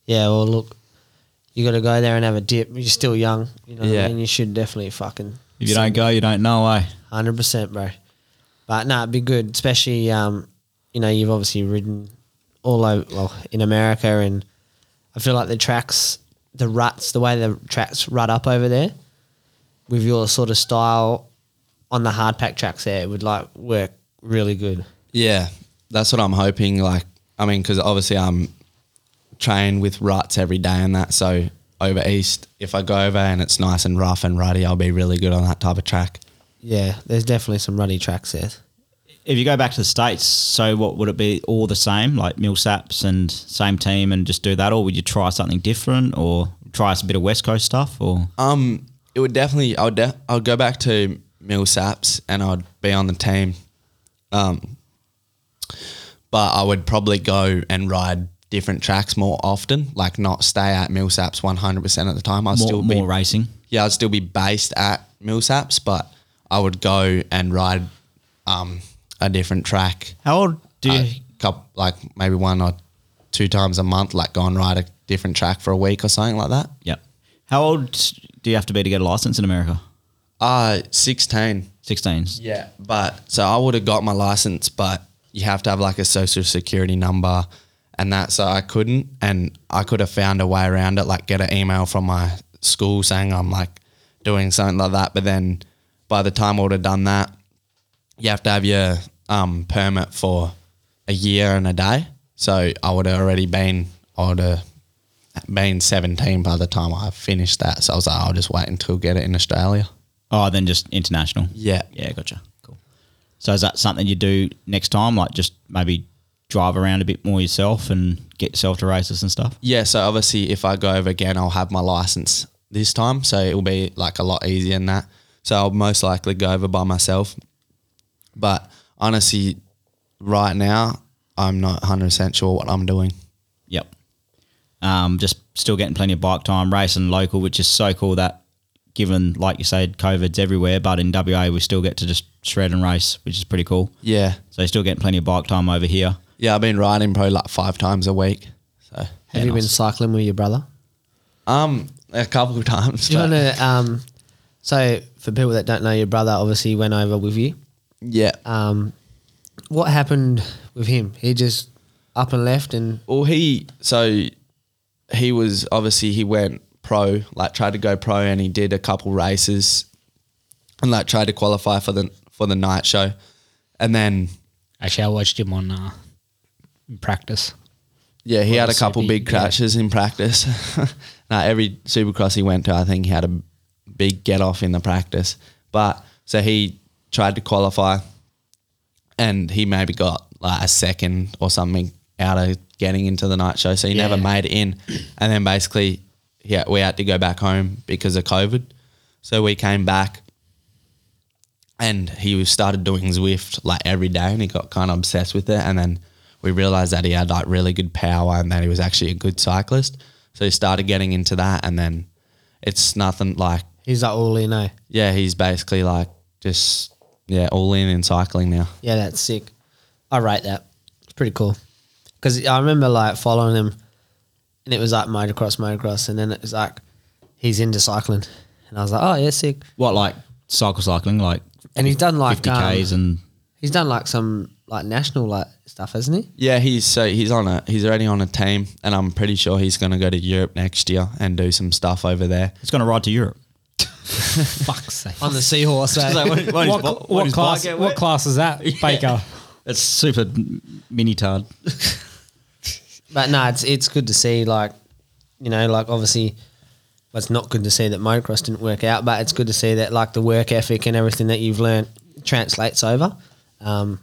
Speaker 3: Yeah, well, look, you got to go there and have a dip. You're still young, you know. what I
Speaker 4: Yeah.
Speaker 3: mean? you should definitely fucking
Speaker 1: If you don't go, you don't know. Eh?
Speaker 3: hundred percent, bro. But no, it'd be good, especially um, you know, you've obviously ridden all over, well, in America, and I feel like the tracks, the ruts, the way the tracks rut up over there, with your sort of style on the hard pack tracks, there it would like work really good.
Speaker 4: Yeah, that's what I'm hoping. Like, I mean, because obviously I'm trained with ruts every day and that. So over east, if I go over and it's nice and rough and ruddy, I'll be really good on that type of track.
Speaker 3: Yeah, there's definitely some ruddy tracks there.
Speaker 1: If you go back to the states, so what would it be? All the same, like Millsaps and same team, and just do that, or would you try something different, or try a bit of West Coast stuff, or
Speaker 4: Um, it would definitely. I would. De- I would go back to Millsaps and I'd be on the team. Um, but I would probably go and ride different tracks more often. Like not stay at Millsaps one hundred percent of the time. I'd
Speaker 1: more,
Speaker 4: still be.
Speaker 1: more racing?
Speaker 4: Yeah, I'd still be based at Millsaps, but I would go and ride um a different track.
Speaker 1: How old do you?
Speaker 4: a coup- like maybe one or two times a month. Like go and ride a different track for a week or something like that.
Speaker 1: yep. How old do you have to be to get a license in America?
Speaker 4: Uh sixteen.
Speaker 1: 16.
Speaker 4: Yeah, but so I would have got my license, but you have to have like a social security number and that. So I couldn't, and I could have found a way around it, like get an email from my school saying I'm like doing something like that. But then by the time I would have done that, you have to have your um, permit for a year and a day. So I would have already been, I would have been 17 by the time I finished that. So I was like, I'll just wait until get it in Australia.
Speaker 1: Oh, then just international.
Speaker 4: Yeah.
Speaker 1: Yeah, gotcha. Cool. So is that something you do next time? Like just maybe drive around a bit more yourself and get yourself to races and stuff?
Speaker 4: Yeah, so obviously if I go over again, I'll have my license this time, so it'll be like a lot easier than that. So I'll most likely go over by myself. But honestly, right now, I'm not 100% sure what I'm doing.
Speaker 1: Yep. Um, just still getting plenty of bike time, racing local, which is so cool that given, like you said, COVID's everywhere, but in WA we still get to just shred and race, which is pretty cool.
Speaker 4: Yeah.
Speaker 1: So you're still getting plenty of bike time over here.
Speaker 4: Yeah, I've been riding probably like five times a week. So,
Speaker 3: Have you been cycling with your brother?
Speaker 4: um, a couple of times.
Speaker 3: Do you
Speaker 4: but-
Speaker 3: want to? Um, so for people that don't know, your brother obviously went over with you.
Speaker 4: yeah.
Speaker 3: Um, what happened with him? He just up and left, and
Speaker 4: Well, he so he was obviously he went pro, like tried to go pro, and he did a couple races, and like tried to qualify for the for the night show, and then
Speaker 2: Actually, I watched him on uh, in practice.
Speaker 4: yeah, he had a couple
Speaker 2: Mississippi,
Speaker 4: big
Speaker 2: yeah.
Speaker 4: crashes in practice. now every supercross he went to, I think he had a big get off in the practice, but so he tried to qualify, and he maybe got like a second or something out of getting into the night show. So he never
Speaker 2: Yeah.
Speaker 4: made it in. And then basically, yeah, we had to go back home because of COVID. So we came back and he was started doing Zwift like every day and he got kind of obsessed with it. And then we realized that he had like really good power and that he was actually a good cyclist. So he started getting into that. And then it's nothing like,
Speaker 3: he's like all in. Eh?
Speaker 4: yeah, he's basically like just, yeah, all in in cycling now.
Speaker 3: Yeah, that's sick. I rate that. It's pretty cool. Because I remember like following him, and it was like motocross, motocross, and then it was like he's into cycling, and I was like, oh yeah, sick.
Speaker 1: What like cycle cycling, like
Speaker 3: And he's done like
Speaker 1: fifty Ks
Speaker 3: um,
Speaker 1: and
Speaker 3: he's done like some like national like stuff, hasn't he?
Speaker 4: Yeah, he's so he's on a he's already on a team, and I'm pretty sure he's going to go to Europe next year and do some stuff over there.
Speaker 1: it's gonna ride to Europe.
Speaker 2: Fuck's sake.
Speaker 3: On the seahorse. eh?
Speaker 2: what, what class, what class is that, Baker?
Speaker 1: It's super mini tard.
Speaker 3: But no, it's it's good to see like you know, like obviously well, it's not good to see that motocross didn't work out, but it's good to see that like the work ethic and everything that you've learnt translates over. Um,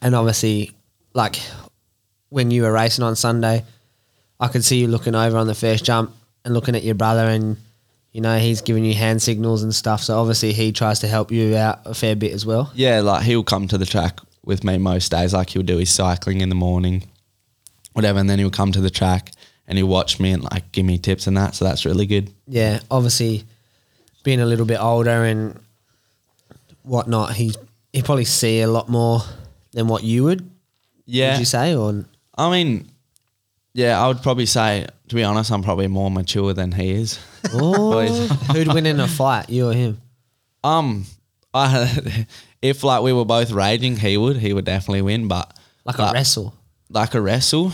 Speaker 3: and obviously like when you were racing on Sunday, I could see you looking over on the first jump and looking at your brother and you know, he's giving you hand signals and stuff. So obviously he tries to help you out a fair bit as well.
Speaker 4: Yeah, like he'll come to the track with me most days. Like he'll do his cycling in the morning, whatever, and then he'll come to the track and he'll watch me and like give me tips and that. So that's really good.
Speaker 3: yeah, obviously being a little bit older and whatnot, he he probably see a lot more than what you would.
Speaker 4: Yeah,
Speaker 3: Would you say or
Speaker 4: I mean, yeah, I would probably say to be honest, I'm probably more mature than he is.
Speaker 3: Oh, who'd win in a fight, you or him?
Speaker 4: Um, I if like we were both raging, he would he would definitely win, but
Speaker 3: Like a wrestle.
Speaker 4: like a wrestle,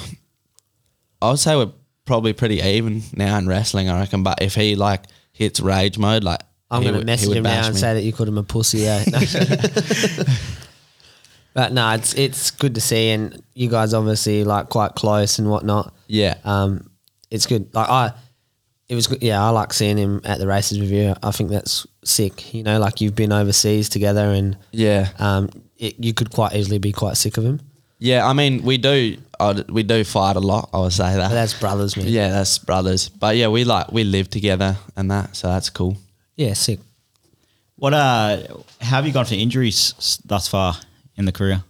Speaker 4: I would say we're probably pretty even now in wrestling, I reckon. But if he like hits rage mode, like
Speaker 3: I'm
Speaker 4: he
Speaker 3: gonna
Speaker 4: would- he
Speaker 3: message
Speaker 4: would
Speaker 3: him now
Speaker 4: bash
Speaker 3: and
Speaker 4: me.
Speaker 3: say that you called him a pussy. Yeah. but no, it's it's good to see, and you guys obviously like quite close and whatnot.
Speaker 4: yeah,
Speaker 3: um, it's good. Like I, it was good. Yeah, I like seeing him at the races with you. I think that's sick. You know, like you've been overseas together, and
Speaker 4: yeah,
Speaker 3: um, it, you could quite easily be quite sick of him.
Speaker 4: yeah. I mean, we do uh, we do fight a lot. I would say that.
Speaker 3: But that's brothers, man.
Speaker 4: yeah, that's brothers. But yeah, we like we live together and that, so that's cool.
Speaker 3: yeah, sick.
Speaker 1: What uh how have you gone for injuries s- thus far in the career?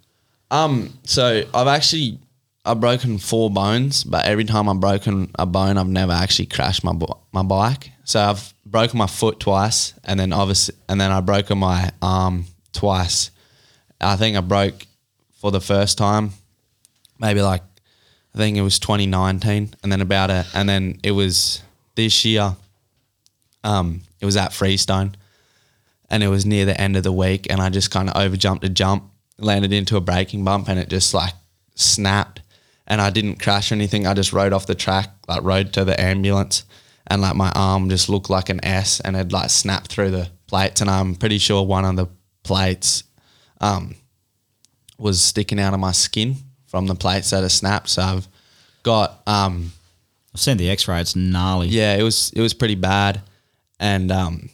Speaker 4: Um, so I've actually I've broken four bones, but every time I've broken a bone, I've never actually crashed my bo- my bike. So I've broken my foot twice, and then obviously, and then I broken my arm twice. I think I broke for the first time, maybe like I think it was 2019, and then about it, and then it was this year. Um, it was at Freestone and it was near the end of the week and I just kind of overjumped a jump, landed into a braking bump and it just like snapped and I didn't crash or anything. I just rode off the track, like rode to the ambulance and like my arm just looked like an S and had like snapped through the plates. And I'm pretty sure one of the plates um, was sticking out of my skin from the plates that had snapped. So I've got um,
Speaker 1: I've seen the X-ray. It's gnarly.
Speaker 4: yeah, it was it was pretty bad, and um,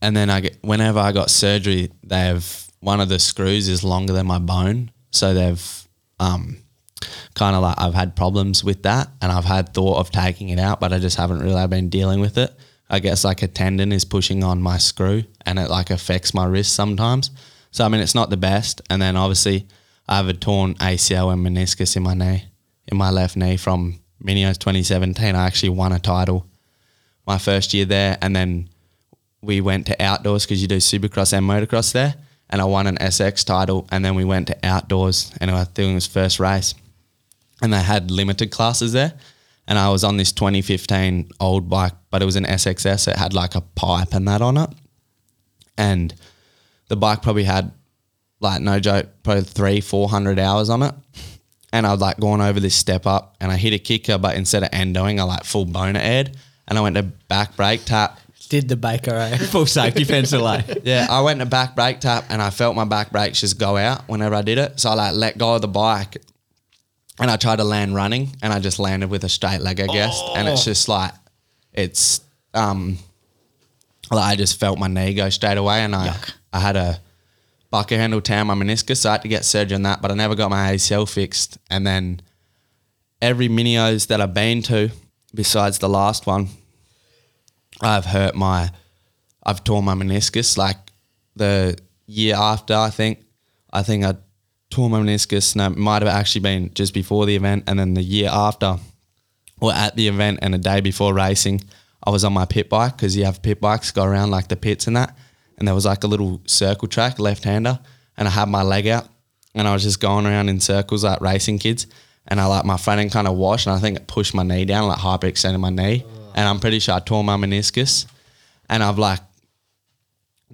Speaker 4: and then I get, whenever I got surgery, they have one of the screws is longer than my bone, so they've um, kind of like I've had problems with that, and I've had thought of taking it out, but I just haven't really been dealing with it. I guess like a tendon is pushing on my screw, and it like affects my wrist sometimes. So I mean, it's not the best, and then obviously I have a torn ACL and meniscus in my knee, in my left knee from Minios 2017. I actually won a title my first year there, and then we went to outdoors because you do supercross and motocross there. And I won an SX title, and then we went to outdoors, and I think it was first race, and they had limited classes there. And I was on this 2015 old bike, but it was an SXS. It had like a pipe and that on it, and the bike probably had like no joke, probably three, four hundred hours on it. And I'd like gone over this step up and I hit a kicker, but instead of endoing, I like full boner aired and I went to back brake tap.
Speaker 3: Did the baker, eh?
Speaker 1: Full safety fence delay.
Speaker 4: Yeah, I went to back brake tap and I felt my back brakes just go out whenever I did it. So I like let go of the bike and I tried to land running and I just landed with a straight leg, I guess. And
Speaker 3: Oh.
Speaker 4: it's just like, it's, um, like I just felt my knee go straight away and I, I had a bucket handle tear on my meniscus. So I had to get surgery on that, but I never got my ACL fixed. And then every minios that I've been to, besides the last one, I've hurt my, I've torn my meniscus. Like the year after, I think, I think I tore my meniscus. No, it might have actually been just before the event, and then the year after, or at the event and a day before racing, I was on my pit bike because you have pit bikes go around like the pits and that, and there was like a little circle track, left hander, and I had my leg out, and I was just going around in circles like racing kids, and I like my front end kind of washed, and I think it pushed my knee down, like hyperextended my knee, and I'm pretty sure I tore my meniscus, and I've like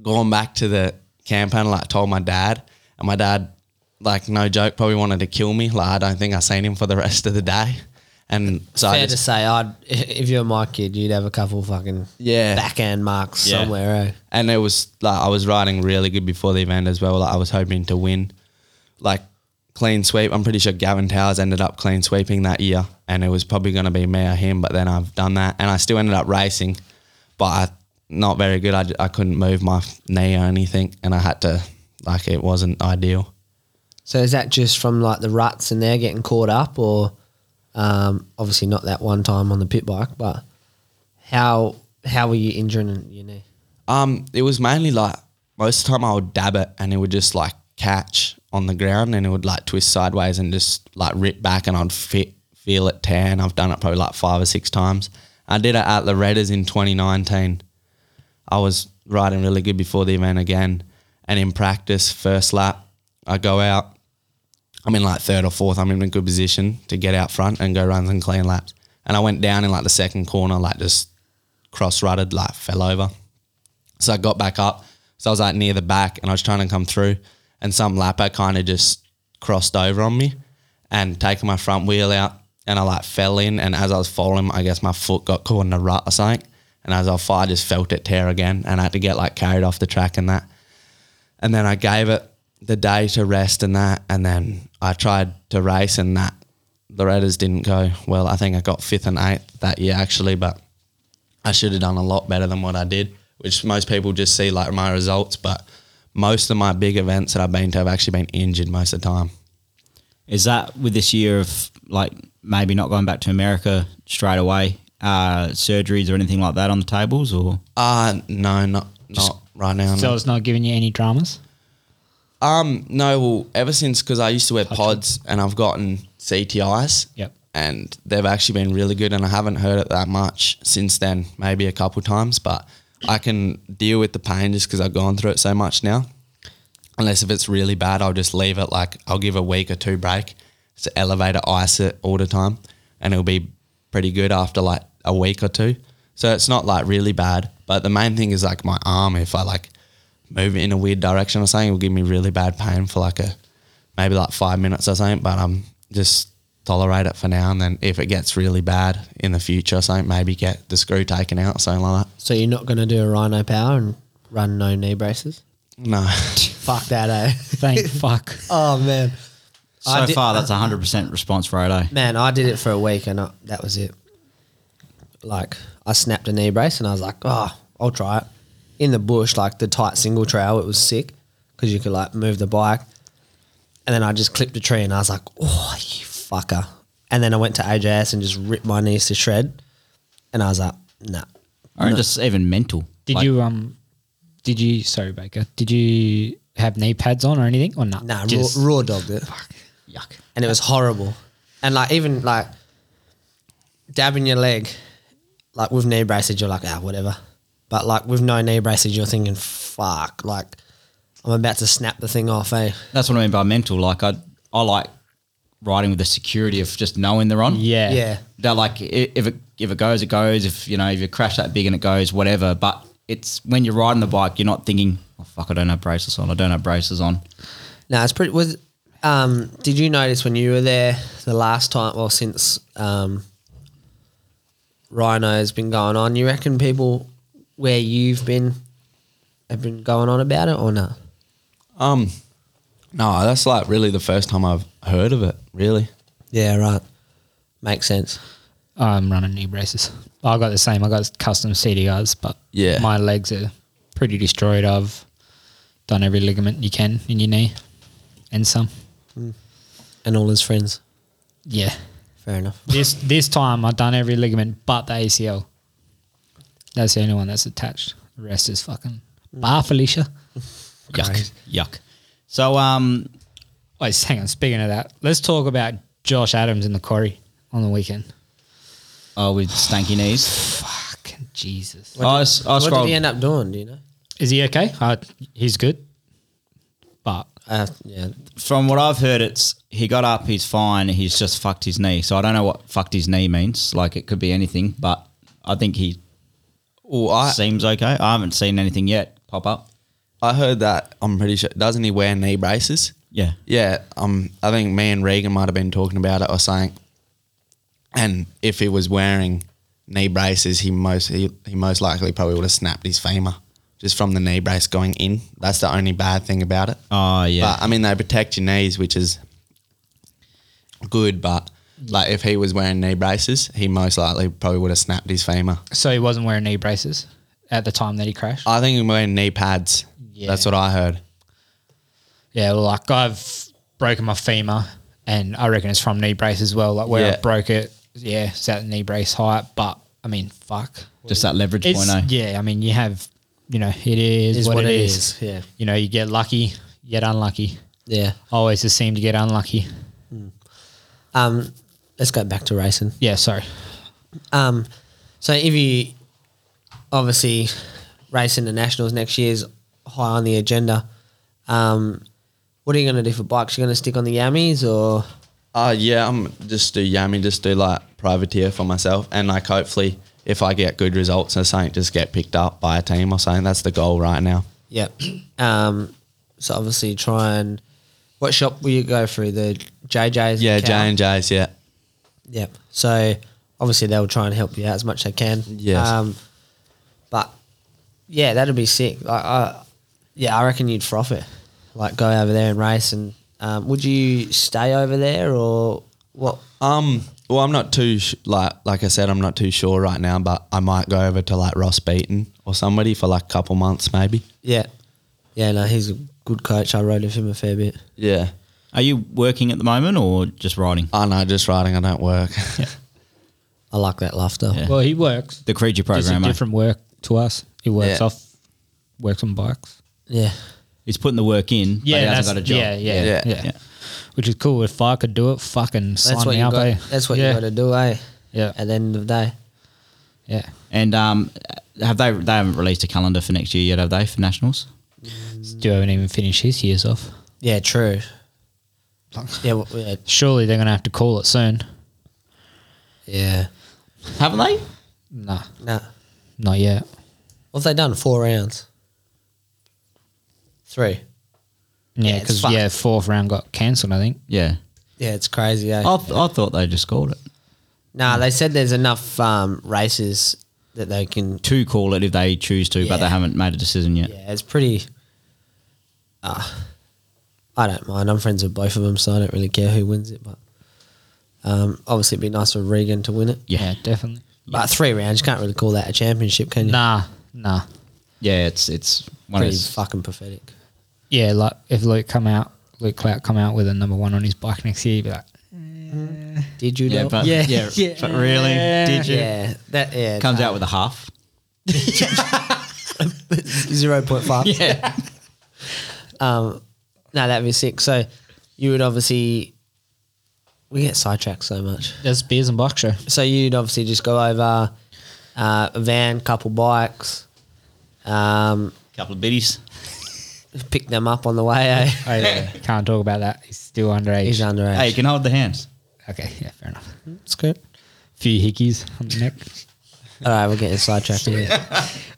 Speaker 4: gone back to the camp and like told my dad, and my dad, like no joke, probably wanted to kill me. Like I don't think I seen him for the rest of the day, and so I
Speaker 3: Fair
Speaker 4: just,
Speaker 3: to say, I'd if you're my kid, you'd have a couple fucking
Speaker 4: Yeah.
Speaker 3: backhand marks
Speaker 4: Yeah.
Speaker 3: somewhere, eh?
Speaker 4: and it was like I was riding really good before the event as well. Like I was hoping to win, like clean sweep. I'm pretty sure Gavin Towers ended up clean sweeping that year, and it was probably going to be me or him. But then I've done that, and I still ended up racing, but I not very good. I, j- I couldn't move my knee or anything, and I had to like it wasn't ideal.
Speaker 3: So is that just from like the ruts and they're getting caught up, or um, obviously not that one time on the pit bike, but how how were you injuring your knee?
Speaker 4: Um, it was mainly like most of the time I would dab it and it would just like catch on the ground and it would like twist sideways and just like rip back and I'd fit, feel it tear. And I've done it probably like five or six times. I did it at Loretta's in 2019. I was riding really good before the event again. And in practice, first lap, I go out. I'm in like third or fourth. I'm in a good position to get out front and go runs and clean laps. And I went down in like the second corner, like just cross rutted, like fell over. So I got back up. So I was like near the back and I was trying to come through. And some lapper kind of just crossed over on me and taking my front wheel out. And I like fell in. And as I was falling, I guess my foot got caught in a rut or something. And as I fell, I just felt it tear again. And I had to get like carried off the track and that. And then I gave it the day to rest and that. And then I tried to race and that. Loretta's didn't go well. I think I got fifth and eighth that year actually, but I should have done a lot better than what I did, which most people just see like my results. But most of my big events that I've been to have actually been injured most of the time.
Speaker 1: Is that with this year of like maybe not going back to America straight away? Uh, surgeries or anything like that on the tables, or
Speaker 4: Uh no, not not right now.
Speaker 2: So
Speaker 4: no.
Speaker 2: it's not giving you any dramas.
Speaker 4: Um, no, well, ever since because I used to wear pods and I've gotten CTIs.
Speaker 2: Yep.
Speaker 4: And they've actually been really good, and I haven't heard it that much since then. Maybe a couple times, but I can deal with the pain just because I've gone through it so much now. Unless if it's really bad, I'll just leave it. Like I'll give a week or two break to elevator ice it all the time, and it'll be pretty good after like a week or two. So it's not like really bad, but the main thing is like my arm. If I like move it in a weird direction or something, it will give me really bad pain for like a maybe like five minutes or something. But I'm um, just tolerate it for now. And then if it gets really bad in the future, or something maybe get the screw taken out, something like
Speaker 3: So you're not going to do a rhino power and run no knee braces?
Speaker 4: that. No,
Speaker 3: Fuck that, eh?
Speaker 2: Thank fuck.
Speaker 3: oh man,
Speaker 1: So
Speaker 3: I did-
Speaker 1: far, that's a hundred percent response rate. Eh?
Speaker 3: man, I did it for a week and I, that was it. Like I snapped a knee brace and I was like, oh, I'll try it. In the bush, like the tight single trail, it was sick because you could like move the bike. And then I just clipped a tree and I was like, oh, you fucker. And then I went to AJS and just ripped my knees to shred. And I was like, nah.
Speaker 1: Or just even mental.
Speaker 2: Did
Speaker 1: Like,
Speaker 2: you um? Did you sorry Baker? Did you have knee pads on or anything or not?
Speaker 3: Nah,
Speaker 2: Just-
Speaker 3: raw, raw dogged it.
Speaker 1: Yuck.
Speaker 3: and it was horrible. And like even like dabbing your leg, like with knee braces, you're like ah whatever. But like with no knee braces, you're thinking fuck, like I'm about to snap the thing off, eh?
Speaker 1: That's what I mean by mental. Like I, I like riding with the security of just knowing they're on.
Speaker 2: Yeah.
Speaker 3: Yeah,
Speaker 1: That like i- if it if it goes, it goes. If you know if you crash that big and it goes, whatever. But it's when you're riding the bike, you're not thinking, oh fuck, I don't have braces on. I don't have braces on.
Speaker 3: no, it's pretty. Was um, did you notice when you were there the last time? Well, since um, Rhino's been going on, you reckon people where you've been have been going on about it or not?
Speaker 4: um, no, Oh, that's like really the first time I've heard of it. Really,
Speaker 3: Yeah, right. Makes sense.
Speaker 2: I'm running knee braces. I got the same. I got custom CDRs, but
Speaker 4: Yeah.
Speaker 2: my legs are pretty destroyed. I've done every ligament you can in your knee, and some.
Speaker 3: And all his friends.
Speaker 2: Yeah.
Speaker 3: Fair enough.
Speaker 2: This this time I've done every ligament but the ACL. That's the only one that's attached. The rest is fucking
Speaker 3: Mm.
Speaker 2: bar Felicia.
Speaker 1: Yuck. Yuck. So um,
Speaker 2: Wait, hang on. Speaking of that, let's talk about Josh Adams in the quarry on the weekend.
Speaker 1: oh, with stanky knees.
Speaker 2: Fucking Jesus.
Speaker 1: I, s- I
Speaker 3: what did
Speaker 1: scrolled.
Speaker 3: he end up doing? Do you know?
Speaker 2: Is he okay? Uh, he's good. But
Speaker 3: Uh, yeah,
Speaker 1: From what I've heard, it's he got up, he's fine, he's just fucked his knee. So I don't know what fucked his knee means. Like it could be anything, but I think he
Speaker 4: well, I
Speaker 1: seems okay. I haven't seen anything yet pop up.
Speaker 4: I heard that. I'm pretty sure. Doesn't he wear knee braces?
Speaker 1: Yeah.
Speaker 4: Yeah, um, I think me and Regan might have been talking about it or something. And if he was wearing knee braces, he most he, he most likely probably would have snapped his femur just from the knee brace going in. That's the only bad thing about it.
Speaker 1: Oh yeah.
Speaker 4: But I mean, they protect your knees, which is good. But like, if he was wearing knee braces, he most likely probably would have snapped his femur.
Speaker 2: so he wasn't wearing knee braces at the time that he crashed.
Speaker 4: I think he was wearing knee pads.
Speaker 2: Yeah.
Speaker 4: That's what I heard.
Speaker 2: yeah, well, like I've broken my femur, and I reckon it's from knee brace as well. Like where I
Speaker 4: Yeah.
Speaker 2: broke it, yeah, it's at knee brace height. But I mean, fuck.
Speaker 1: just that leverage
Speaker 2: It's,
Speaker 1: point. eh?
Speaker 2: yeah, I mean, you have, you know, it oh. is, what, it is.
Speaker 3: Yeah,
Speaker 2: You know, you get lucky, yet unlucky.
Speaker 3: yeah.
Speaker 2: I always just seem to get unlucky.
Speaker 3: Um, let's go back to racing.
Speaker 2: Yeah, sorry.
Speaker 3: Um, so if you obviously racing the nationals next year is high on the agenda. Um, what are you going to do for bikes? You're going to stick on the yammies or
Speaker 4: Uh, yeah, I'm just do yummy, just do like privateer for myself, and like hopefully, if I get good results or something, just get picked up by a team or something. That's the goal right now.
Speaker 3: yeah. Um, so obviously try and what shop will you go through? The JJ's.
Speaker 4: Yeah,
Speaker 3: Cow?
Speaker 4: J and J's. Yeah,
Speaker 3: Yep. So obviously they'll try and help you out as much as they can. Um,
Speaker 4: Yes.
Speaker 3: but yeah, that'd be sick. Like, I, yeah, I reckon you'd froth it. Like go over there and race. And um, would you stay over there or what?
Speaker 4: Um, well, I'm not too sh- like like I said, I'm not too sure right now, but I might go over to like Ross Beaton or somebody for like a couple months maybe.
Speaker 3: Yeah. Yeah. No, he's a good coach. I rode with him a fair bit.
Speaker 4: Yeah.
Speaker 1: Are you working at the moment or just riding?
Speaker 4: Oh no, just riding. I don't work.
Speaker 3: I like that laughter.
Speaker 1: Yeah.
Speaker 2: Well, he works.
Speaker 1: The Creature
Speaker 2: Just a
Speaker 1: program. eh?
Speaker 2: different work to us. He works
Speaker 4: Yeah.
Speaker 2: off, works on bikes.
Speaker 3: Yeah.
Speaker 1: He's putting the work in, but he hasn't got a job.
Speaker 2: Yeah, yeah,
Speaker 4: Yeah.
Speaker 2: yeah,
Speaker 1: Yeah.
Speaker 2: Which is cool. If I could do it, fucking sign
Speaker 3: That's what
Speaker 2: me
Speaker 3: you
Speaker 2: up. eh?
Speaker 3: got. That's what
Speaker 2: yeah.
Speaker 3: you got to do, eh?
Speaker 2: Yeah.
Speaker 3: At the end of the day.
Speaker 2: Yeah.
Speaker 1: And um, have they? They haven't released a calendar for next year yet, have they? For nationals?
Speaker 2: Still haven't even finished his years off.
Speaker 3: Yeah. True. Yeah. w- Yeah.
Speaker 2: Surely they're gonna have to call it soon.
Speaker 3: Yeah.
Speaker 1: Haven't they?
Speaker 2: Nah,
Speaker 3: Nah.
Speaker 2: not yet.
Speaker 3: What have they done? Four rounds. Three.
Speaker 2: Yeah,
Speaker 3: it's
Speaker 2: because
Speaker 3: fucked.
Speaker 2: yeah, fourth round got cancelled. I think.
Speaker 1: Yeah.
Speaker 3: Yeah, it's crazy. Eh?
Speaker 1: I, th- I thought they just called it.
Speaker 3: Nah, they said there's enough um, races that they can.
Speaker 1: To call it if they choose to, but they
Speaker 3: Yeah.
Speaker 1: haven't made a decision yet.
Speaker 3: Yeah, it's pretty. Uh, I don't mind. I'm friends with both of them, so I don't really care who wins it. But um, obviously, it'd be nice for Regan to win it.
Speaker 1: Yeah.
Speaker 2: definitely.
Speaker 3: But three rounds, you can't really call that a championship, can you?
Speaker 2: Nah, nah.
Speaker 1: Yeah, it's it's one
Speaker 3: pretty
Speaker 1: of those.
Speaker 3: fucking pathetic.
Speaker 2: Yeah, like if Luke come out, Luke Clout come out with a number one on his bike next year, you'd be like,
Speaker 3: Did you?
Speaker 1: Yeah,
Speaker 3: know?
Speaker 1: but, yeah,
Speaker 2: Yeah, yeah.
Speaker 1: but really, did you?
Speaker 3: yeah, that yeah
Speaker 1: Comes out with a half.
Speaker 3: zero point five.
Speaker 1: Yeah.
Speaker 3: Um, no, that'd be sick. So you would obviously we get sidetracked so much.
Speaker 2: "That's beers and bike show."
Speaker 3: So you'd obviously just go over uh, a van, couple bikes, um,
Speaker 1: Couple of biddies.
Speaker 3: pick them up on the way. Eh?
Speaker 2: Oh, yeah. Can't talk about that. He's still underage.
Speaker 3: He's underage.
Speaker 1: Hey, you can hold the hands.
Speaker 2: okay, yeah, fair enough.
Speaker 3: It's good.
Speaker 2: Few hickeys on the neck.
Speaker 3: All right, we're getting sidetracked. Here.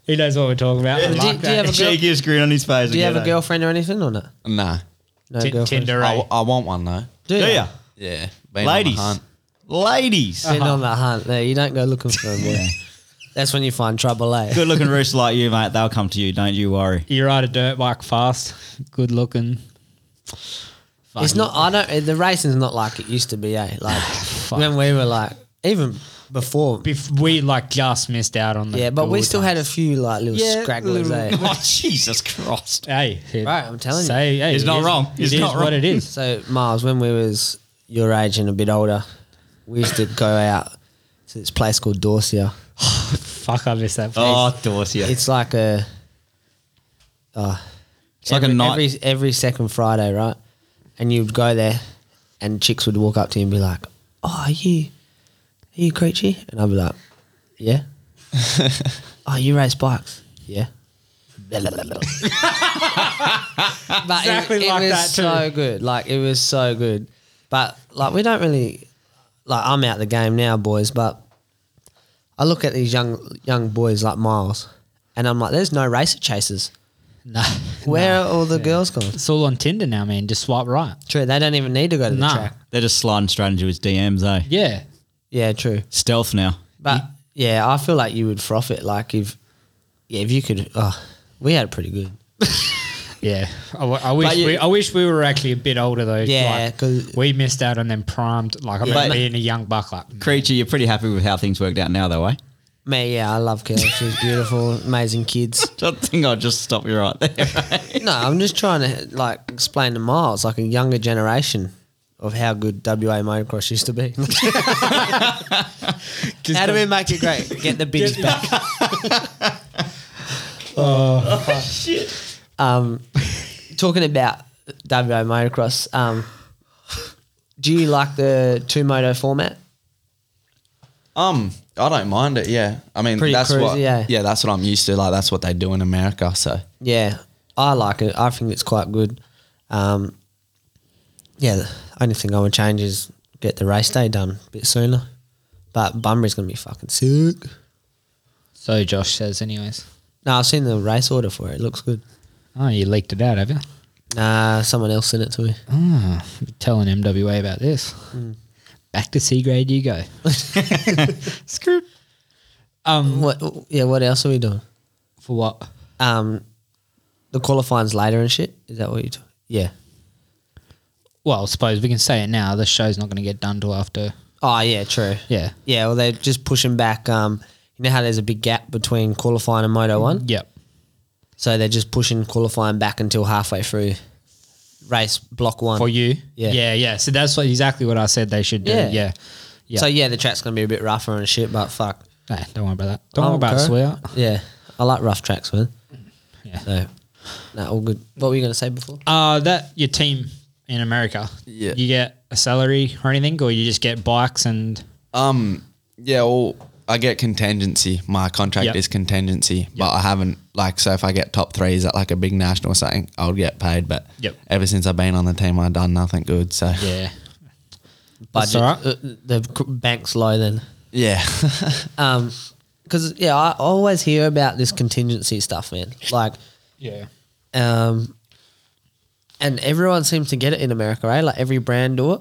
Speaker 2: He knows what we're talking about. I
Speaker 3: do-
Speaker 2: like
Speaker 3: do you
Speaker 2: that.
Speaker 3: have a girl-
Speaker 1: Shaky grin on his face.
Speaker 3: Do you have a
Speaker 1: again, eh?
Speaker 3: girlfriend or anything or not?
Speaker 4: Nah.
Speaker 3: No
Speaker 2: Ti-
Speaker 3: girlfriend.
Speaker 2: Tinder,
Speaker 4: I,
Speaker 2: eh?
Speaker 4: w- I want one though.
Speaker 3: Do,
Speaker 1: Do
Speaker 3: you?
Speaker 1: you?
Speaker 4: Yeah. Been on the
Speaker 1: Ladies.
Speaker 4: hunt.
Speaker 1: Ladies.
Speaker 3: Been on the hunt. No, you don't go looking for them. boy. That's when you find trouble. Eh?
Speaker 1: Good looking rooster like you, mate. They'll come to you. Don't you worry.
Speaker 2: You ride a dirt bike fast, good looking.
Speaker 3: It's not. I don't. The racing's not like it used to be. Eh? Like
Speaker 2: Ah,
Speaker 3: when we were like even before.
Speaker 2: Bef- we like just missed out on the.
Speaker 3: Yeah, but we
Speaker 2: good
Speaker 3: still had a
Speaker 2: times.
Speaker 3: few like little
Speaker 2: Yeah,
Speaker 3: scragglers.
Speaker 2: little-
Speaker 3: Eh?
Speaker 1: Oh, Jesus Christ.
Speaker 2: Hey, it-
Speaker 3: Right, I'm telling you.
Speaker 2: say, Hey,
Speaker 1: He's
Speaker 2: it
Speaker 1: not
Speaker 2: is-
Speaker 1: wrong. He's
Speaker 2: it is
Speaker 1: not
Speaker 2: what
Speaker 1: wrong.
Speaker 2: it is.
Speaker 3: eh? So Miles, when we was your age and a bit older, we used to go out to this place called Dorsia.
Speaker 2: Fuck, I missed that. place.
Speaker 1: Oh, Dorsia. It's,
Speaker 3: It's like a uh,
Speaker 1: like
Speaker 3: every,
Speaker 1: a night.
Speaker 3: every every second Friday, right? And you'd go there, and chicks would walk up to you and be like, "Oh, are you, are you Creechy?" And I'd be like, "Yeah." oh, you race bikes? Yeah. but
Speaker 2: Exactly
Speaker 3: it, it
Speaker 2: like
Speaker 3: was
Speaker 2: that too.
Speaker 3: so good. Like it was so good. But like we don't really like I'm out the game now, boys. But I look at these young young boys like Miles, and I'm like, there's no racer chasers.
Speaker 2: no,
Speaker 3: Where are all the girls gone?
Speaker 2: it's all on Tinder now, man. Just swipe right.
Speaker 3: True, they don't even need to go to the
Speaker 2: Nah.
Speaker 3: track.
Speaker 1: They're just sliding straight into his DMs, eh?
Speaker 2: Yeah,
Speaker 3: Yeah, true.
Speaker 1: Stealth now.
Speaker 3: But yeah, I feel like you would profit. Like if, yeah, if you could. Oh, we had it pretty good.
Speaker 2: yeah. I, w- I wish
Speaker 3: But you-
Speaker 2: we, I wish we were actually a bit older though.
Speaker 3: Yeah,
Speaker 2: like,
Speaker 3: 'cause-
Speaker 2: we missed out on them primed. Like I remember
Speaker 1: But-
Speaker 2: being a young buck. Like
Speaker 1: Creature, you're pretty happy with how things worked out now, though, eh?
Speaker 3: Man, yeah, I love Kelly. She's beautiful, amazing kids.
Speaker 1: I think I'll just stop you right there.
Speaker 3: No, I'm just trying to like explain to Miles, like a younger generation, of how good WA motocross used to be.
Speaker 2: just
Speaker 3: how do we make it great? Get the biddies back. Oh, Um, talking about WA motocross, um, do you like the two moto format?
Speaker 4: Um, I don't mind it. Yeah, I mean
Speaker 3: Pretty
Speaker 4: that's
Speaker 3: cruisy,
Speaker 4: what.
Speaker 3: yeah.
Speaker 4: yeah, that's what I'm used to. Like that's what they do in America. So
Speaker 3: Yeah, I like it. I think it's quite good. Um, yeah, the only thing I would change is get the race day done a bit sooner. But Bunbury's going to be fucking sick.
Speaker 2: so Josh says, anyways.
Speaker 3: No, I've seen the race order for it. It looks good.
Speaker 2: Oh, you leaked it out, have you?
Speaker 3: Nah, someone else sent it to me.
Speaker 2: Oh, telling MWA about this. Back to C grade you go. Screw. Um,
Speaker 3: What? Yeah, what else are we doing?
Speaker 2: for what?
Speaker 3: Um, the qualifying's later and shit. Is that what you? talking? Yeah.
Speaker 2: Well, I suppose we can say it now. The show's not going to get done till after.
Speaker 3: Oh yeah, true.
Speaker 2: Yeah.
Speaker 3: Yeah, well they're just pushing back. Um, you know how there's a big gap between qualifying and Moto One.
Speaker 2: Yep.
Speaker 3: So they're just pushing qualifying back until halfway through race block one.
Speaker 2: For you.
Speaker 3: Yeah.
Speaker 2: Yeah. Yeah. So that's what exactly what I said they should do.
Speaker 3: Yeah.
Speaker 2: Yeah. Yeah.
Speaker 3: So yeah, the track's gonna be a bit rougher and shit, but fuck.
Speaker 2: Nah, don't worry about that. Don't
Speaker 3: I
Speaker 2: worry about
Speaker 3: care.
Speaker 2: swear.
Speaker 3: Yeah, I like rough tracks, man.
Speaker 2: Yeah.
Speaker 3: So, nah, all good. What were you gonna say before?
Speaker 2: Uh, that your team in America.
Speaker 4: Yeah.
Speaker 2: You get a salary or anything, or you just get bikes and
Speaker 4: Um, yeah, well, I get contingency. My contract
Speaker 2: Yep.
Speaker 4: is contingency, but I haven't like so if I get top threes at like a big national or something, I'll get paid. But
Speaker 2: Yep.
Speaker 4: ever since I've been on the team, I've done nothing good. So
Speaker 2: yeah. That's
Speaker 3: Budget.
Speaker 2: alright.
Speaker 3: Uh, the c- bank's low then.
Speaker 4: yeah,
Speaker 3: Um, because yeah, I always hear about this contingency stuff, man. Like,
Speaker 2: Yeah.
Speaker 3: um, and everyone seems to get it in America, right? Like every brand do it.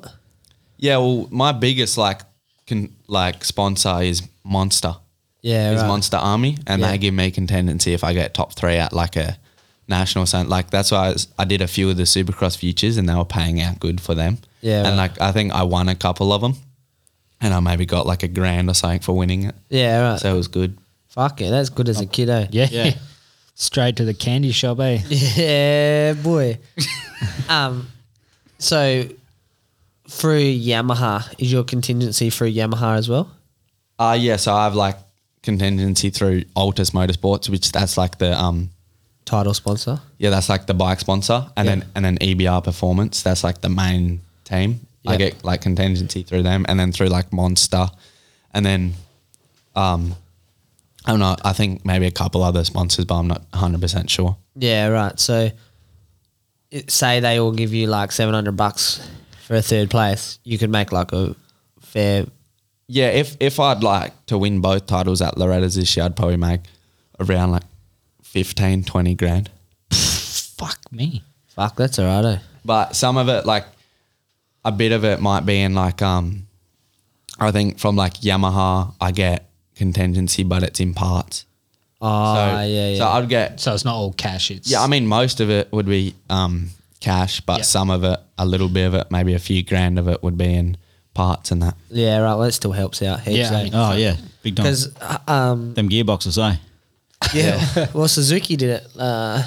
Speaker 4: Yeah, well, my biggest like can like sponsor is Monster.
Speaker 3: Yeah,
Speaker 4: is
Speaker 3: right.
Speaker 4: Monster Army, and
Speaker 3: Yeah.
Speaker 4: they give me contingency if I get top three at like a national cent. Like that's why I, was- I did a few of the Supercross futures, and they were paying out good for them.
Speaker 3: Yeah,
Speaker 4: and
Speaker 3: right.
Speaker 4: like I think I won a couple of them, and I maybe got like a grand or something for winning it.
Speaker 3: Yeah, right.
Speaker 4: So it was good.
Speaker 3: Fuck it, that's good as a kiddo.
Speaker 2: Oh, Yeah.
Speaker 1: Yeah.
Speaker 2: Straight to the candy shop, eh?
Speaker 3: Yeah, boy. um, so through Yamaha is your contingency through Yamaha as well?
Speaker 4: Uh yeah, so I have like contingency through Altus Motorsports, which that's like the um
Speaker 3: Title sponsor.
Speaker 4: yeah, that's like the bike sponsor, and
Speaker 3: Yeah.
Speaker 4: then and then EBR Performance. That's like the main team. I
Speaker 3: Yeah.
Speaker 4: get like contingency through them, and then through like Monster, and then um, I don't know. I think maybe a couple other sponsors, but I'm not 100 percent sure.
Speaker 3: Yeah, right. So it, say they all give you like seven hundred bucks for a third place, you could make like a fair
Speaker 4: Yeah, if if I'd like to win both titles at Loretta's this year, I'd probably make around like 15, 20 grand.
Speaker 2: Fuck me.
Speaker 3: fuck, that's alright. Eh?
Speaker 4: but some of it like a bit of it might be in like um i think from like yamaha i get contingency but it's in parts
Speaker 3: Oh yeah, yeah.
Speaker 4: so i'd get
Speaker 2: So it's not all cash. It's
Speaker 4: yeah i mean most of it would be um cash but
Speaker 2: Yeah.
Speaker 4: some of it a little bit of it maybe a few grand of it would be in parts and that
Speaker 3: yeah, right. Well it still helps out. Heaps, eh?
Speaker 2: Yeah, I mean-
Speaker 1: Oh yeah, big time.
Speaker 3: Because um
Speaker 1: Them gearboxes, eh?
Speaker 3: Yeah. well, Suzuki did it uh,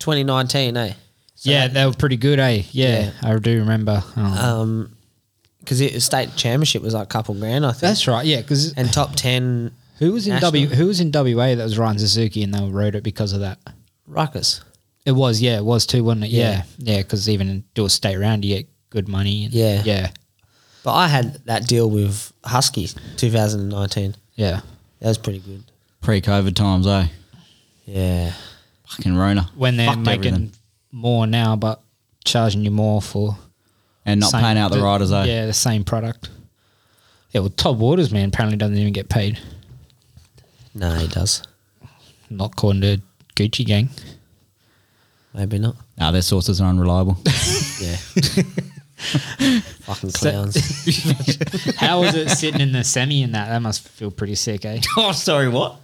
Speaker 3: 2019, eh?
Speaker 2: yeah, they were pretty good, eh? Yeah,
Speaker 3: Yeah.
Speaker 2: I do remember. Oh.
Speaker 3: Because the state championship was like a couple grand, I think.
Speaker 2: That's right. Yeah, because
Speaker 3: and top 10
Speaker 2: who was in
Speaker 3: National.
Speaker 2: W? Who was in WA that was Ryan Suzuki, and they rode it because of that.
Speaker 3: Ruckus.
Speaker 2: It was, yeah, it was too, wasn't it?
Speaker 3: Yeah.
Speaker 2: Yeah, yeah, because even do a state round, you get good money. And
Speaker 3: Yeah.
Speaker 2: yeah,
Speaker 3: But I had that deal with Husky 2019.
Speaker 2: yeah.
Speaker 3: That was pretty good.
Speaker 1: Pre-COVID times, eh?
Speaker 3: Yeah.
Speaker 1: Fucking Rona.
Speaker 2: When they're
Speaker 1: Fucked
Speaker 2: making
Speaker 1: everything.
Speaker 2: more now, but charging you more for
Speaker 1: and not
Speaker 2: same-
Speaker 1: paying out the riders, eh?
Speaker 2: Yeah, the same product. Yeah, well, Todd Waters, man, apparently doesn't even get paid.
Speaker 3: No, he does.
Speaker 2: Not according to Gucci Gang.
Speaker 3: Maybe not.
Speaker 1: Nah, their sources are unreliable.
Speaker 3: Yeah. Fucking
Speaker 2: So-
Speaker 3: clowns.
Speaker 2: How is it sitting in the semi in that? That must feel pretty sick, eh?
Speaker 1: oh, sorry, what?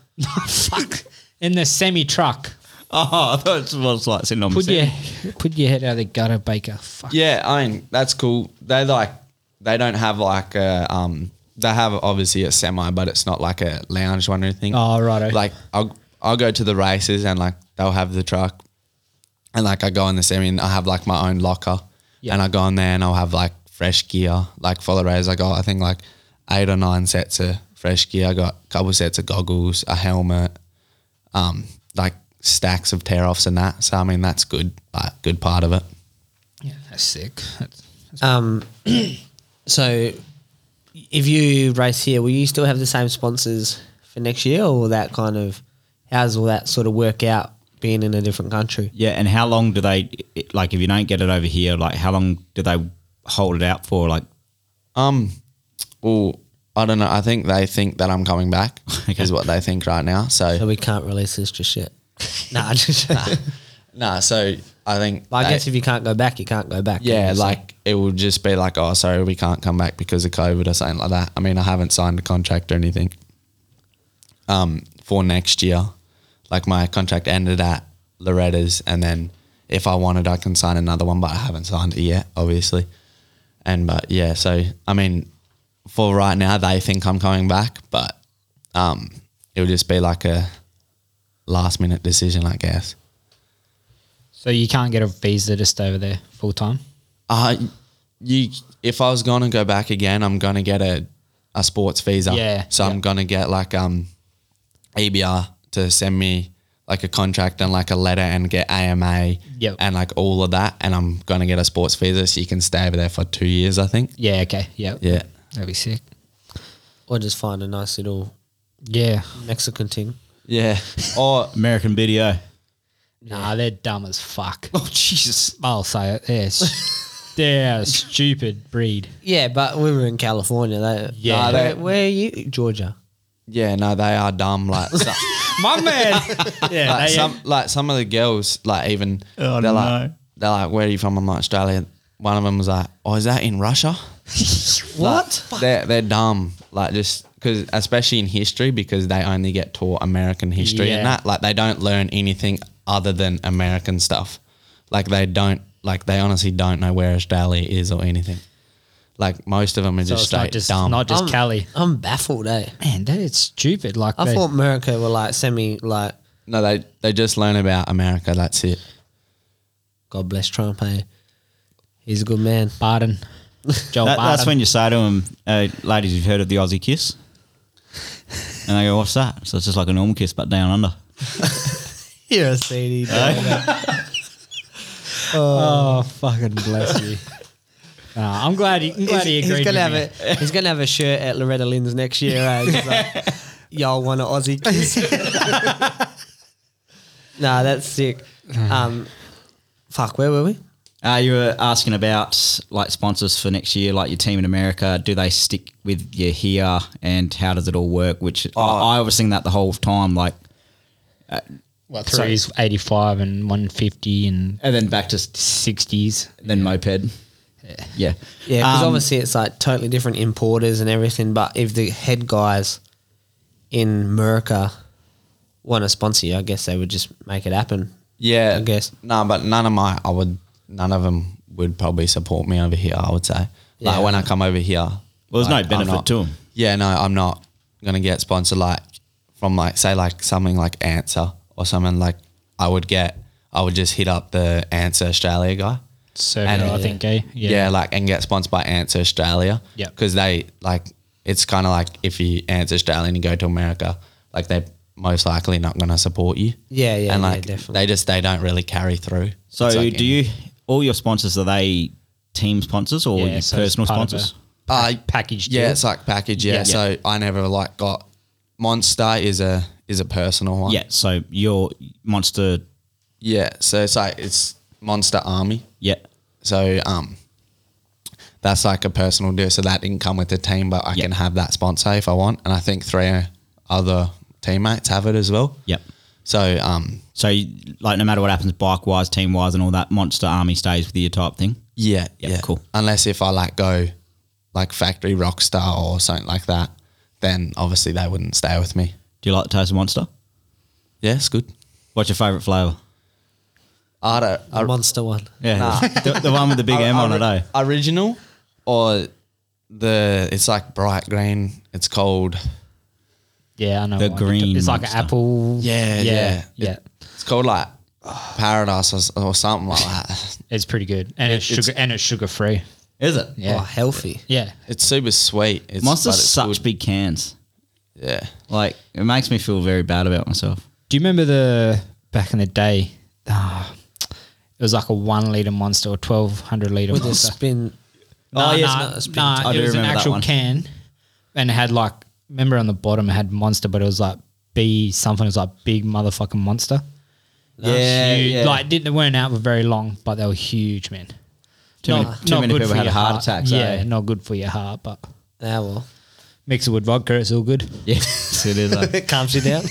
Speaker 2: Fuck. In the semi truck.
Speaker 1: Oh, I thought it was like sitting on
Speaker 2: Put
Speaker 1: my
Speaker 2: your put your head out of the gutter, Baker. Fuck.
Speaker 4: yeah i mean that's cool they like they don't have like a um they have obviously a semi but it's not like a lounge one or anything
Speaker 2: Oh, righto.
Speaker 4: like I'll I'll go to the races and like they'll have the truck, and like I go in the semi and I have like my own locker,
Speaker 2: Yeah.
Speaker 4: and I go in there and I'll have like fresh gear. Like for the race, I got I think like eight or nine sets of fresh gear. I got a couple sets of goggles, a helmet, um, like stacks of tear offs and that. So I mean that's good, like good part of it.
Speaker 2: Yeah, that's sick. That's,
Speaker 3: Um, so, if you race here, will you still have the same sponsors for next year, or will that kind of how's all that sort of work out being in a different country?
Speaker 1: Yeah, and how long do they like if you don't get it over here? Like how long do they hold it out for? Like
Speaker 4: Um, well, I don't know. I think they think that I'm coming back
Speaker 1: Okay.
Speaker 4: is what they think right now.
Speaker 3: So we can't release this just yet. nah, I'm just
Speaker 4: Nah, so I think.
Speaker 3: But I
Speaker 4: they-
Speaker 3: guess if you can't go back, you can't go back.
Speaker 4: yeah,
Speaker 3: It's
Speaker 4: like it would just be like, oh, sorry, we can't come back because of COVID or something like that. I mean, I haven't signed a contract or anything. Um, for next year, like my contract ended at Loretta's, and then if I wanted, I can sign another one, but I haven't signed it yet, obviously. And but yeah, so I mean, for right now, they think I'm coming back, but um, it would just be like a last minute decision, I guess.
Speaker 2: so you can't get a visa to stay over there full time.
Speaker 4: Uh you if I was gonna go back again, I'm gonna get a a sports visa.
Speaker 2: Yeah,
Speaker 4: So I'm
Speaker 2: yeah.
Speaker 4: gonna get like um EBR to send me like a contract and like a letter and get AMA
Speaker 2: Yep.
Speaker 4: and like all of that and I'm gonna get a sports visa so you can stay over there for two years, I think.
Speaker 2: Yeah. Okay. Yeah.
Speaker 4: Yeah.
Speaker 2: That'd be sick.
Speaker 3: or just find a nice little
Speaker 2: Yeah.
Speaker 3: Mexican thing.
Speaker 4: Yeah. or
Speaker 1: American video.
Speaker 2: Nah, they're dumb as fuck.
Speaker 1: Oh Jesus!
Speaker 2: I'll say it. They're, s- they're a stupid breed.
Speaker 3: Yeah, but we were in California. They,
Speaker 2: Yeah.
Speaker 3: Nah,
Speaker 4: they-
Speaker 3: where, where are you? Georgia.
Speaker 4: yeah, no, they are dumb. Like so-
Speaker 2: My man. yeah.
Speaker 4: like
Speaker 2: they-
Speaker 4: some like some of the girls like even
Speaker 1: Oh,
Speaker 4: they're like
Speaker 1: no.
Speaker 4: they're like where are you from I'm like Australia one of them was like oh is that in Russia
Speaker 3: What?
Speaker 4: They're, they're dumb. Like just because, especially in history, because they only get taught American history and
Speaker 2: Yeah.
Speaker 4: that. Like they don't learn anything other than American stuff. Like they don't. Like they honestly don't know where Australia is or anything. Like most of them are
Speaker 2: So
Speaker 4: just
Speaker 2: it's not
Speaker 4: straight
Speaker 2: just
Speaker 4: dumb.
Speaker 2: not just
Speaker 3: I'm,
Speaker 2: Cali.
Speaker 3: I'm baffled, eh?
Speaker 2: Man, that is stupid. Like
Speaker 3: Um, I
Speaker 2: they-
Speaker 3: thought America were like semi like
Speaker 4: no, they they just learn about America. That's it.
Speaker 3: God bless Trump, eh? He's a good man.
Speaker 2: Barden, Joel
Speaker 1: That-
Speaker 2: Barden.
Speaker 1: that's when you say to them, uh, ladies, you've heard of the Aussie kiss? And they go, what's that? So it's just like a normal kiss, but down under.
Speaker 3: You're a CD.
Speaker 2: oh, fucking bless you. Nah, I'm glad. You, I'm glad he
Speaker 3: he's,
Speaker 2: agreed.
Speaker 3: he's gonna
Speaker 2: with
Speaker 3: have
Speaker 2: me.
Speaker 3: a he's gonna have a shirt at Loretta Lynn's next year. Eh? He's like, Y'all want an Aussie kiss? nah, that's sick. Um, fuck, where were we?
Speaker 1: Uh, you were asking about like sponsors for next year, like your team in America. Do they stick with you here, and how does it all work? Which I, I was thinking that the whole time, like,
Speaker 2: Well, three is 85 and 150 and
Speaker 1: and then back to s-
Speaker 2: 60s.
Speaker 1: then moped. Yeah,
Speaker 3: Yeah, because
Speaker 1: Um,
Speaker 3: obviously it's like totally different importers and everything. But if the head guys in America want to sponsor you, I guess they would just make it happen.
Speaker 4: Yeah,
Speaker 3: I guess.
Speaker 4: No, but none of my, I would, none of them would probably support me over here. I would say,
Speaker 3: Yeah.
Speaker 4: like when I come over here,
Speaker 1: Well, there's no
Speaker 4: like, I'm
Speaker 1: benefit
Speaker 4: not-
Speaker 1: to 'em.
Speaker 4: Yeah, no, I'm not gonna get sponsored like from like say like something like Answer or something like I would get. I would just hit up the Answer Australia guy.
Speaker 2: Circa,
Speaker 4: And-
Speaker 2: I think, eh?
Speaker 4: Yeah. like and get sponsored by Answer Australia.
Speaker 2: Yeah.
Speaker 4: because they like it's kind of like if you Answer Australia and you go to America, like they. are Most likely not going to support you.
Speaker 3: Yeah, yeah,
Speaker 4: and
Speaker 3: yeah,
Speaker 4: like
Speaker 3: definitely.
Speaker 4: they just they don't really carry through.
Speaker 1: So
Speaker 4: It's like
Speaker 1: do you? All your sponsors are they team sponsors or
Speaker 2: Yeah,
Speaker 1: your
Speaker 2: so it's
Speaker 1: personal
Speaker 2: part of
Speaker 1: sponsors?
Speaker 4: uh,
Speaker 2: package
Speaker 4: Yeah,
Speaker 2: deal?
Speaker 4: it's like package. Yeah.
Speaker 2: Yeah.
Speaker 4: so I never like got Monster is a is a personal one.
Speaker 1: Yeah. So your monster.
Speaker 4: yeah. So it's like it's Monster Army.
Speaker 1: Yeah.
Speaker 4: So um, that's like a personal deal. So that didn't come with the team, but I
Speaker 1: Yeah.
Speaker 4: can have that sponsor if I want, and I think three other teammates have it as well.
Speaker 1: Yep.
Speaker 4: So um,
Speaker 1: So you- like, no matter what happens, bike wise, team wise, and all that, monster army stays with you type thing.
Speaker 4: Yeah,
Speaker 1: Yeah,
Speaker 4: yeah,
Speaker 1: cool.
Speaker 4: Unless if I like go like factory rock star or something like that, then obviously they wouldn't stay with me.
Speaker 1: Do you like the taste of monster?
Speaker 4: Yeah, it's good.
Speaker 1: What's your favourite flavour?
Speaker 4: I don't. I,
Speaker 3: A monster one.
Speaker 1: Yeah, the, the one with the big M on it. Eh?
Speaker 4: Original or the it's like bright green. It's called
Speaker 2: Yeah, I know.
Speaker 1: The
Speaker 2: one.
Speaker 1: green
Speaker 2: It's like
Speaker 1: monster.
Speaker 2: an apple.
Speaker 4: yeah yeah
Speaker 2: yeah,
Speaker 4: It-
Speaker 2: yeah.
Speaker 4: It's called like paradise or, s- or something like that.
Speaker 2: It's pretty good, and it's,
Speaker 4: it's-
Speaker 2: sugar and it's sugar free.
Speaker 1: eh? Is it?
Speaker 2: Yeah,
Speaker 3: Oh, healthy.
Speaker 2: yeah.
Speaker 4: It's super sweet. It's
Speaker 1: Monsters
Speaker 4: but it's
Speaker 1: such
Speaker 4: good.
Speaker 1: big cans.
Speaker 4: Yeah.
Speaker 1: Like it makes me feel very bad about myself.
Speaker 2: Do you remember the back in the day? ah, it was like a one liter monster or twelve hundred liter
Speaker 3: With a
Speaker 2: monster.
Speaker 3: spin.
Speaker 1: Oh,
Speaker 2: Nah,
Speaker 3: yes,
Speaker 2: nah,
Speaker 3: no, it's big.
Speaker 2: nah,
Speaker 1: I
Speaker 2: it
Speaker 1: do
Speaker 2: was an
Speaker 1: remember that
Speaker 2: actual
Speaker 1: one.
Speaker 2: can, and it had like remember on the bottom it had monster, but it was like B something. It was like big motherfucking monster.
Speaker 1: Yeah,
Speaker 2: huge.
Speaker 1: yeah.
Speaker 2: Like didn't they weren't out for very long, but they were huge, man.
Speaker 1: Too many- too many
Speaker 2: good
Speaker 1: people
Speaker 2: for
Speaker 1: had
Speaker 2: your
Speaker 1: heart
Speaker 2: heart.
Speaker 1: attacks,
Speaker 2: Yeah,
Speaker 1: eh?
Speaker 2: not good for your heart, but
Speaker 3: Ah, well.
Speaker 2: mix it with vodka, it's all good.
Speaker 1: Yeah, so it is. eh?
Speaker 3: It calms you down.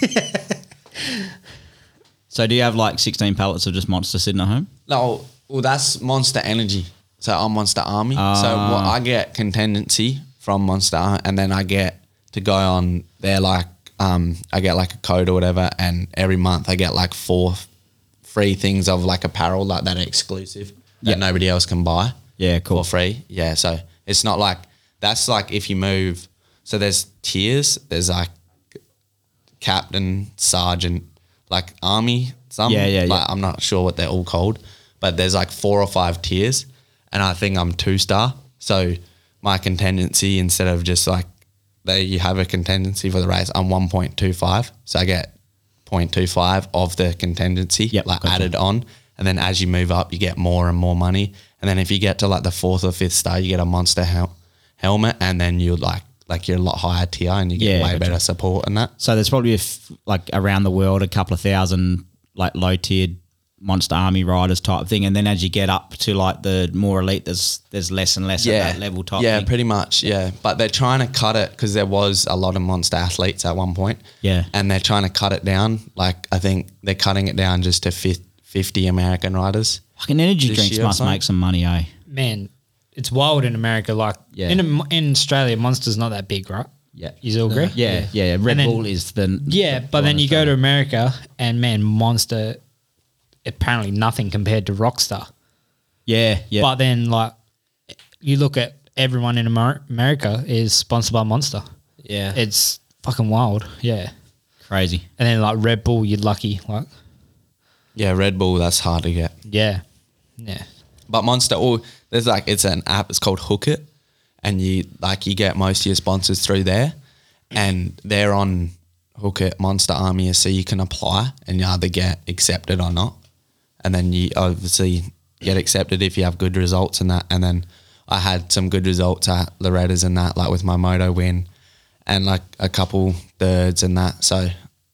Speaker 1: so do you have like sixteen pallets of just monster sitting at home?
Speaker 4: No, well, that's Monster Energy. So I'm Monster Army. so what I get contingency from Monster, Ar- and then I get to go on there like um, I get like a code or whatever, and every month I get like four f- free things of like apparel like that are exclusive that
Speaker 1: Yeah.
Speaker 4: nobody else can buy.
Speaker 1: Yeah, cool.
Speaker 4: For free. Yeah, so it's not like that's like if you move. So there's tiers. There's like captain, sergeant, like army, some.
Speaker 1: Yeah, yeah, yeah.
Speaker 4: like, I'm not sure what they're all called, but there's like four or five tiers, and I think I'm two star. So my contingency instead of just like they you have a contingency for the race, I'm 1.25, so I get 0.25 of the contingency
Speaker 1: Yep,
Speaker 4: like
Speaker 1: gotcha.
Speaker 4: added on, and then as you move up, you get more and more money, and then if you get to like the fourth or fifth star, you get a monster hel- helmet, and then you like like you're a lot higher tier and you get
Speaker 1: Yeah,
Speaker 4: way
Speaker 1: gotcha.
Speaker 4: better support and that.
Speaker 1: So there's probably a f- like around the world a couple of thousand like low tiered monster army riders type thing, and then as you get up to like the more elite, there's there's less and less at that level type.
Speaker 4: Yeah,
Speaker 1: thing.
Speaker 4: pretty much. Yeah, but they're trying to cut it because there was a lot of monster athletes at one point.
Speaker 1: Yeah.
Speaker 4: and they're trying to cut it down. Like I think they're cutting it down just to fif- fifty American riders.
Speaker 1: Fucking energy
Speaker 4: This
Speaker 1: drinks
Speaker 4: year or
Speaker 1: must
Speaker 4: something?
Speaker 1: make some money, eh?
Speaker 2: Man, it's wild in America. Like
Speaker 1: Yeah.
Speaker 2: in in Australia, Monster's not that big, right?
Speaker 1: Yeah.
Speaker 2: You all agree?
Speaker 1: Yeah, yeah, yeah. Red
Speaker 2: And then-
Speaker 1: Bull is the
Speaker 2: Yeah,
Speaker 1: the
Speaker 2: but
Speaker 1: one
Speaker 2: then you
Speaker 1: that's
Speaker 2: go
Speaker 1: done.
Speaker 2: to America and man, Monster apparently nothing compared to Rockstar.
Speaker 1: yeah, yeah,
Speaker 2: But then like you look at everyone in Amer- America is sponsored by Monster.
Speaker 3: Yeah.
Speaker 2: It's fucking wild. Yeah.
Speaker 1: crazy.
Speaker 2: And then like Red Bull, you're lucky. Like
Speaker 4: Yeah, Red Bull, that's hard to get.
Speaker 2: yeah. Yeah.
Speaker 4: But Monster, oh, there's like it's an app. It's called Hook It, and you like you get most of your sponsors through there, and they're on Hook It Monster Army, so you can apply and you either get accepted or not, and then you obviously get accepted if you have good results and that. And then I had some good results at Loretta's and that, like with my moto win, and like a couple thirds and that. So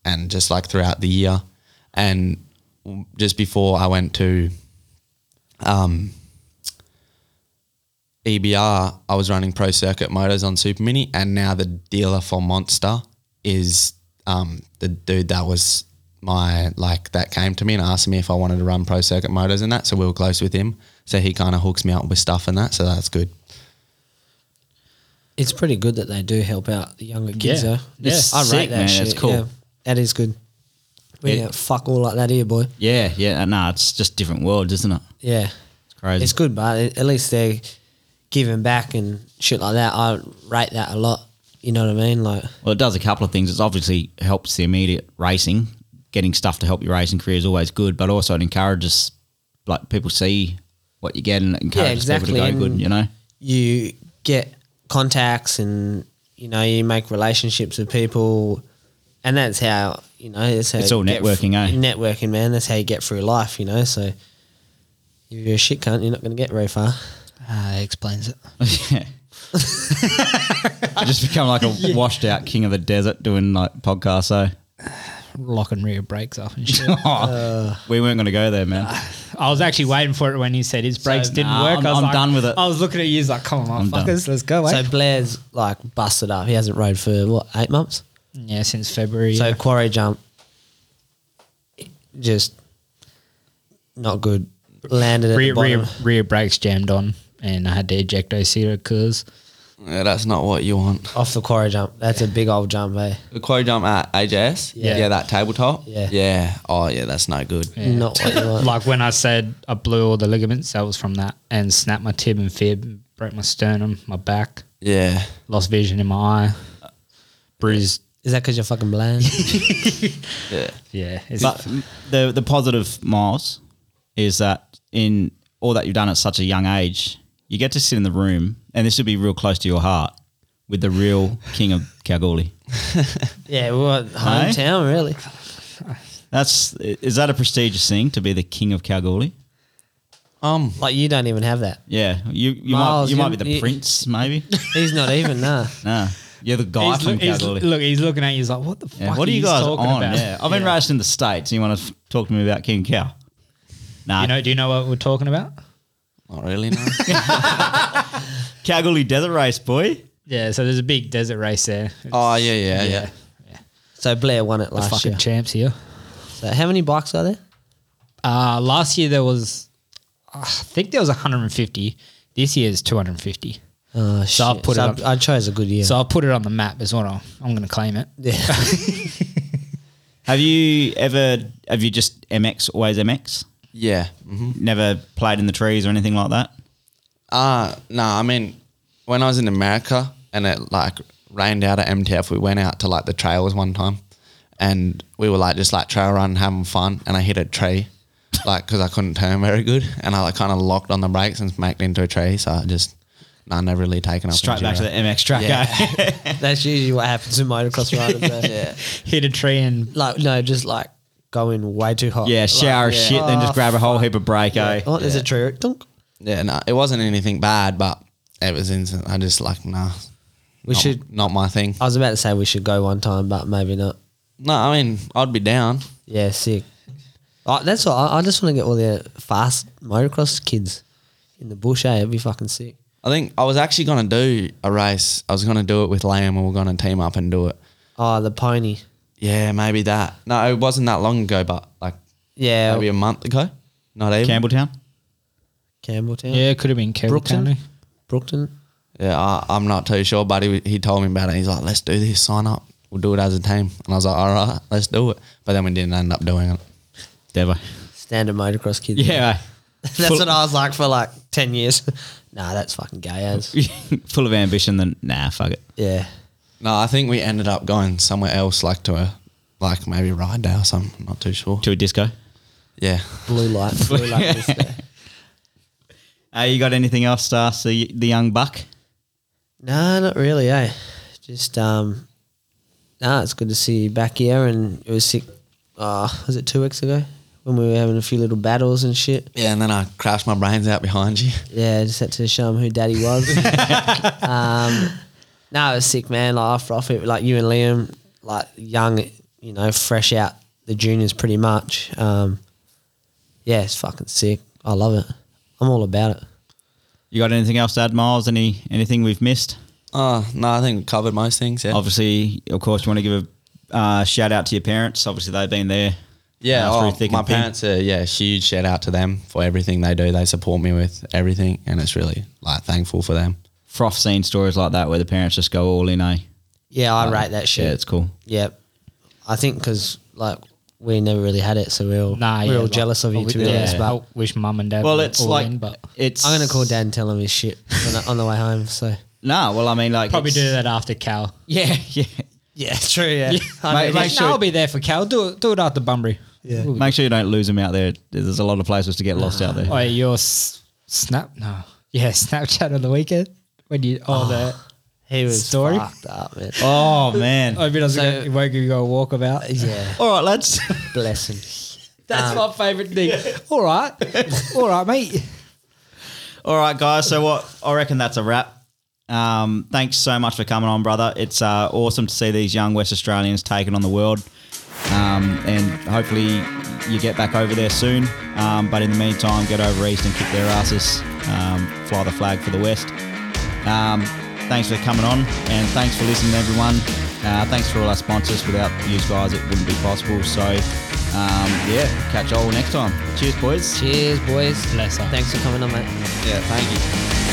Speaker 4: and just like throughout the year, and just before I went to um, EBR, E I was running Pro Circuit Motors on Super Mini, and now the dealer for Monster is um, the dude that was my like that came to me and asked me if I wanted to run Pro Circuit Motors and that. So we were close with him, so he kind of hooks me up with stuff and that. So that's good.
Speaker 3: It's pretty good that they do help out the younger kids,
Speaker 2: Yeah.
Speaker 3: though.
Speaker 2: Yeah.
Speaker 3: It's
Speaker 1: I rate
Speaker 3: sick,
Speaker 1: that, that's cool.
Speaker 3: that is good. We
Speaker 1: Yeah.
Speaker 3: don't fuck all like that here, boy.
Speaker 1: Yeah, yeah. uh, Nah, it's just different world, isn't it?
Speaker 3: Yeah.
Speaker 1: It's crazy.
Speaker 3: It's good, but at least they're giving back and shit like that. I rate that a lot. You know what I mean? Like,
Speaker 1: Well, it does a couple of things. It's obviously helps the immediate racing. Getting stuff to help your racing career is always good, but also it encourages like people see what you get and it encourages
Speaker 3: exactly,
Speaker 1: people to
Speaker 3: and-
Speaker 1: go good. You know,
Speaker 3: you get contacts and, you know, you make relationships with people. And that's how, you know, that's how
Speaker 1: It's
Speaker 3: you
Speaker 1: all
Speaker 3: get
Speaker 1: networking, eh?
Speaker 3: Networking, man. That's how you get through life, you know? So if you're a shit cunt, you're not going to get very far.
Speaker 1: Ah,
Speaker 2: Uh, explains it.
Speaker 1: I just become like a washed out king of the desert doing like podcasts. So
Speaker 2: Lock and rear brakes off and shit.
Speaker 3: Uh,
Speaker 1: we weren't going to go there, man.
Speaker 2: I was actually waiting for it when he said his brakes didn't
Speaker 1: nah,
Speaker 2: work.
Speaker 1: I'm-
Speaker 2: I was
Speaker 1: I'm
Speaker 2: like-
Speaker 1: done with it.
Speaker 2: I was looking at you, he's like, come on,
Speaker 1: I'm done.
Speaker 2: fuckers, let's go. Eh?
Speaker 3: So Blair's like busted up. He hasn't rode for what eight months.
Speaker 2: yeah, since February.
Speaker 3: So quarry jump, just not good. Landed at
Speaker 2: rear,
Speaker 3: the bottom.
Speaker 2: rear, rear brakes jammed on, and I had to eject Osita because
Speaker 4: Yeah, that's not what you want.
Speaker 3: off the quarry jump. That's a big old jump, eh?
Speaker 4: The quad jump at AJS,
Speaker 3: Yeah.
Speaker 4: yeah. that tabletop,
Speaker 3: Yeah.
Speaker 4: yeah. Oh yeah, that's no good.
Speaker 3: Not what you want.
Speaker 2: like when I said I blew all the ligaments, that was from that, and snapped my tib and fib, broke my sternum, my back,
Speaker 4: Yeah,
Speaker 2: lost vision in my eye, bruised.
Speaker 3: Is that because you're fucking blind?
Speaker 4: yeah.
Speaker 2: Yeah, it's,
Speaker 1: But the the positive, Miles, is that in all that you've done at such a young age, you get to sit in the room, and this would be real close to your heart with the real king of Kalgoorlie.
Speaker 3: yeah, we were hometown really.
Speaker 1: That's is that a prestigious thing to be the king of Kalgoorlie?
Speaker 4: Um,
Speaker 3: Like you don't even have that.
Speaker 1: Yeah, you you
Speaker 3: Miles,
Speaker 1: might you
Speaker 3: you-
Speaker 1: might be the
Speaker 3: you-
Speaker 1: prince, maybe.
Speaker 3: He's not even nah.
Speaker 1: nah, you're the guy
Speaker 2: he's,
Speaker 1: from
Speaker 2: look, he's,
Speaker 1: Kalgoorlie.
Speaker 2: look, he's looking at you. He's like, "What the
Speaker 1: Yeah,
Speaker 2: fuck?
Speaker 1: What are you guys
Speaker 2: talking
Speaker 1: on?
Speaker 2: About?
Speaker 1: Yeah, I've been raised in the states, and you want to talk to me about King Cow? Nah,
Speaker 2: You know? Do you know what we're talking about?
Speaker 4: not really. No.
Speaker 1: Kalgoorlie Desert Race, boy.
Speaker 2: Yeah. So there's a big desert race there.
Speaker 4: oh yeah, yeah, yeah.
Speaker 3: So Blair won it
Speaker 2: The
Speaker 3: last
Speaker 2: fucking
Speaker 3: year.
Speaker 2: champs here.
Speaker 3: So how many bikes are there?
Speaker 2: Uh, last year there was, I think there was 150. This year is 250.
Speaker 3: Oh, shit.
Speaker 2: I've put it
Speaker 3: I-
Speaker 2: up-
Speaker 3: I, chose a good year.
Speaker 2: So I'll put it on the map as well. I'm going to claim it.
Speaker 3: yeah.
Speaker 1: Have you ever? Have you just MX always MX?
Speaker 4: Yeah. hmm
Speaker 1: Never played in the trees or anything like that.
Speaker 4: Uh no, I mean when I was in America and it like rained out at MTF, we went out to like the trails one time and we were like just like trail run having fun and I hit a tree like because I couldn't turn very good and I like kind of locked on the brakes and smacked into a tree so I just no, never really taken off.
Speaker 1: Straight
Speaker 4: in
Speaker 1: back to the
Speaker 4: Giro.
Speaker 1: MX track.
Speaker 4: Yeah.
Speaker 1: eh?
Speaker 3: That's usually what happens in motocross riders. though.
Speaker 2: Hit a tree and
Speaker 3: Like no, just like going way too hot.
Speaker 1: yeah,
Speaker 3: Like,
Speaker 1: shower of shit, then just
Speaker 3: Oh,
Speaker 1: grab a whole heap of break. eh?
Speaker 3: Oh, there's a tree. Dunk.
Speaker 4: Yeah, no, it wasn't anything bad, but it was instant. I just like nah.
Speaker 3: We
Speaker 4: not-
Speaker 3: should-
Speaker 4: not my thing.
Speaker 3: I was about to say we should go one time, but maybe not.
Speaker 4: No, I mean I'd be down.
Speaker 3: Yeah, sick. I, that's what I, I just want to get all the fast motocross kids in the bush. Eh? It'd be fucking sick.
Speaker 4: I think I was actually gonna do a race. I was gonna do it with Liam, and we're gonna team up and do it.
Speaker 3: Oh, the pony.
Speaker 4: Yeah, maybe that. No, it wasn't that long ago, but like
Speaker 3: Yeah,
Speaker 4: maybe a month ago. Not even.
Speaker 1: Campbelltown.
Speaker 3: Campbelltown.
Speaker 2: yeah, it could have been Campbell
Speaker 3: Brookton?
Speaker 2: County.
Speaker 3: Brookton.
Speaker 4: Yeah, I, I'm not too sure, but he, he told me about it. He's like, let's do this, sign up. We'll do it as a team. And I was like, all right, let's do it. But then we didn't end up doing it.
Speaker 1: Devo.
Speaker 3: Standard motocross kids.
Speaker 1: Yeah.
Speaker 3: That's what I was like for like 10 years. nah, that's fucking gay as.
Speaker 1: eh? Full of ambition, then nah, fuck it.
Speaker 3: Yeah.
Speaker 4: No, I think we ended up going somewhere else, like to a, like maybe ride day or something. I'm not too sure.
Speaker 1: To a disco.
Speaker 4: Yeah.
Speaker 3: Blue light. Blue light. disco.
Speaker 1: Uh, you got anything else to ask the, the young buck?
Speaker 3: No, not really, eh? Just, um, nah, it's good to see you back here. And it was sick, uh, was it two weeks ago? When we were having a few little battles and shit.
Speaker 4: Yeah, and then I crashed my brains out behind you.
Speaker 3: Yeah, just had to show him who daddy was. um, no, it was sick, man. Like, after off it, like you and Liam, like young, you know, fresh out the juniors pretty much. Um, yeah, it's fucking sick. I love it. I'm all about it.
Speaker 1: You got anything else to add, Miles? Any anything we've missed?
Speaker 4: Oh, no, I think we covered most things. Yeah.
Speaker 1: Obviously, of course, you want to give a uh, shout out to your parents. Obviously, they've been there.
Speaker 4: Yeah,
Speaker 1: uh,
Speaker 4: oh,
Speaker 1: through thick
Speaker 4: my
Speaker 1: and thin.
Speaker 4: parents are yeah, huge shout out to them for everything they do. They support me with everything, and it's really like thankful for them.
Speaker 1: Froth seen stories like that where the parents just go all in. Eh?
Speaker 3: Yeah, I rate that
Speaker 1: Yeah,
Speaker 3: shit.
Speaker 1: it's cool.
Speaker 3: Yeah, I think because like we never really had it, so we're all,
Speaker 2: Nah,
Speaker 3: we're
Speaker 2: yeah,
Speaker 3: all
Speaker 2: like-
Speaker 3: jealous of you.
Speaker 2: I
Speaker 3: To be
Speaker 2: wi-
Speaker 3: honest,
Speaker 2: yeah,
Speaker 3: but
Speaker 2: I wish mum and dad.
Speaker 1: Well,
Speaker 2: were
Speaker 1: it's
Speaker 2: all
Speaker 1: like
Speaker 2: in, but
Speaker 1: it's.
Speaker 3: I'm gonna call dad and tell him his shit on the, on the way home. So
Speaker 1: Nah, well, I mean, like
Speaker 2: probably
Speaker 1: it's-
Speaker 2: do that after Cal.
Speaker 1: Yeah, yeah.
Speaker 3: yeah, true. Yeah,
Speaker 1: Mate, make
Speaker 2: Like,
Speaker 1: sure-
Speaker 2: no, I'll be there for Cal. Do it. Do it after Bunbury.
Speaker 3: Yeah.
Speaker 2: Ooh.
Speaker 1: Make sure you don't lose them out there. There's a lot of places to get lost out there.
Speaker 2: Oh, your s- snap? No. Yeah, Snapchat on the weekend when you oh,
Speaker 3: Ah. he was
Speaker 2: Story?
Speaker 3: fucked up, man.
Speaker 1: Oh man.
Speaker 2: the I mean, I was
Speaker 3: So-
Speaker 2: gonna- you won't go walk about.
Speaker 3: Yeah,
Speaker 1: All right, lads.
Speaker 3: bless him.
Speaker 2: That's my favourite thing. All right, all right, mate.
Speaker 1: All right, guys. So what I reckon that's a wrap. Um, thanks so much for coming on, brother. It's uh, awesome to see these young West Australians taking on the world, um, and hopefully you get back over there soon. Um, but in the meantime, get over east and kick their asses. Um, fly the flag for the West. Um, thanks for coming on, and thanks for listening, everyone. Uh, thanks for all our sponsors. Without you guys, it wouldn't be possible. So um, yeah, catch you all next time. Cheers, boys.
Speaker 3: Cheers, boys.
Speaker 2: Bless her.
Speaker 3: Thanks for coming on, mate.
Speaker 4: Yeah, thank you.